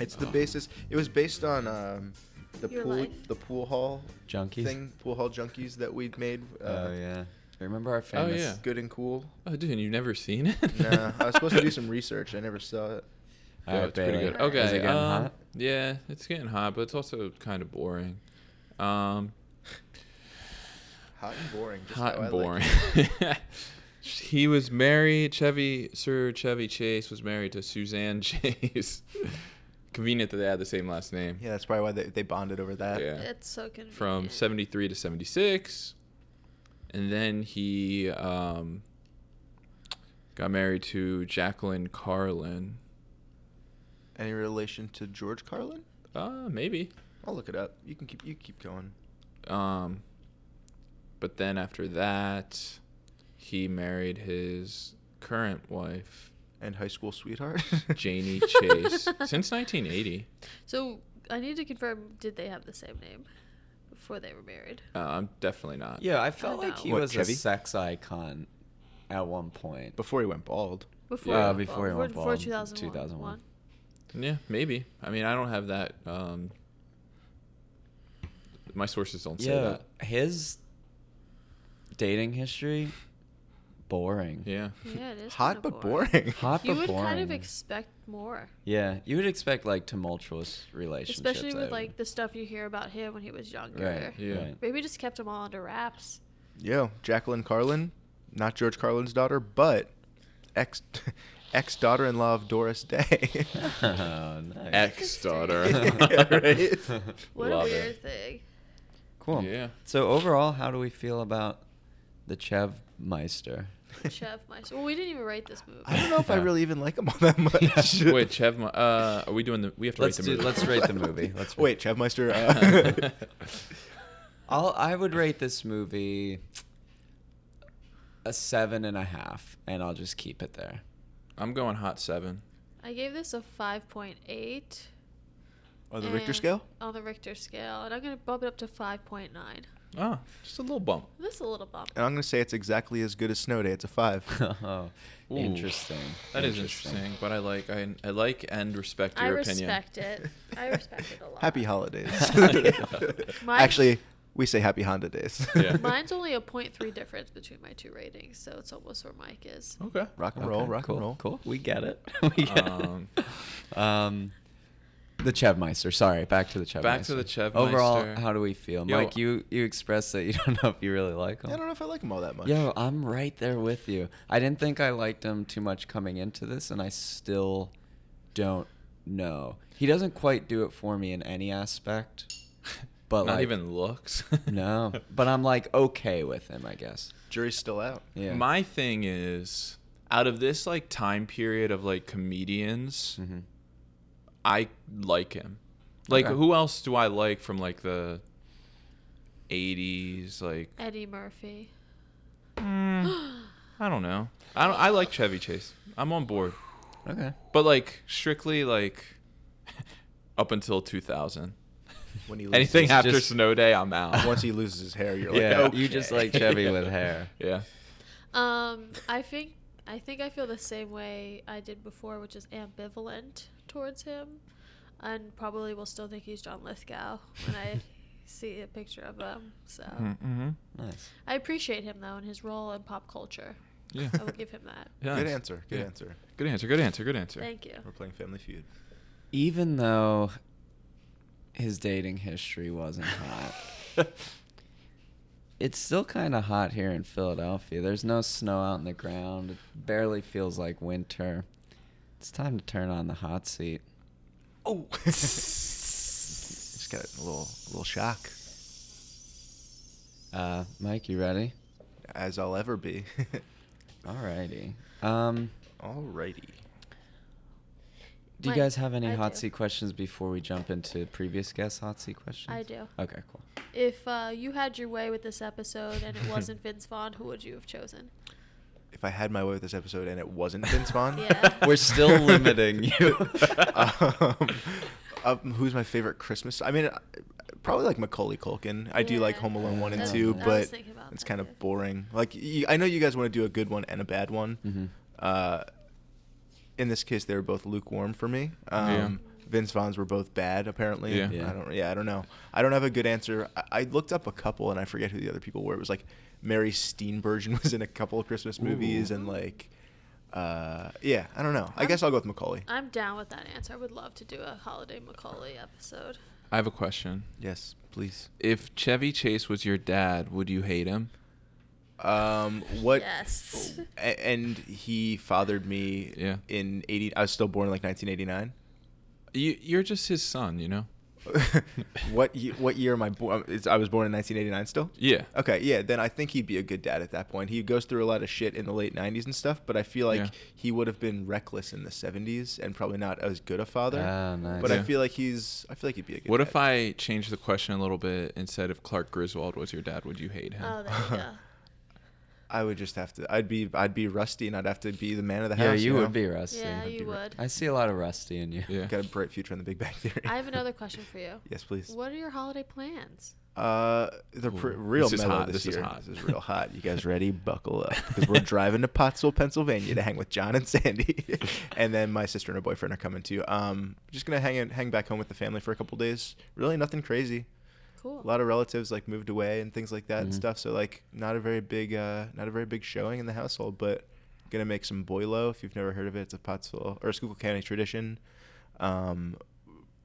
It's the basis. It was based on um, the
Your
pool,
life.
the pool hall
Junkies.
thing, pool hall junkies that we'd made. Uh,
oh yeah. Remember our
Oh,
famous?
yeah.
Good and cool.
Oh, dude, and you've never seen it?
Nah, I was supposed to do some research. I never saw it.
All
Yeah,
right,
it's pretty
Bailey.
good.
Is
Okay.
Is it getting
um,
hot?
Yeah, it's getting hot, but it's also kind of boring. Um,
Hot and boring. Just
hot
how
and
I like
boring.
it.
he was married. Chevy Sir Chevy Chase was married to Suzanne Chase. Convenient that they had the same last name.
Yeah, that's probably why they, they bonded over that.
Yeah.
It's so convenient.
From '73 to '76, and then he um, got married to Jacqueline Carlin.
Any relation to George Carlin?
Uh, maybe.
I'll look it up. You can keep you keep going.
Um, but then after that, he married his current wife,
And high school sweetheart.
Janie Chase, since 1980.
So I need to confirm: did they have the same name before they were married?
Uh, I'm definitely not.
Yeah, I felt
Oh,
like he
What,
was
Chevy?
a sex icon at one point.
Before he went bald.
Before
Yeah.
he
Uh,
went
before
bald.
he went
before
bald,
2001.
2001.
Yeah, maybe. I mean, I don't have that. Um, my sources don't say
Yeah,
that.
his dating history boring.
Yeah.
Yeah, it is
Hot
kinda
but boring.
Hot
you
but
would
boring.
kind of expect more,
yeah, you would expect like tumultuous relationships,
especially
I
with
would-
like the stuff you hear about him when he was younger.
right,
Yeah.
right.
Maybe just kept him all under wraps.
Yo, Jacqueline Carlin, not George Carlin's daughter, but ex ex daughter in law of Doris Day.
Oh, nice.
Ex
Yeah,
daughter.
right?
What
Love
a
it.
weird thing.
Cool.
Yeah.
So overall, how do we feel about the Chev Meister?
Chef Mice. Well, we didn't even write this movie.
I don't know if I
Yeah.
really even like him all that much.
Wait, Chev. Ma- Uh, are we doing the? We have to
Let's
rate the
do-
movie.
let's rate the movie. Let's
Wait, Chevmeister. Uh,
I'll, I would rate this movie. a seven and a half, and I'll just keep it there.
I'm going hot seven.
I gave this a 5.8.
On the Richter
and- um,
scale?
On the Richter scale, and I'm gonna bump it up to 5.9.
Oh, just a little bump.
This is a little bump.
And I'm going to say it's exactly as good as Snow Day. It's a five.
oh,
Ooh.
interesting.
That is interesting, but I like I, I like and respect
I
your
respect it. I respect it a lot.
Happy holidays.
Mine-
Actually, we say happy Honda days.
Yeah.
Mine's only a 0.3 difference between my two ratings, so it's almost where Mike is.
opinion. Okay.
rock and roll,
Okay,
rock
cool,
and roll.
Cool. We get it. we get
Um,
it. Um, the Chevmeister. Sorry, back to the Chevmeister.
Back to the Chevmeister.
Overall, how do we feel,
Yo.
Mike? You you expressed that you don't know if you really like
I don't
them.
know if I like them all that much.
Yo, I'm right there with you. I didn't think I liked him too much coming into this, and I still don't know. He doesn't quite do it for me in any aspect. But
not
like-
even looks.
No, but I'm like okay with him, I guess.
Jury's still out.
Yeah.
My thing is, out of this like time period of like comedians,
Mhm.
I like him. Like
Okay.
who else do I like from like the '80s? Like
Eddie Murphy.
I don't know. I don't. I like Chevy Chase. I'm on board.
Okay.
But like strictly like up until 2000.
When he loses
Anything
his-
after
just-
Snow Day, I'm out.
Once he loses his hair, you're like, "Oh,
yeah,
okay.
you just like Chevy with hair.
yeah.
Um, I think I think I feel the same way I did before, which is ambivalent towards him, and probably will still think he's John Lithgow when I see a picture of him. So
Mm-hmm.
Nice.
I appreciate him though and his role in pop culture.
Yeah.
I will give him that.
Yeah.
Good answer. Good
Yeah.
answer.
Good answer. Good answer. Good answer.
Thank you.
We're playing Family Feud.
Even though his dating history wasn't hot, it's still kind of hot here in Philadelphia. There's no snow out in the ground. It barely feels like winter. It's time to turn on the hot seat.
Oh. just got a little, little shock,
Uh, Mike, you ready?
as I'll ever be.
Alrighty. Um,
Alrighty.
do you
Mike,
guys have any
I
hot
do.
seat questions before we jump into previous guest hot seat questions?
I do.
Okay, cool.
If uh, you had your way with this episode and it wasn't Vince Vaughn, who would you have chosen?
If I had my way with this episode and it wasn't Vince Vaughn,
Yeah.
We're still limiting you.
um, um, who's my favorite Christmas? I mean, uh, probably like Macaulay Culkin. I do like
Yeah.
Home Alone one and
That's-
two,
I was
but
thinking about
it's
that,
kind
yeah.
of boring. Like you, I know you guys want to do a good one and a bad one.
Mhm.
Uh, in this case, they were both lukewarm for me.
Yeah.
Um, Vince Vaughn's were both bad apparently.
Yeah.
Yeah.
I don't. Yeah, I don't know. I don't have a good answer. I, I looked up a couple and I forget who the other people were. It was like Mary Steenburgen was in a couple of Christmas movies and like. Uh, yeah, I don't know. I
I'm-
guess I'll go with Macaulay.
I'm down with that answer. I would love to do a holiday Macaulay episode.
I have a question.
Yes, please.
If Chevy Chase was your dad, would you hate him?
Um, what?
Yes.
a- And he fathered me.
Yeah.
In eighty, I was still born in like 1989.
You, you're just his son, you know.
what ye- what year am I born? I was born in 1989 still.
Yeah.
Okay, yeah. Then I think he'd be a good dad at that point. He goes through a lot of shit in the late 90s and stuff, but I feel like
Yeah.
he would have been reckless in the 70s and probably not as good a father.
Ah, nice.
But I
Yeah.
feel like he's. I feel like he'd be a good.
What
dad.
if I changed the question a little bit and said, if Clark Griswold was your dad, would you hate him?
Oh, there you go.
I would just have to. I'd be. I'd be rusty, and I'd have to be the man of the
yeah,
house.
you
know?
would be rusty.
Yeah,
be
you
right.
would.
I see a lot of rusty in you.
yeah.
Got a bright future in the Big Bang Theory.
I have another question for you.
yes, please.
What are your holiday plans?
Uh, they're pr-
Ooh,
real
this is
mellow
hot,
this,
this is
year.
hot.
This is real hot. You guys ready? Buckle up because we're driving to Pottsville, Pennsylvania, to hang with John and Sandy, and then my sister and her boyfriend are coming too. Um, just gonna hang in, hang back home with the family for a couple days. Really, nothing crazy.
Cool.
A lot of relatives like moved away and things like that
Mm-hmm.
and stuff. So like, not a very big, uh, not a very big showing in the household, but gonna make some boilo. If you've never heard of it, it's a Pottsville or a Schuylkill County tradition. Um,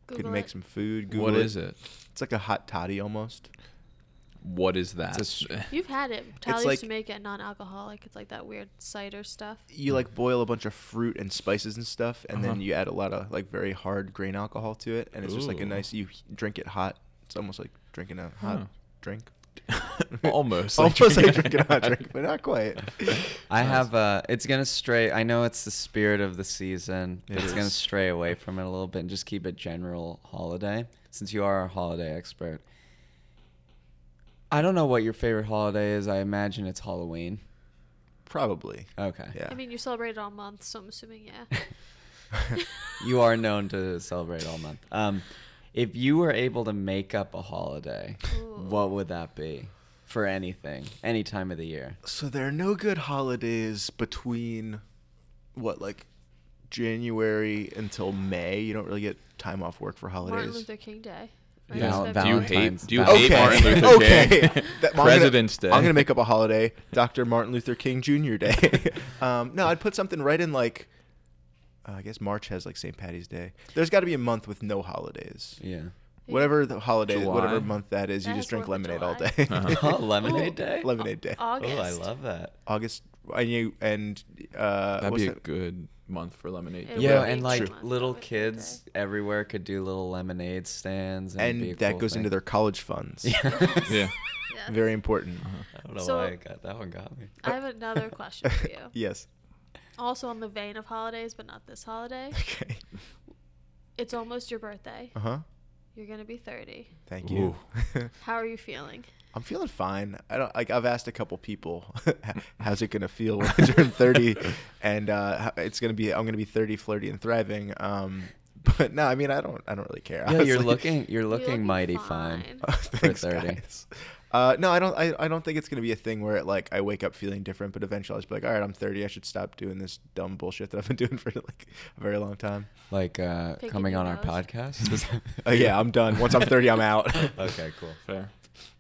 Google
could make
it.
some food. Google
What is it?
It's like a hot toddy almost.
What is that?
It's a
You've had it. Tal
like-
used to make it non-alcoholic. It's like that weird cider stuff.
you like boil a bunch of fruit and spices and stuff, and then
Uh-huh.
you add a lot of like very hard grain alcohol to it, and it's just like a
Ooh.
nice. You h- drink it hot. It's almost like drinking a hot
Huh.
drink.
almost.
almost like drinking a hot drink, but not quite.
I have uh it's gonna stray I know it's the spirit of the season, but
It
it's gonna
is.
stray away from it a little bit and just keep it general holiday. Since you are a holiday expert. I don't know what your favorite holiday is. I imagine it's Halloween.
Probably.
Okay.
Yeah.
I mean, you celebrated all month, so I'm assuming yeah.
you are known to celebrate all month. Um, if you were able to make up a holiday, what would that be for anything, any time of the year?
so there are no good holidays between what like January until May. You don't really get time off work for holidays.
Martin Luther King Day. First
Val-
February.
Do you hate?
Valentine's-
Do you hate
Okay.
Martin Luther King?
okay. That- I'm gonna-
President's Day.
I'm gonna make up a holiday, Dr. Martin Luther King Jr. Day. um, no, I'd put something right in like, uh, I guess March has like St. Patty's Day. There's got to be a month with no holidays.
Yeah.
Whatever the holiday,
July?
whatever month that is, you
That
just
has
drink
Fourth of
lemonade all
July. Uh,
day.
Oh, lemonade
Uh-huh.
day.
lemonade Day.
August.
Oh, I love that.
August and you and uh,
That'd
what's
be a
that?
good month for lemonade.
It
to
would
Yeah,
work.
be
and like
true.
little kids everywhere could do little lemonade stands, and, it'd be a
and that
cool
goes
thing.
into their college funds.
yeah.
Yeah.
Very important.
Uh-huh.
I don't know
So-
why I got that one got me.
I have another question for you.
Yes.
Also on the vein of holidays, but not this holiday.
Okay.
It's almost your birthday.
Uh huh.
You're gonna be 30.
Thank you.
How are you feeling?
I'm feeling fine. I don't like. I've asked a couple people, how's it gonna feel when I turn 30, and uh, how- it's gonna be. I'm gonna be 30, flirty, and thriving. Um, but no, I mean, I don't. I don't really care.
Yeah, you're
honestly.
looking, you're looking mighty fine.
Thanks,
30.
guys. Uh, no, I don't. I, I don't think it's gonna be a thing where it like I wake up feeling different, but eventually I'll just be like, all right, I'm 30. I should stop doing this dumb bullshit that I've been doing for like a very long time.
Like uh,
Picking
coming
your
on our
nose.
podcast.
Uh, yeah, I'm done. Once I'm 30, I'm out.
okay, cool.
Fair.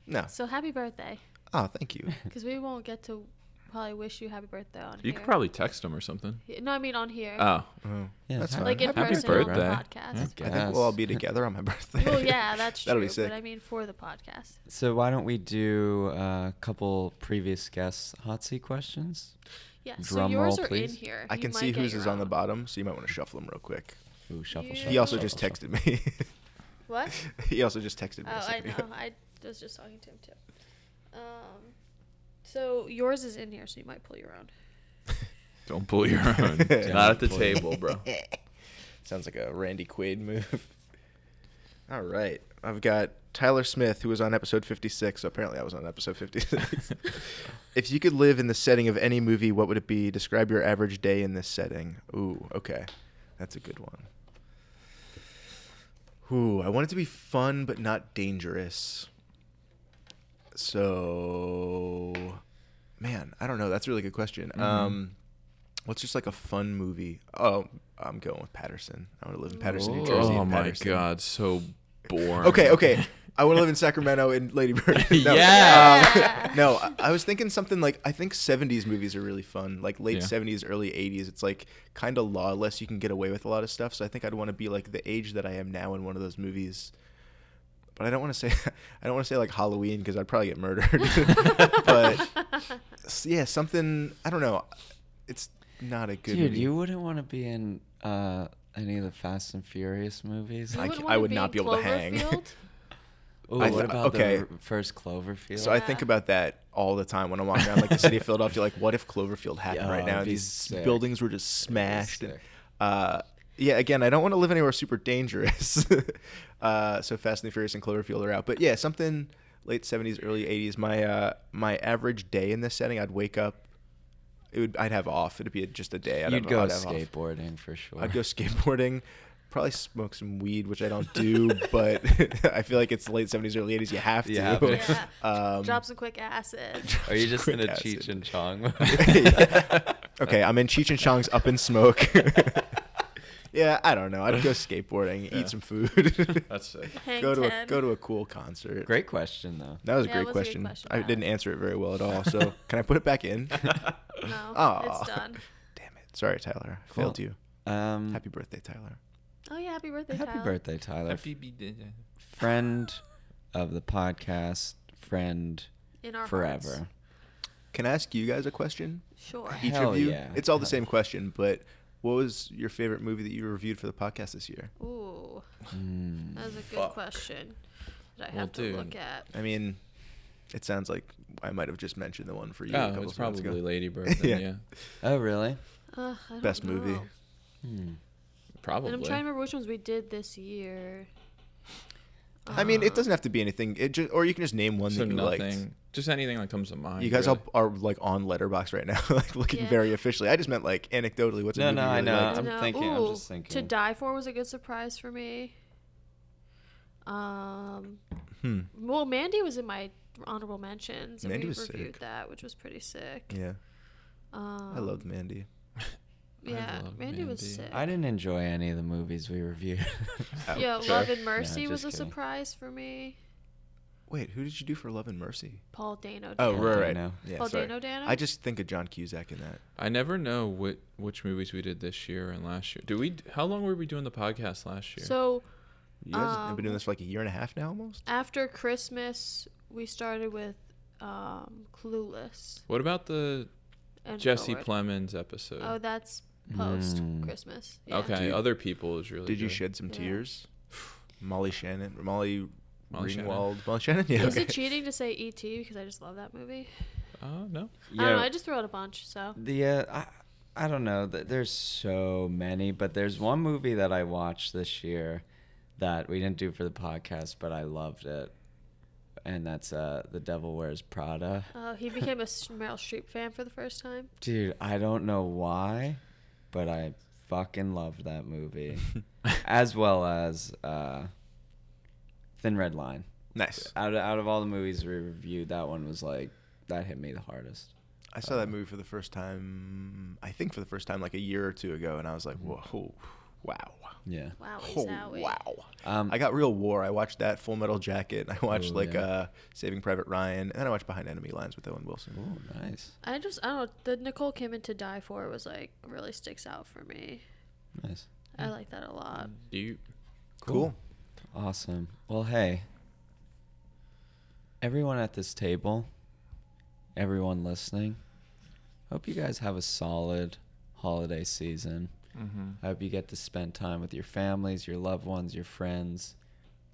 no.
So happy birthday,
Oh, thank you.
because we won't get to probably wish you happy birthday on
You
here.
could probably text him or something.
Yeah, No, I mean on here.
Oh,
Oh,
Yeah,
that's
happy-
fine.
like in
Happy
person
birthday.
on the
Yeah.
podcast.
I think we'll all be together on my birthday.
Well, yeah, that's true.
That'll be sick.
But I mean for the podcast.
So why don't we do uh, a couple previous guests hot seat questions?
Yeah. so
Drum
yours
roll,
are
please.
in here.
I
You
can
might
see
get
whose
your
is on the
own.
bottom, so you might want to shuffle them real quick.
Ooh, shuffle,
You-
shuffle.
He also
shuffle,
just
shuffle.
texted me.
What?
he also just texted me. a
Oh, I
second
know.
ago.
I was just talking to him too. Um, so yours is in here, so you might pull your own.
don't pull your own. Not at the
pull your-
table, bro.
Sounds like a Randy Quaid move. All right. I've got Tyler Smith, who was on episode 56. So apparently, I was on episode 56. if you could live in the setting of any movie, what would it be? Describe your average day in this setting. Ooh, okay. That's a good one. Ooh, I want it to be fun but not dangerous. So, man, I don't know. That's a really good question.
Mm-hmm.
Um, what's just like a fun movie? Oh, I'm going with Patterson. I want to live in Patterson, New Jersey.
Oh
in
my
Patterson.
god, so boring.
Okay, okay. I want to live in Sacramento in Lady Bird. No,
Yeah.
um, no, I, I was thinking something like I think 70s movies are really fun. Like late
Yeah.
70s, early 80s. It's like kind of lawless. You can get away with a lot of stuff. So I think I'd want to be like the age that I am now in one of those movies. But I don't want to say I don't want to say like Halloween because I'd probably get murdered. but s- yeah, something I don't know. It's not a good
Dude,
movie.
you wouldn't want to be in uh, any of the Fast and Furious movies.
You
I
wouldn't
c- I
wanna
would not
in
be able to hang.
Cloverfield?
Ooh,
I
what
thought-
about
okay.
the r- first Cloverfield?
So I think about that all the time when I'm walking around like the city of Philadelphia. Like, what if Cloverfield happened
Yeah,
right now
it'd
and
be
these
sick.
buildings were just smashed? And,
sick.
uh, yeah, again, I don't want to live anywhere super dangerous. uh, so Fast and the Furious and Cloverfield are out, but yeah, something late '70s, early '80s. My uh, my average day in this setting, I'd wake up. It would I'd have off. It'd be just a day. I'd
you'd
have,
go
I'd have off.
skateboarding for sure.
I'd go skateboarding. Probably smoke some weed, which I don't do, but I feel like it's the late '70s, early '80s. You have to.
You have to.
Yeah.
Um,
Drop some quick acid.
Are you just in
Quick
a
acid.
Cheech and Chong
okay, I'm in Cheech and Chong's Up in Smoke. yeah, I don't know. I'd go skateboarding,
Yeah.
eat some food,
That's sick.
Hang
go to a,
10.
go to a cool concert.
Great question though.
That was a
Yeah,
great
it was a good
question.
question,
I
Matt.
didn't answer it very well at all. So can I put it back in? Damn
No,
Aw.
it's done.
it. Sorry, Tyler. I
Cool.
failed you.
Um,
Happy birthday, Tyler.
Oh yeah, happy birthday,
happy
Tyler.
birthday, Tyler. friend of the podcast, friend
In our
forever.
hearts.
Can I ask you guys a question?
Sure.
Each
Hell
of you.
yeah.
It's all the
Hell
same question, but what was your favorite movie that you reviewed for the podcast this year?
Ooh,
Mm.
that's a good
Fuck.
question that I
Well,
have to
dude.
look at.
I mean, it sounds like I might have just mentioned the one for you. a
Oh,
couple
it's
of minutes ago.
probably Lady Bird. Then,
Yeah.
yeah.
Oh really?
Ugh, I don't
Best movie.
know.
Hmm.
probably.
And I'm trying to remember which ones we did this year.
I mean, it doesn't have to be anything. It just, or you can just name one
So
that you
nothing, Oh,
liked.
just anything that comes to mind.
You guys
really.
all are like on Letterbox right now, like looking
Yeah.
very officially. I just meant like anecdotally. What's a
No,
movie
no,
you
I
really
know.
liked?
Uh, I'm
No.
thinking- I'm
Ooh,
just thinking.
To Die For was a good surprise for me. Um,
Hmm.
well, Mandy was in my honorable mentions, and
Mandy
we
was
reviewed
sick.
that, which was pretty sick.
Yeah,
Um,
I loved Mandy.
Yeah,
love
Mandy was
Mandy.
sick.
I didn't enjoy any of the movies we reviewed.
Ouch.
yeah, Love and Mercy
just
was a
kidding.
surprise for me.
Wait, who did you do for Love and Mercy?
Paul Dano.
Oh,
right,
Dano.
right, right.
Dano.
Yeah,
Paul
sorry.
Dano Dano?
I just think of John Cusack in that.
I never know what which movies we did this year and last year. Do we? How long were we doing the podcast last year?
So
You guys have
Um,
been doing this for like a year and a half now, almost.
after Christmas, we started with um, Clueless
what about the
and
Jesse
Forward.
Plemons episode?
Oh, that's post Christmas. Yeah.
okay,
Dude,
other people is really.
Did you
good.
shed some
Yeah.
tears? Molly Shannon, Molly,
Molly Shannon.
Ringwald, Molly Shannon. Yeah,
Is
okay.
it cheating to say ET because I just love that movie?
Oh no.
I don't know.
Yeah.
I just threw out a bunch. So
The uh, I I don't know. th- There's so many, but there's one movie that I watched this year that we didn't do for the podcast, but I loved it, and that's uh, The Devil Wears Prada.
uh, he became a s- Meryl Streep fan for the first time.
Dude, I don't know why, but I fucking loved that movie, as well as uh, Thin Red Line.
Nice.
Out of, out of all the movies we reviewed, that one was like that hit me the hardest.
I saw that movie for the first time. I think for the first time like a year or two ago, and I was like, whoa, wow,
Yeah.
Wow,
oh,
Zowie.
wow.
Um,
I got real war. I watched that Full Metal Jacket. and I watched
Ooh,
like
yeah.
uh, Saving Private Ryan, and then I watched Behind Enemy Lines with Owen Wilson.
oh, nice,
I just I don't know. The Nicole Kidman to Die For was like really sticks out for me.
nice,
I like that a lot.
Do you?
Cool.
awesome. Well, hey, everyone at this table, everyone listening, hope you guys have a solid holiday season. I hope you get to spend time with your families, your loved ones, your friends,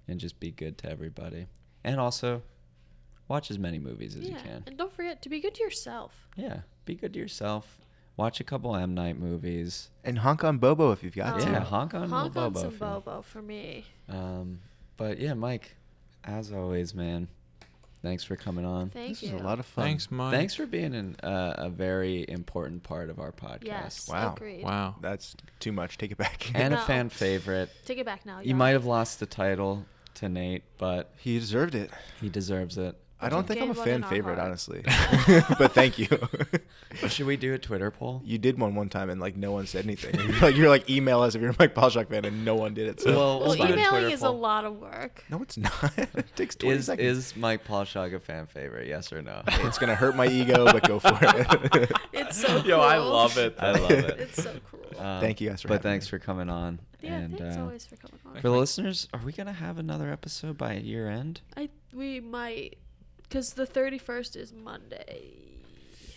and just be good to everybody. And also, watch as many movies as you
yeah,
can.
and don't forget to be good to yourself.
Yeah, be good to yourself. Watch a couple M Night movies.
And Honk on Bobo if you've got
Oh.
to.
yeah, honk on
Honk
Bobo.
on some
if you want.
Bobo for me.
Um, but yeah, Mike, as always, man, thanks for coming on.
Thank
This
you.
was a lot of fun.
Thanks, Mike.
Thanks for being an, uh, a very important part of our podcast.
Yes.
Wow.
Agreed.
Wow.
That's too much. Take it back.
And a
No.
fan favorite.
Take it back now.
You might have lost the title to Nate, but
he deserved it.
he deserves it.
I don't think I'm a
Gained one in
fan
our
favorite,
heart.
honestly. but thank you.
Should we do a Twitter poll?
you did one one time, and like no one said anything. like you're like email us if you're a Mike Balshock fan, and no one did it. So
Well,
Well,
Let's find a
emailing
Twitter
is a
poll.
lot of work.
no, it's not. it takes 20
Is
seconds.
is Mike Paulshog a fan favorite? Yes or no?
it's gonna hurt my ego, but go for it.
It's so.
Yo, I
cruel.
love it.
I love it.
It's so cruel.
Um,
Thank you guys for
But
having
thanks
me.
for coming on.
Yeah,
and
thanks
uh,
always for coming on.
for the listeners, are we gonna have another episode by year end?
I we might, cause the thirty first is Monday.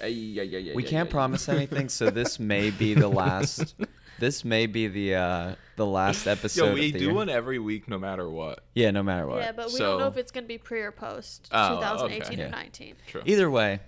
we can't promise anything, so this may be the last. this may be the uh, the last episode.
Yo,
of
we
the
do
year.
one every week, no matter what.
Yeah, no matter what.
Yeah, but we don't know
So-
if it's gonna be pre or post
Oh,
2018
okay.
or
Yeah.
19.
True.
Either way,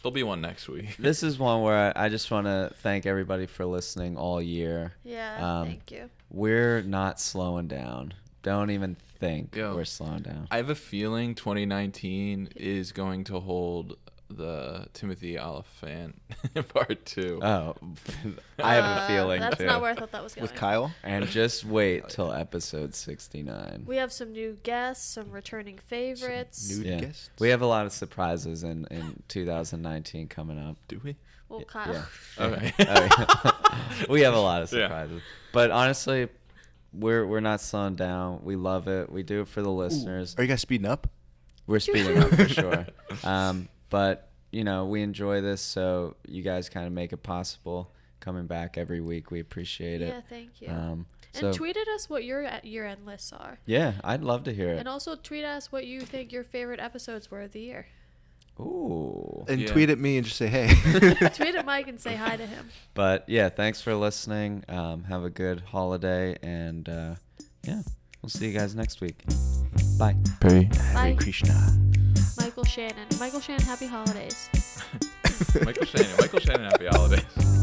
There'll be one next week.
this is one where I, I just want to thank everybody for listening all year.
Yeah,
Um,
thank you.
We're not slowing down. Don't even think
Yo.
we're slowing down.
I have a feeling 2019 is going to hold the Timothy Oliphant part two.
oh, I have a
Uh,
feeling
That's
too.
not where I thought that was going.
with Kyle.
and just wait till episode 69.
We have some new guests, some returning favorites.
Nude
yeah.
guests.
We have a lot of surprises in, in 2019 coming up.
do we?
well, Kyle.
yeah. Oh,
Okay.
we have a lot of
Yeah.
surprises. But honestly, we're we're not slowing down. We love it. We do it for the listeners.
Are you guys speeding up?
We're speeding up for sure. Um, but you know, we enjoy this, so you guys kind of make it possible coming back every week. We appreciate it.
Yeah, thank you.
Um, so
and tweeted us what your year end lists are.
yeah, I'd love to hear it.
And also tweet us what you think your favorite episodes were of the year.
Ooh.
And
Yeah.
tweet at me and just say, hey.
tweet at Mike and say hi to him.
But yeah, thanks for listening. Um, have a good holiday, and uh, yeah, we'll see you guys next week. Bye.
Bye,
Krishna.
Michael Shannon. Michael Shannon, happy holidays.
Michael Shannon. Michael Shannon, happy holidays.